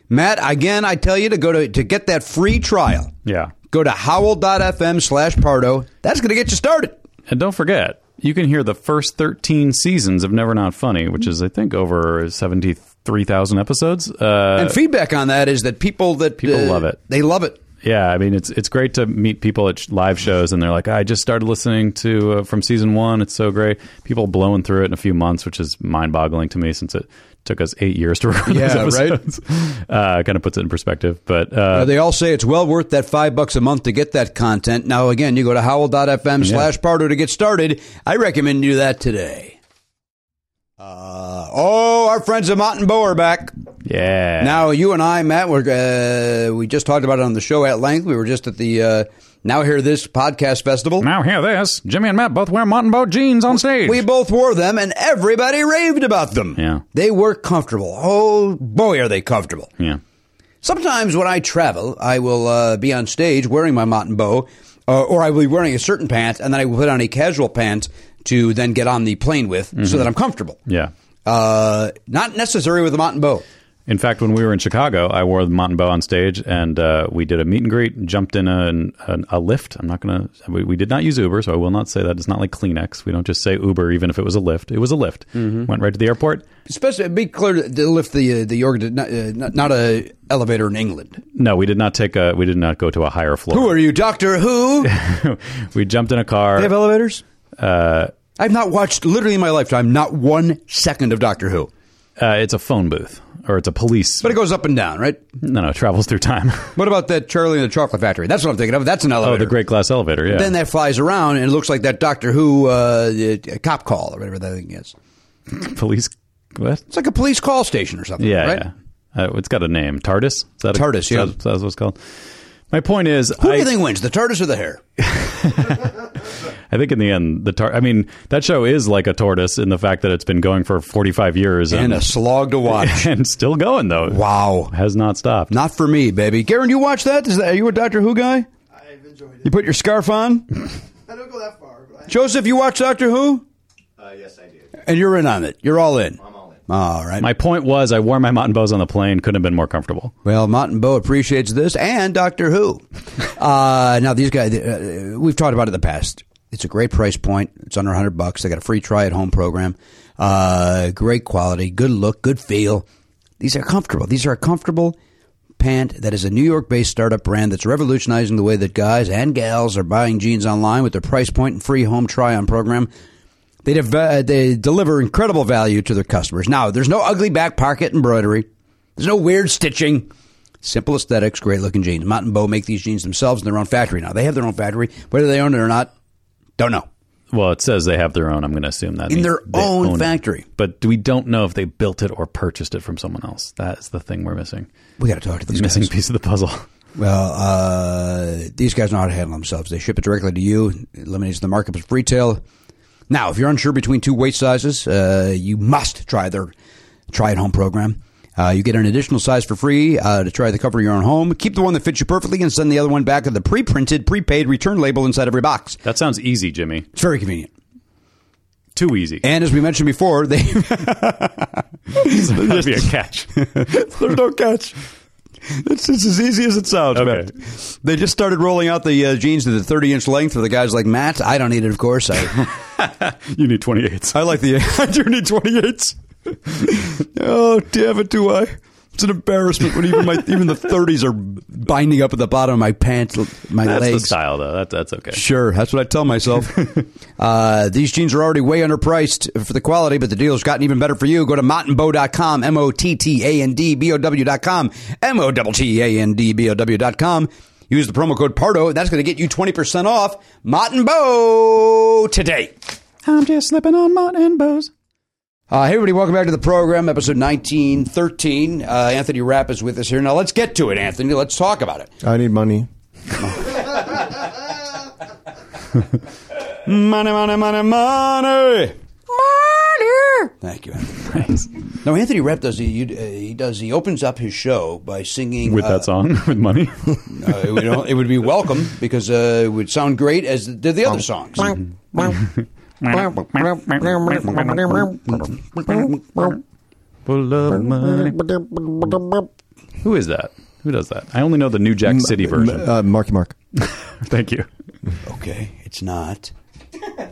Matt, again, I tell you to go to to get that free trial.
Yeah.
Go to howl.fm slash Pardo. That's going to get you started.
And don't forget, you can hear the first 13 seasons of Never Not Funny, which is, I think, over 73,000 episodes. Uh,
and feedback on that is that people that uh,
People love it.
They love it.
yeah, I mean, it's it's great to meet people at sh- live shows, and they're like, I just started listening to uh, from season one. It's so great. People blowing through it in a few months, which is mind boggling to me since it took us eight years to record
Yeah,
those
right?
episodes. Uh, kind of puts it in perspective. But uh,
Uh, they all say it's well worth that five bucks a month to get that content. Now, again, you go to howl.fm slash Pardo to get started. I recommend you do that today. Uh, oh, our friends at Mott and Bow are back.
Yeah.
Now, you and I, Matt, we're, uh, we just talked about it on the show at length. We were just at the uh, Now Hear This podcast festival.
Now Hear This. Jimmy and Matt both wear Mott and Bow jeans on stage.
We both wore them, and everybody raved about them.
Yeah.
They were comfortable. Oh, boy, are they comfortable.
yeah.
Sometimes when I travel, I will uh, be on stage wearing my mountain bow, uh, or I will be wearing a certain pant, and then I will put on a casual pant to then get on the plane with,
Mm-hmm.
so that I'm comfortable.
Yeah.
Uh, not necessary with a mountain bow.
In fact, when we were in Chicago, I wore the mountain bow on stage, and uh, we did a meet and greet. Jumped in a, an, a lift. I'm not gonna. We, we did not use Uber, so I will not say that. It's not like Kleenex. We don't just say Uber, even if it was a lift. It was a lift.
Mm-hmm.
Went right to the airport.
Especially, be clear to lift the uh, the organ, not, uh, not, not a elevator in England.
No, we did not take a. We did not go to a higher
Who
floor.
are you, Doctor Who? they
we jumped in a car.
have elevators.
uh,
I've not watched literally in my lifetime not one second of Doctor Who,
uh, it's a phone booth, or it's a police.
but it goes up and down, right?
No, no, it travels through time.
What about that Charlie and the Chocolate Factory? That's what I'm thinking of. That's an elevator.
oh, the Great Glass Elevator. Yeah.
Then that flies around and it looks like that Doctor Who uh, uh, cop call or whatever that thing is.
police. What?
It's like a police call station or something,
Yeah,
right?
yeah. Uh, it's got a name. TARDIS. Is that a,
TARDIS,
Is
yeah.
that, is that what it's called. My point is,
Who
I,
do you think wins, the TARDIS or the hair?
I think in the end, the tar- I mean, that show is like a tortoise in the fact that it's been going for 45 years
And a slog to watch.
and still going though.
Wow,
has not stopped.
not for me, baby. Garen, you watch that? Is that are you a Doctor Who guy? I've enjoyed it. You put your scarf on. I don't go that far. But Joseph, you watch Doctor Who?
Uh, yes, I did.
And you're in on it. You're all in. I'm all in. All right.
My point was, I wore my mountain bows on the plane. Couldn't have been more comfortable.
Well, Mountain Bow appreciates this and Doctor Who. Uh, now, these guys, uh, we've talked about it in the past. It's a great price point. It's under 100 bucks. They got a free try at home program. Uh, great quality, good look, good feel. These are comfortable. These are a comfortable pant that is a New York based startup brand that's revolutionizing the way that guys and gals are buying jeans online with their price point and free home try on program. They, dev- uh, they deliver incredible value to their customers. Now, there's no ugly back pocket embroidery. There's no weird stitching. Simple aesthetics, great looking jeans. Mountain Bow make these jeans themselves in their own factory now. They have their own factory. Whether they own it or not, don't know.
Well, it says they have their own. I'm going to assume that
In
means
their
they
own
own it.
factory.
but we don't know if they built it or purchased it from someone else. That is the thing we're missing.
We got to talk to
The
these
missing
guys.
piece of the puzzle.
Well, uh, these guys know how to handle themselves. They ship it directly to you, it eliminates the markups of retail. Now, if you're unsure between two waist sizes, uh, you must try their try at home program. Uh, you get an additional size for free uh, to try the cover of your own home. Keep the one that fits you perfectly and send the other one back with the pre printed, prepaid return label inside every box.
That sounds easy, Jimmy.
It's very convenient.
Too easy.
And as we mentioned before, they
That'd be a catch.
There's no catch. It's, it's as easy as it sounds,
Okay.
man. They just started rolling out the uh, jeans to the 30 inch length for the guys like Matt. I don't need it, of course. I,
You need 28s.
I like the. I do need 28s. oh, damn it, do I? It's an embarrassment when even my even the 30s are binding up at the bottom of my pants, my
that's
legs.
the style, though. That, that's okay.
Sure, that's what I tell myself. uh, these jeans are already way underpriced for the quality, but the deal's gotten even better for you. Go to mottenbow.com, M O T T A N D B O W.com, M O T T A N D B O W.com. Use the promo code PARDO, and that's going to get you 20% off Mott and Bow today.
I'm just slipping on Martin Bows.
Uh, hey, everybody, welcome back to the program, episode 1913. Uh, Anthony Rapp is with us here. Now, let's get to it, Anthony. Let's talk about it.
I need money.
Money, money, money, money. Money. Thank you. Anthony. No, Anthony Rapp does he, you, uh, he does he opens up his show by singing
With
uh,
that song, with money.
uh, it, would, it would be welcome because uh, it would sound great as did the other
Um,
songs.
Full of money. Who is that? Who does that? I only know the New Jack City version.
Uh, Marky Mark.
Thank you.
Okay, it's not.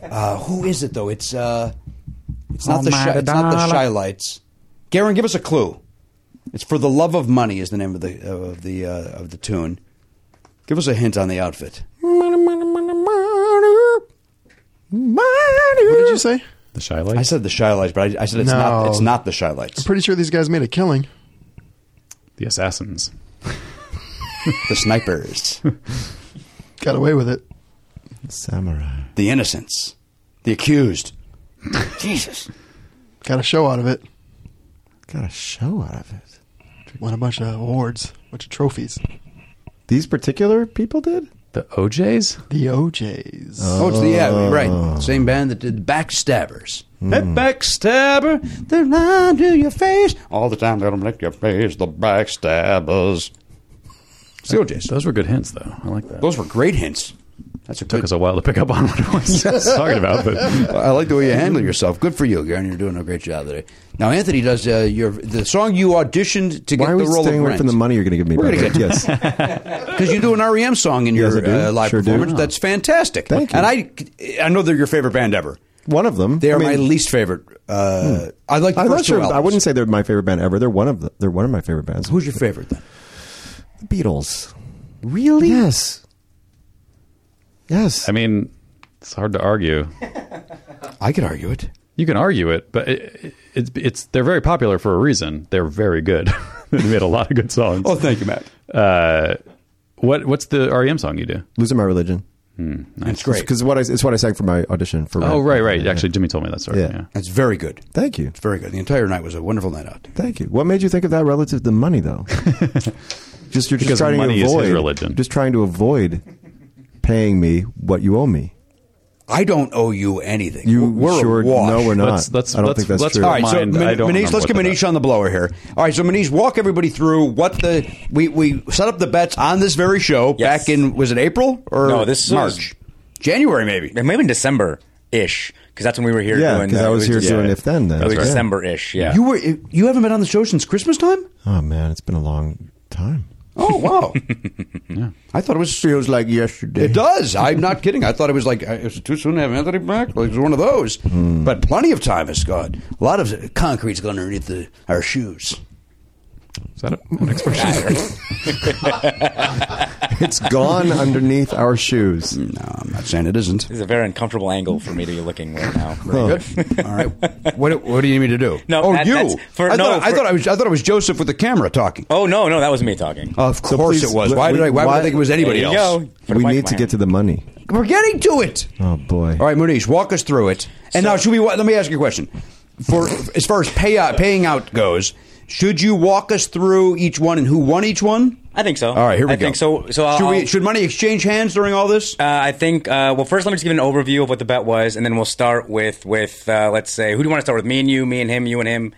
Uh, who is it though? It's uh, it's
Oh,
not the shy,
Almighty
it's not the
dollar.
shy lights. Garen, give us a clue. It's for the love of money is the name of the of the uh, of the tune. Give us a hint on the outfit.
What did you say?
The shy lights.
I said the shy lights, but I, I said it's not.
No.
It's not the shy lights.
I'm pretty sure these guys made a killing.
The assassins.
the snipers.
Got away with it.
Samurai.
The innocents. The accused.
Jesus. Got a show out of it.
Got a show out of it.
Won a bunch of awards, bunch of trophies.
These particular people did?
The OJs?
The OJs.
Oh, it's the yeah, right. Same band that did Backstabbers. Hmm. That backstabber, they're lying to your face all the time. Let them lick your face. The backstabbers. It's the OJs.
Those were good hints, though. I like that.
Those were great hints. That's a
Took us a while to pick up on what it was I was talking about, but
I like the way you handle yourself. Good for you, Garen. You're doing a great job today. Now, Anthony does uh, your the song you auditioned to
Why
get
are we
the role
staying
of
away
Rent.
from the money you're going to give me?
We're
by
gonna
the way?
get-
yes.
Because you do an REM song in
Yes,
your
I do.
uh, live
Sure do.
performance. That's fantastic.
Thank you.
And I, I know they're your favorite band ever.
One of them.
They are
I mean-
my least favorite. Uh, I like the
I'm not
first two
sure.
albums.
I wouldn't say they're my favorite band ever. They're one of the, they're one of my favorite bands.
Who's your favorite then?
The Beatles.
Really?
Yes. Yes.
I mean, it's hard to argue.
I could argue it.
You can argue it, but it, it, it's it's they're very popular for a reason. They're very good. they made a lot of good songs.
Oh, thank you, Matt.
Uh, what what's the REM song you do?
Losing my religion.
That's great.
Because what I, it's what I sang for my audition for.
Oh,
Rent.
right, right. Actually, Jimmy told me that story.
Yeah.
Yeah.
That's very good.
Thank you.
It's very good. The entire night was a wonderful night out.
Thank you. What made you think of that relative to money, though? just you're just
Because
trying
money
to
is his
avoid
religion.
Just trying to avoid paying me what you owe me.
I don't owe you anything.
You
We're
sure?
awash.
No, we're not.
Let's- let's-
I don't
let's-
think that's
let's
true.
All right,
Mind,
so
I
Manish,
don't-
Manish,
I'm
let's
with
get Manish on the blower here. All right, so Manish, walk everybody through what the we, we set up the bets on this very show
Yes.
back in was it April or
No, this is-
March, January maybe.
It may have been December ish because that's when we were here.
Yeah,
doing
'cause
the-
I was
it
here
just-
doing If Then then.
It was
That's right.
December ish. Yeah,
You were you haven't been on the show since Christmas time.
Oh man, it's been a long time.
Oh wow! I thought it was.
Feels like yesterday.
It does. I'm not kidding. I thought it was like uh, it's too soon to have Anthony back. Like it was one of those.
Hmm.
But plenty of time has gone. A lot of concrete's gone underneath the, our shoes.
Is that a- an expression?
It's gone underneath our shoes.
No, I'm not saying it isn't.
this is a very uncomfortable angle for me to be looking right now.
Good. All right. What What do you need me to do?
No,
oh,
that-
you.
that's- for-
I,
no,
thought, I
for-
thought I was. I thought it was Joseph with the camera talking.
Oh no, no, that was me talking.
Of
So
course
please,
it was.
let-
Why
we-
did I? Why, would I
why-
think it was anybody
There you
else?
go. Put a
Oh, We
mic in
need
my
to get
hand.
to the money.
We're getting to it.
Oh boy.
All right, Munish, walk us through it. And now, should we? Let me ask you a question. For as far as pay out, paying out goes, should you walk us through each one and who won each one?
I think so.
All right, here we
I
go.
think so. So I'll-
should
I'll-
we? Should money exchange hands during all this?
Uh, I think. Uh, well, first, let me just give an overview of what the bet was, and then we'll start with with uh, let's say who do you want to start with? Me and you, me and him, you and him.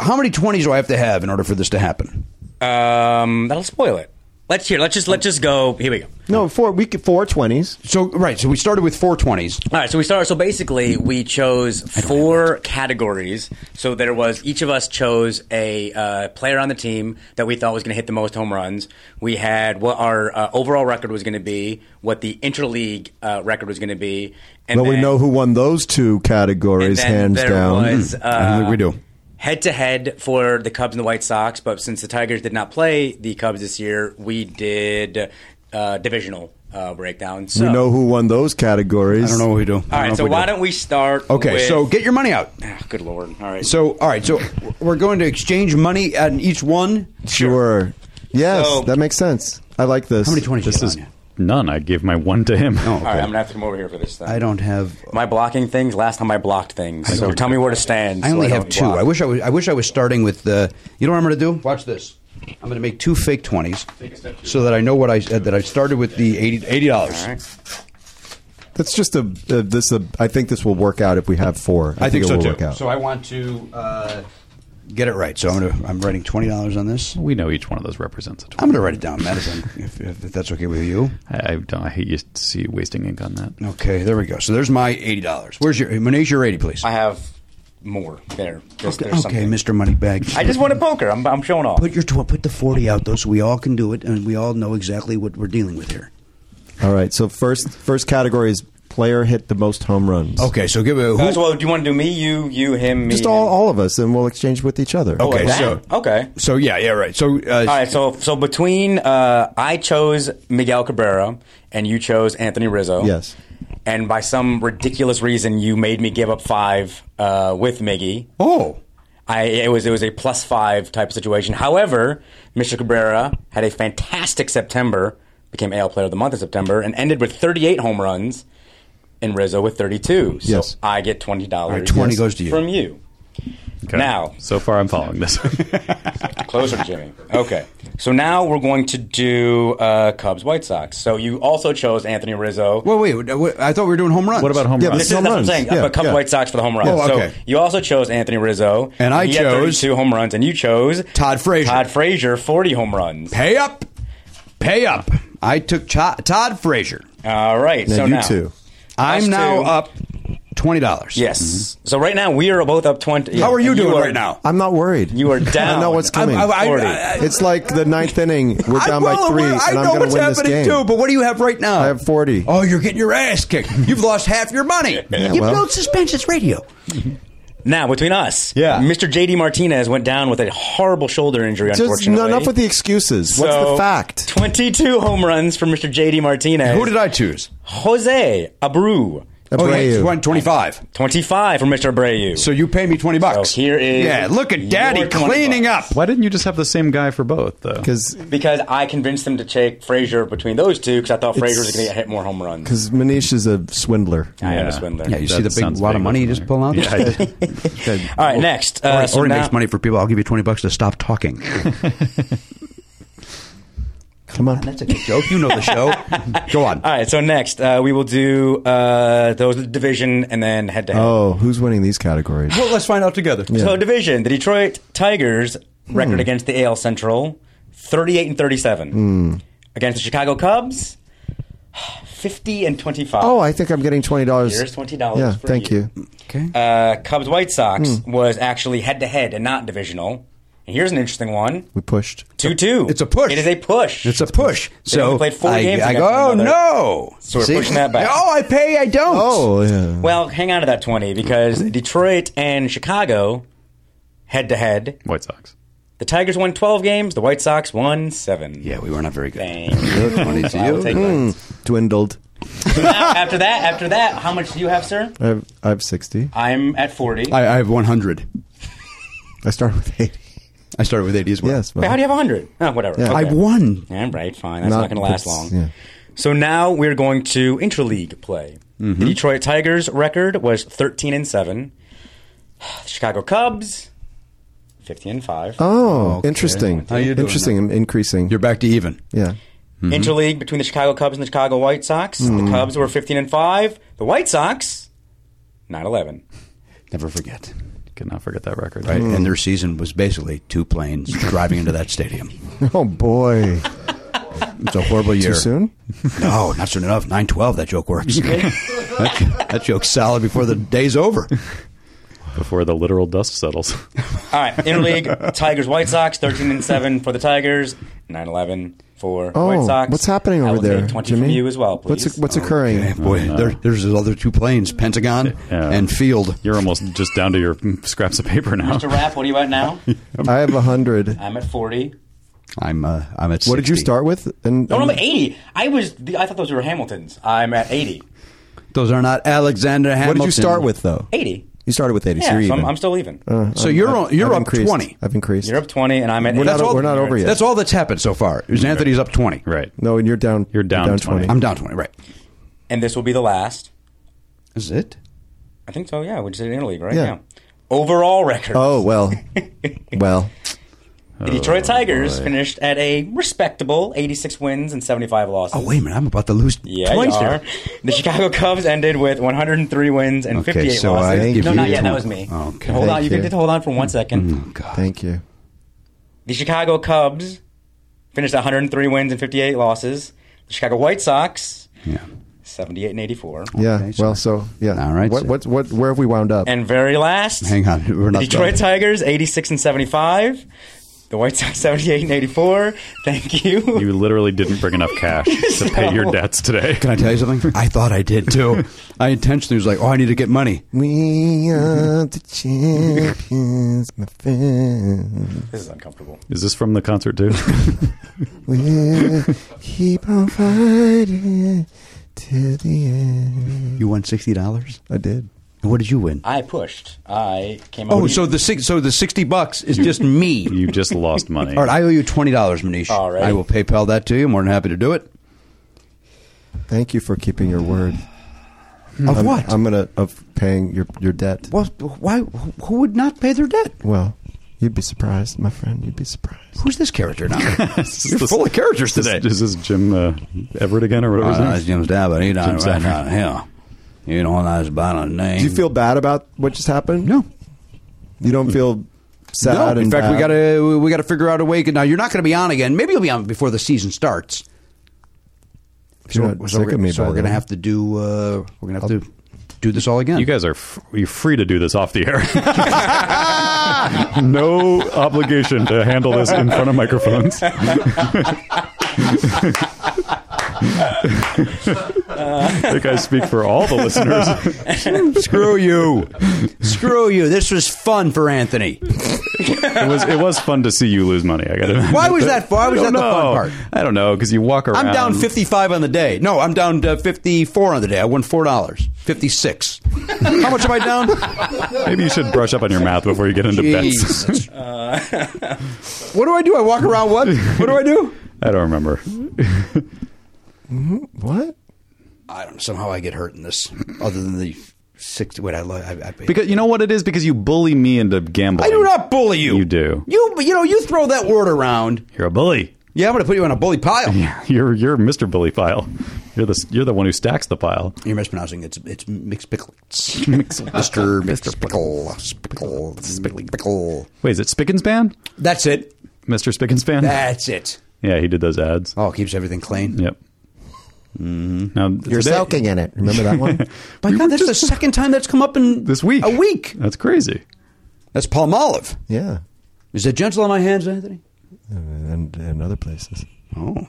How many twenties do I have to have in order for this to happen?
Um, that'll spoil it. Let's hear. Let's just let's just go. Here we go.
No, four we could- four twenties.
So right, so we started with four twenties.
All right, so we started. So basically, we chose four categories. So there was each of us chose a uh, player on the team that we thought was going to hit the most home runs. We had what our uh, overall record was going to be, what the interleague uh, record was going to be, and
Well, we
then-
know who won those two
and
categories,
then
hands
there
down.
was, uh,
I think we do.
head to head for the Cubs and the White Sox, but since the Tigers did not play the Cubs this year, we did uh, divisional uh, breakdown. So,
we know who won those categories.
I don't know what we do.
all right, so why don't we start?
Okay,
with-
so get your money out.
Ah, good lord! All right,
So, all right, so we're going to exchange money on each one.
Sure. Yes,
So-
that makes sense. I like this.
How many 20s
This
you
is none. I gave my one to him.
all right, I'm gonna have to come over here for this thing.
I don't have.
Am I blocking things? Last time I blocked things. So tell me where to stand.
I
so
only have
don't
two.
block.
I wish I was. I wish I was starting with the. You know what I'm going to do? Watch this. I'm going to make two fake twenties, so that I know what I uh, that I started with the 80 dollars.
That's just a, a this. A, I think this will work out if we have four.
I think
it
so
will
too.
Work out.
So I want to uh, get it right. So I'm going to. I'm writing twenty dollars on this.
We know each one of those represents a
I'm going to write it down, Madison, if, if that's okay with you.
I, I don't. I hate you to see wasting ink on that.
Okay, there we go. So there's my eighty dollars. Where's your Monet's your eighty, please?
I have more there. There's,
Okay,
there's something.
Mr. Moneybag.
I just want a poker. I'm, I'm showing off.
Put your tw- put the forty out though, so we all can do it, and we all know exactly what we're dealing with here.
All right. So first first category is player hit the most home runs.
Okay, so give a
Uh, so, well, do you want to do me, you, you, him, me?
Just all, all of us, and we'll exchange with each other.
Oh, like that? okay.
So yeah, yeah, right. So uh,
All right, so so between uh, I chose Miguel Cabrera and you chose Anthony Rizzo.
Yes.
And by some ridiculous reason, you made me give up five uh, with Miggy.
Oh.
I, it was it was a plus five type situation. However, Mr. Cabrera had a fantastic September, became AL Player of the Month in September, and ended with 38 home runs, and Rizzo with 32. So
Yes.
I get twenty
All
dollars.
right, 20 goes to you.
from you.
Okay.
Now-
so far, I'm following this.
Closer, Jimmy. Okay. So now we're going to do uh, Cubs White Sox. So you also chose Anthony Rizzo.
Well, wait, wait, I thought we were doing home runs. What about
home
this is that's what I'm saying. but Cubs White Sox for the home run.
Oh, okay.
So you also chose Anthony Rizzo,
And I
He had
chose-
32 home runs, and you chose
Todd Frazier.
Todd Frazier, forty home runs.
Pay up, pay up. I took Cho- Todd Frazier.
All right. so now
I'm
Us
now
two.
up twenty dollars.
Yes. So right now we are both up twenty.
Mm-hmm. How are you
And
doing right now?
I'm not worried.
You are down.
I know what's coming.
I'm- I- I- 40. I-
it's like the ninth inning. We're down by
well
three,
aware- I
and I'm
know
going
what's
to win this
happening
game.
too. But what do you have right now?
I have forty.
Oh, you're getting your ass kicked. You've lost half your money.
Yeah,
you
well.
built suspense. It's radio.
Now between us, yeah, Mr. JD Martinez went down with a horrible shoulder injury.
Just
unfortunately,
enough with the excuses. What's
So,
the fact?
Twenty-two home runs for Mr. JD Martinez.
Who did I choose?
Jose Abreu.
Oh, yeah, you won 25.
25 for Mr. Abreu.
So you pay me 20 bucks.
So here is
Yeah, look at
your
Daddy
20
cleaning
bucks.
Why didn't you just have the same guy for both, though?
Because
Because I convinced him to take Frazier between those two because I thought Frazier was
It's-
going to hit more home runs.
Because Manish is a swindler.
I am a swindler.
Yeah, you see the big lot of money you just pull out.
Yeah, I All right, next. Uh,
or
so
or it
now-
makes money for people. I'll give you 20 bucks to stop talking.
Come on.
That's a good joke. You know the show. Go on.
All right, so next uh, we will do uh, those division and then head to head.
Oh, who's winning these categories?
Well, let's find out together.
So division, the Detroit Tigers record
Hmm.
against the AL Central, thirty-eight and thirty-seven
Hmm.
against the Chicago Cubs, fifty and twenty-five.
Oh, I think I'm getting twenty dollars.
Here's $20
Yeah,
for
thank you.
Okay.
Uh, Cubs White Sox
Hmm.
was actually head to head and not divisional. And here's an interesting one:
We pushed.
two two. It's a push. It is a push.
It's a push.
They
So
only played four
I,
games
I go,
against
oh,
one another.
no.
So we're
See?
pushing that back.
Oh, I pay, I don't.
Oh, yeah.
Well, hang on to that 20 because Detroit and Chicago head to head.
White Sox.
The Tigers won 12 games, the White Sox won 7. Yeah,
we were not very good.
Thank
Good,
you.
20 to
I will take that.
Hmm, Dwindled.
So now, after that, after that, how much do you have, sir?
I have, I have sixty.
I'm at 40.
I, I have 100.
I started with eighty.
I started with 80 as well.
Yes.
Wait, how do you have 100? Oh, whatever.
Yeah.
Okay.
I've won.
Yeah, right, fine. That's
Not-
not, going to last long.
that's- yeah.
So now we're going to interleague play.
Mm-hmm.
The Detroit Tigers record was 13 and 7. The Chicago Cubs 15 and 5.
Oh, interesting.
How you doing
interesting. I'm increasing. You're
back to even.
Yeah.
interleague between the Chicago Cubs and the Chicago White Sox.
Mhm.
The Cubs were 15 and 5. The White Sox 9-11.
Never forget.
Could not forget that record.
Right.
Hmm.
And their season was basically two planes driving into that stadium.
Oh boy.
It's a horrible year.
Too soon?
No, not soon enough. Nine twelve. That joke works. that, that joke's solid before the day's over.
Before the literal dust settles.
All right, interleague Tigers White Sox 13 and 7 for the Tigers, 9/11 for
Oh,
White Sox.
what's happening
I
over
will take
there,
20
Jimmy?
from you as well, please. Oh,
What's what's occurring?
boy, there, there's those other two planes, Pentagon and Field.
You're almost just down to your scraps of paper now.
Mr. Raff, what are you at now?
I have a hundred.
I'm at 40.
I'm uh, I'm at.
What did you start with? And
No, no, I'm at 80. I was. I thought those were Hamiltons. I'm at 80.
Those are not Alexander
What
Hamilton.
did you start with though?
80.
You started with eighty. so
Yeah,
you're
so I'm-
even. Uh,
I'm still even.
So you're
I've-
on- you're
I've
up
increased.
20.
I've increased.
You're up 20, and I'm at.
We're
80.
not o- we're not over yet.
That's all that's happened so far. Is Anthony's up twenty?
Right.
No, and you're down. You're
down 20.
I'm down twenty. Right.
And this will be the last.
Is it?
I think so. Yeah, we just did interleague, right?
Yeah.
Overall record.
Oh well, well.
The Detroit
Oh,
Tigers finished at a respectable 86 wins and 75 losses.
Oh wait a minute, I'm about to lose
Yeah, you
twice
are.
here.
The Chicago Cubs ended with 103 wins and
Okay,
58
so
losses.
I give
no,
you
not yet. That
tw-
was me.
Okay.
Hold on.
Thank
You can
you. Mm.
just hold on for one second.
Oh,
Thank you.
The Chicago Cubs finished at 103 wins and 58 losses. The Chicago White Sox,
yeah,
78 and 84.
Yeah. well, so yeah. All right. What, what what where have we wound up?
And very last,
Hang on, we're
the
not
Detroit
done.
Tigers, 86 and 75. The White Sox, 78 and 84. Thank you.
You literally didn't bring enough cash to pay your debts today.
Can I tell you something? I thought I did too. I intentionally was like, oh, I need to get money.
We are the champions, my friend.
This is uncomfortable.
Is this from the concert too?
We'll keep on fighting till the end.
You won sixty dollars.
I did.
And what did you win?
I pushed. I came up
Oh,
with
so the six, so the sixty bucks is just me.
You just lost money.
All right, I owe you twenty dollars, Manish.
All right.
I will PayPal that to you. More than happy to do it.
Thank you for keeping your word.
Of
Hmm. I'm,
what?
I'm gonna of paying your your debt.
well, why? Who would not pay their debt?
Well, you'd be surprised, my friend. You'd be surprised.
Who's this character now? You're
this-
full of characters
Is this-
today.
Is this Jim uh, Everett again or whatever his name
Uh,
is?
that's Jim's dad, but he not
Jim's
right
dad.
now. Yeah, you know that's about a name.
Do you feel bad about what just happened?
No.
You don't feel sad.
No. In
and
fact, we
bad?
got to we got to figure out a way. Now you're not going to be on again. Maybe you'll be on before the season starts.
You're not sick
we're,
of me
so
by
we're gonna
then.
have to do uh, we're gonna have to do this all again.
You guys are f- you're free to do this off the air. no obligation to handle this in front of microphones. I think I speak for all the listeners.
Screw you. Screw you. This was fun for Anthony.
It was it was fun to see you lose money. I got
Why was that fun? Why was that the fun part?
I don't know because you walk around.
I'm down 55 on the day. No, I'm down uh, 54 on the day. I won four dollars. 56. How much am I down?
Maybe you should brush up on your math before you get into
Jesus.
bets.
What do I do? I walk around. What? What do I do?
I don't remember.
What?
I don't. Somehow I get hurt in this. Other than the six. Wait, I. lo- I, I
Because you know what it is because you bully me into gambling.
I do not bully you.
You do.
You. You know. You throw that word around.
You're a bully.
Yeah, I'm going to put you on a bully pile.
You're you're Mr. Bully Pile. You're the you're the one who stacks the pile.
You're mispronouncing it. It's, it's McSpicklets. Mr. Mr. Pickle. Spickle. Spickle.
Wait, is it Spickenspan?
That's it.
Mr. Spickenspan?
That's it.
yeah, he did those ads.
Oh, keeps everything clean.
Yep. Mm-hmm. Now,
You're
today-
soaking in it. Remember that one?
My God, that's the second time that's come up in
this week.
a week.
That's crazy.
That's Palmolive.
yeah,
Is it gentle on my hands, Anthony?
and and other places.
Oh,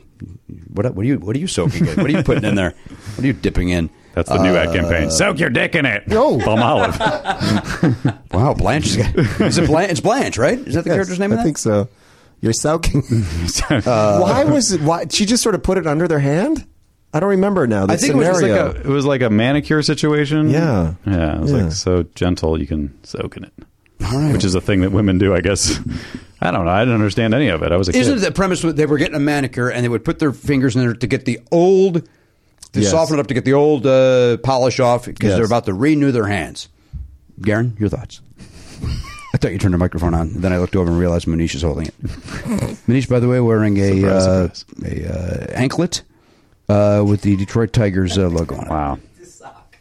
what, what are you? What are you soaking in? What are you putting in there? What are you dipping in?
That's the new ad
Uh,
campaign. Soak your dick in it.
No.
Palmolive.
Wow, Blanche. Is, is it Blanche? It's Blanche, right? Is that the
Yes,
character's name?
I
in that?
think so. You're soaking.
Uh,
Uh, why was it? Why she just sort of put it under their hand? I don't remember now. The
I think it was
scenario.
just like
it was like a manicure situation.
Yeah.
Yeah. It was
Yeah.
like so gentle you can soak in it.
All right.
Which is a thing that women do, I guess. I don't know. I didn't understand any of it. I was a kid.
Isn't it the premise that they were getting a manicure and they would put their fingers in there to get the old, to
Yes.
soften it up, to get the old uh, polish off because
Yes.
they're about to renew their hands? Garen, your thoughts? I thought you turned the microphone on. Then I looked over and realized Manish is holding it. Manish, by the way, wearing a
Surprise,
uh,
surprise.
a uh, anklet uh, with the Detroit Tigers uh, logo on it.
Wow.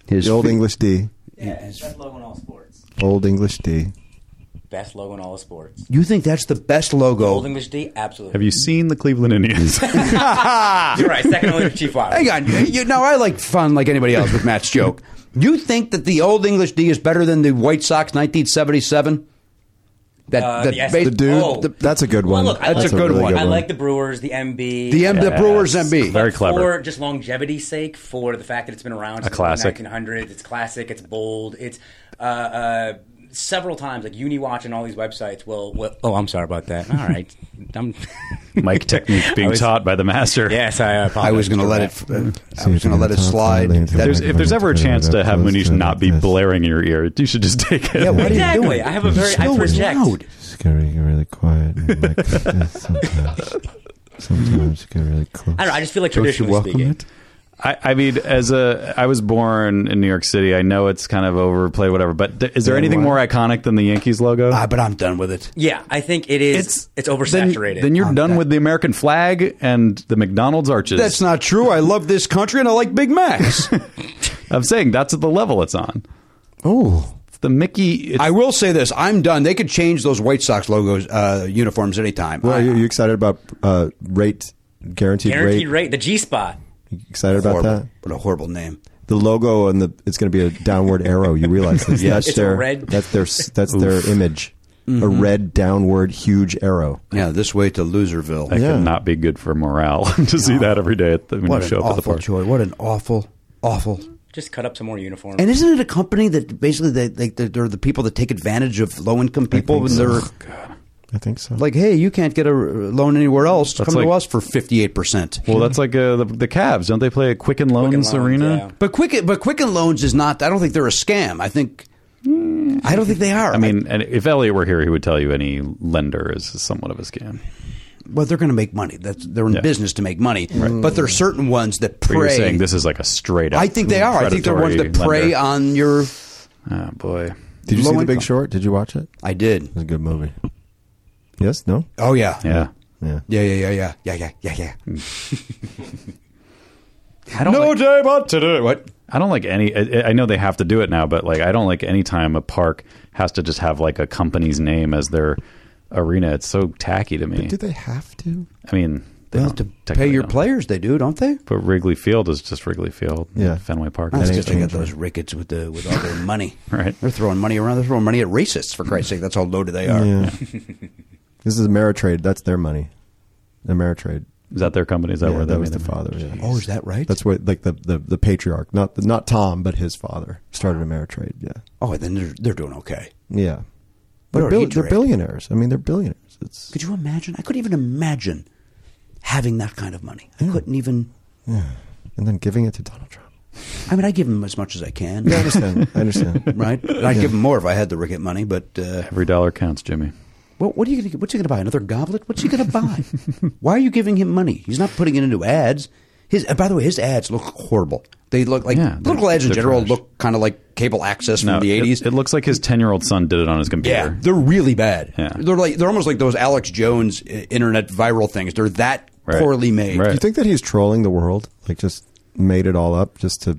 His
the old
feet-
English D.
Yeah, best logo in all sports.
Old English D.
Best logo in all of sports.
You think that's the best
Old
logo?
English D, absolutely.
Have you seen the Cleveland Indians?
You're right. Second only to Chief Wild.
Hang on. You know, I like fun like anybody else with Matt's joke. You think that the old English D is better than the White Sox 1977? That,
Uh,
that
the S-
bas-
The dude? The-
that's a good
Well,
one.
look, I
that's
like
a
the
really
Brewers.
good
I
one.
like the Brewers, the MB,
The M- the Yes. Brewers MB. Very
But
clever.
for just longevity's sake, for the fact that it's been around since
classic.
the 1900s. It's classic. It's bold. It's uh, uh, several times like UniWatch and all these websites will. will oh, I'm sorry about that. All right, I'm
Mike technique
I
being
was-
taught by the master.
Yes, I apologize.
I was going to let
Oh,
it. uh, I was going to let it slide.
If there's, if there's ever a chance to have Munish not be blaring in your ear, you should just take it.
Yeah, what are you
Exactly.
doing?
I have a very- I
So
project.
loud.
It's getting really quiet. and, like, sometimes, sometimes it gets really close.
I don't know. I just feel like traditionally speaking.
I, I mean, as a, I was born in New York City. I know it's kind of overplayed, whatever. But th- is there
Yeah,
anything
why?
more iconic than the Yankees logo? Ah,
but I'm done with it.
Yeah, I think it is. It's, oversaturated.
Then
Oh,
you're done with the American flag and the McDonald's arches.
That's not true. I love this country and I like Big Macs.
I'm saying that's the level it's on.
Oh.
The Mickey.
I will say this: I'm done. They could change those White Sox logos, uh, uniforms anytime.
Well, are you, are you excited about uh, rate guaranteed,
guaranteed
rate?
rate. The G spot.
Excited about
Horrible.
that?
What a horrible name!
The logo and the it's going to be a downward arrow. You realize this?
Yes.
That's
It's a
their
red-
that's their that's their
Oof.
image. A
Mhm.
red downward huge arrow.
Yeah, this way to Loserville.
That
Yeah.
could not be good for morale to see that every day at the, when
what
you
an
show up at the
awful
park.
joy! What an awful, awful.
Just cut up some more uniforms.
And isn't it a company that basically they, they they're the people that take advantage of low income people when they're
I think so.
like, hey, you can't get a loan anywhere else.
That's
Come to
like-
us for fifty eight percent.
Well, that's like uh, the, the Cavs. Don't they play at Quicken Loans, Arena?
But quick, but Quicken Loans is not. I don't think they're a scam. I think I don't think they are.
Mm. I mean, and if Elliot were here, he would tell you any lender is somewhat of a scam.
well, they're going to make money. That's they're in
Yeah. Mm.
business to make money. But there are certain ones that
But you're
prey.
saying this is like a straight up.
I think they are. I think they're ones that
predatory
prey
lender.
on your.
Oh boy!
Did you
Low
see The
income.
Big Short? Did you watch it?
I did. It
was a good movie. Yes. No.
Oh yeah.
Yeah.
Yeah.
Yeah. Yeah. Yeah. Yeah. Yeah. Yeah. Yeah. yeah.
I don't no day but today. What? I don't like any. I, I know they have to do it now, but like I don't like any time a park has to just have like a company's name as their arena. It's so tacky to me.
Do they have to?
I mean, they
Well,
don't
to pay your players, they do, don't they?
But Wrigley Field is just Wrigley Field.
Yeah.
Fenway Park.
That's
is
just they got
different.
those rickets with the with all their money.
Right.
They're throwing money around. They're throwing money at racists for Christ's sake. That's how loaded they are.
Yeah. This is Ameritrade. That's their money. Ameritrade.
Is that their company? Is that
yeah,
where they
that was the
made
father? yeah.
Oh, is that right?
That's where like the, the, the patriarch, not not Tom, but his father started Ameritrade. Yeah.
Oh, then they're they're doing okay.
Yeah.
What
They're,
are
bill-
he
they're
doing?
billionaires. I mean, they're billionaires. It's
Could you imagine? I couldn't even imagine having that kind of money. I couldn't even.
yeah. And then giving it to Donald Trump.
I mean, I give them as much as I can.
Yeah, I understand. I understand.
right? And I'd
Yeah.
give them more if I had the ricket money. But uh,
Every dollar counts, Jimmy.
what, what are you going to? What's he going to buy? Another goblet? What's he going to buy? Why are you giving him money? He's not putting it into ads. His, uh, by the way, his ads look horrible. They look like
Yeah, they're-
political ads in
they're
general
trash.
look kind of like cable access from
No,
the
it-
eighties.
It, looks like his ten-year-old son did it on his
Yeah,
computer.
they're really bad.
Yeah.
They're like they're almost like those Alex Jones uh, internet viral things. They're that
Right.
poorly made.
Do you think that he's trolling the world? Like just made it all up just to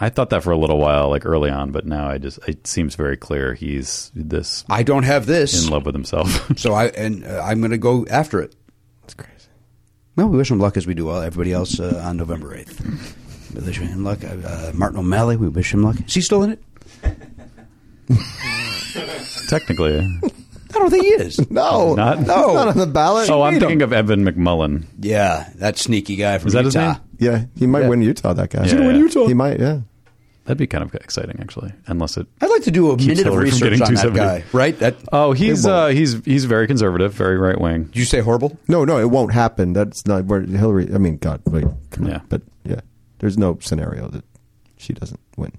I thought that for a little while, like early on, but now I just it seems very clear he's this
I don't have this,
in love with himself.
so I and uh, I'm going to go after it. That's crazy. Well, we wish him luck as we do all everybody else uh, on November eighth. We wish him luck, uh, Martin O'Malley. We wish him luck. Is he still in it?
Technically,
I don't think he is.
no,
not
no, not on the ballot.
Oh, I'm
Beat him.
thinking of Evan McMullen.
Yeah, that sneaky guy from
Is that his
Utah.
name?
Yeah, he might win Utah. That guy.
He's gonna Yeah, win yeah.
Utah. He might. Yeah.
That'd be kind of exciting, actually. Unless it,
I'd like to do a
Keeps
minute of
Hillary from
research
getting
on that
270.
guy. Right? That
oh, he's uh, he's he's very conservative, very right wing.
Did you say horrible?
No, no, it won't happen. That's not where Hillary. I mean, God, wait, come
Yeah.
on. But yeah, there's no scenario that she doesn't win.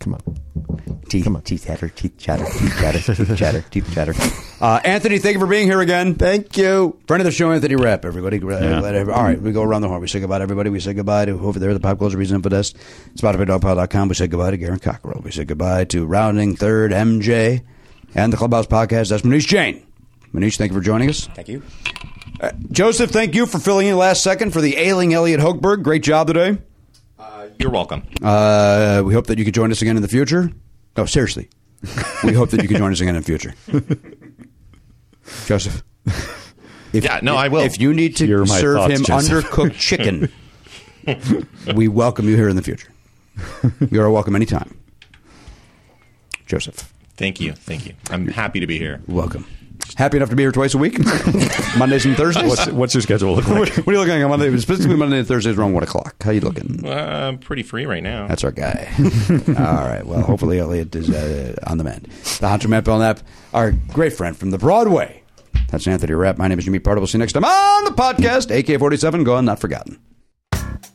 Come on.
Teeth,
Come on.
teeth chatter, teeth chatter, teeth chatter, teeth chatter, teeth chatter. Uh, Anthony, thank you for being here again. Thank you. Friend of the show, Anthony Rapp, everybody. Uh,
Yeah.
All right, we go around the horn. We say goodbye to everybody. We say goodbye to over there, the Pop Culture Reason for Dust, SpotifyDogPile.com. We say goodbye to Garen Cockrell. We say goodbye to Rounding Third, MJ, and the Clubhouse Podcast. That's Manish Jain. Manish, thank you for joining us.
Thank you.
Uh, Joseph, thank you for filling in last second for the ailing Elliot Hochberg. Great job today.
You're welcome.
Uh, we hope that you could join us again in the future. No, seriously. we hope that you can join us again in the future. Joseph. If,
Yeah, no, I will.
If you need to
Hear my
serve
thoughts,
him
Joseph.
undercooked chicken, we welcome you here in the future. You are welcome anytime. Joseph.
Thank you. Thank you. I'm happy to be here.
Welcome. Happy enough to be here twice a week, Mondays and Thursdays.
What's- what's your schedule look
like? what are you looking at on Monday? Specifically Monday and Thursdays around one o'clock. How you looking?
Uh, I'm pretty free right now.
That's our guy. All right. Well, hopefully Elliot is uh, on the mend. The Hunter Matt Belknap, our great friend from the Broadway. That's Anthony Rapp. My name is Jimmy Pardo. We'll see you next time on the podcast. AK forty seven. Gone, not forgotten.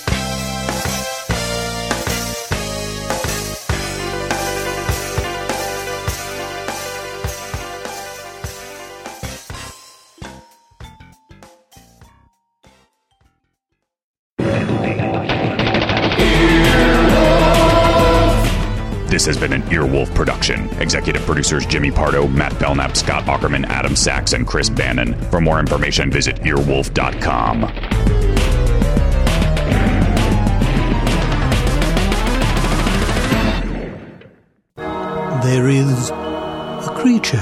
This has been an Earwolf production. Executive producers Jimmy Pardo, Matt Belknap, Scott Ackerman, Adam Sachs, and Chris Bannon. For more information, visit earwolf.com.
There is a creature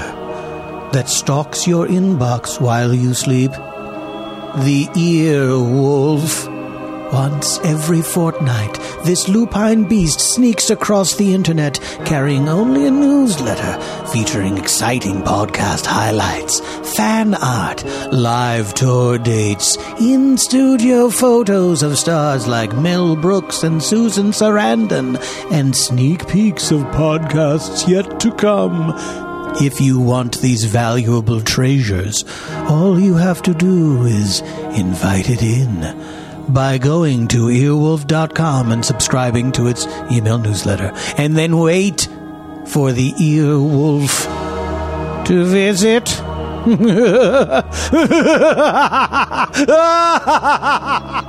that stalks your inbox while you sleep. The ear wolf. Once every fortnight, this lupine beast sneaks across the internet carrying only a newsletter featuring exciting podcast highlights, fan art, live tour dates, in studio photos of stars like Mel Brooks and Susan Sarandon, and sneak peeks of podcasts yet to come. If you want these valuable treasures, all you have to do is invite it in by going to earwolf.com and subscribing to its email newsletter, and then wait for the earwolf to visit.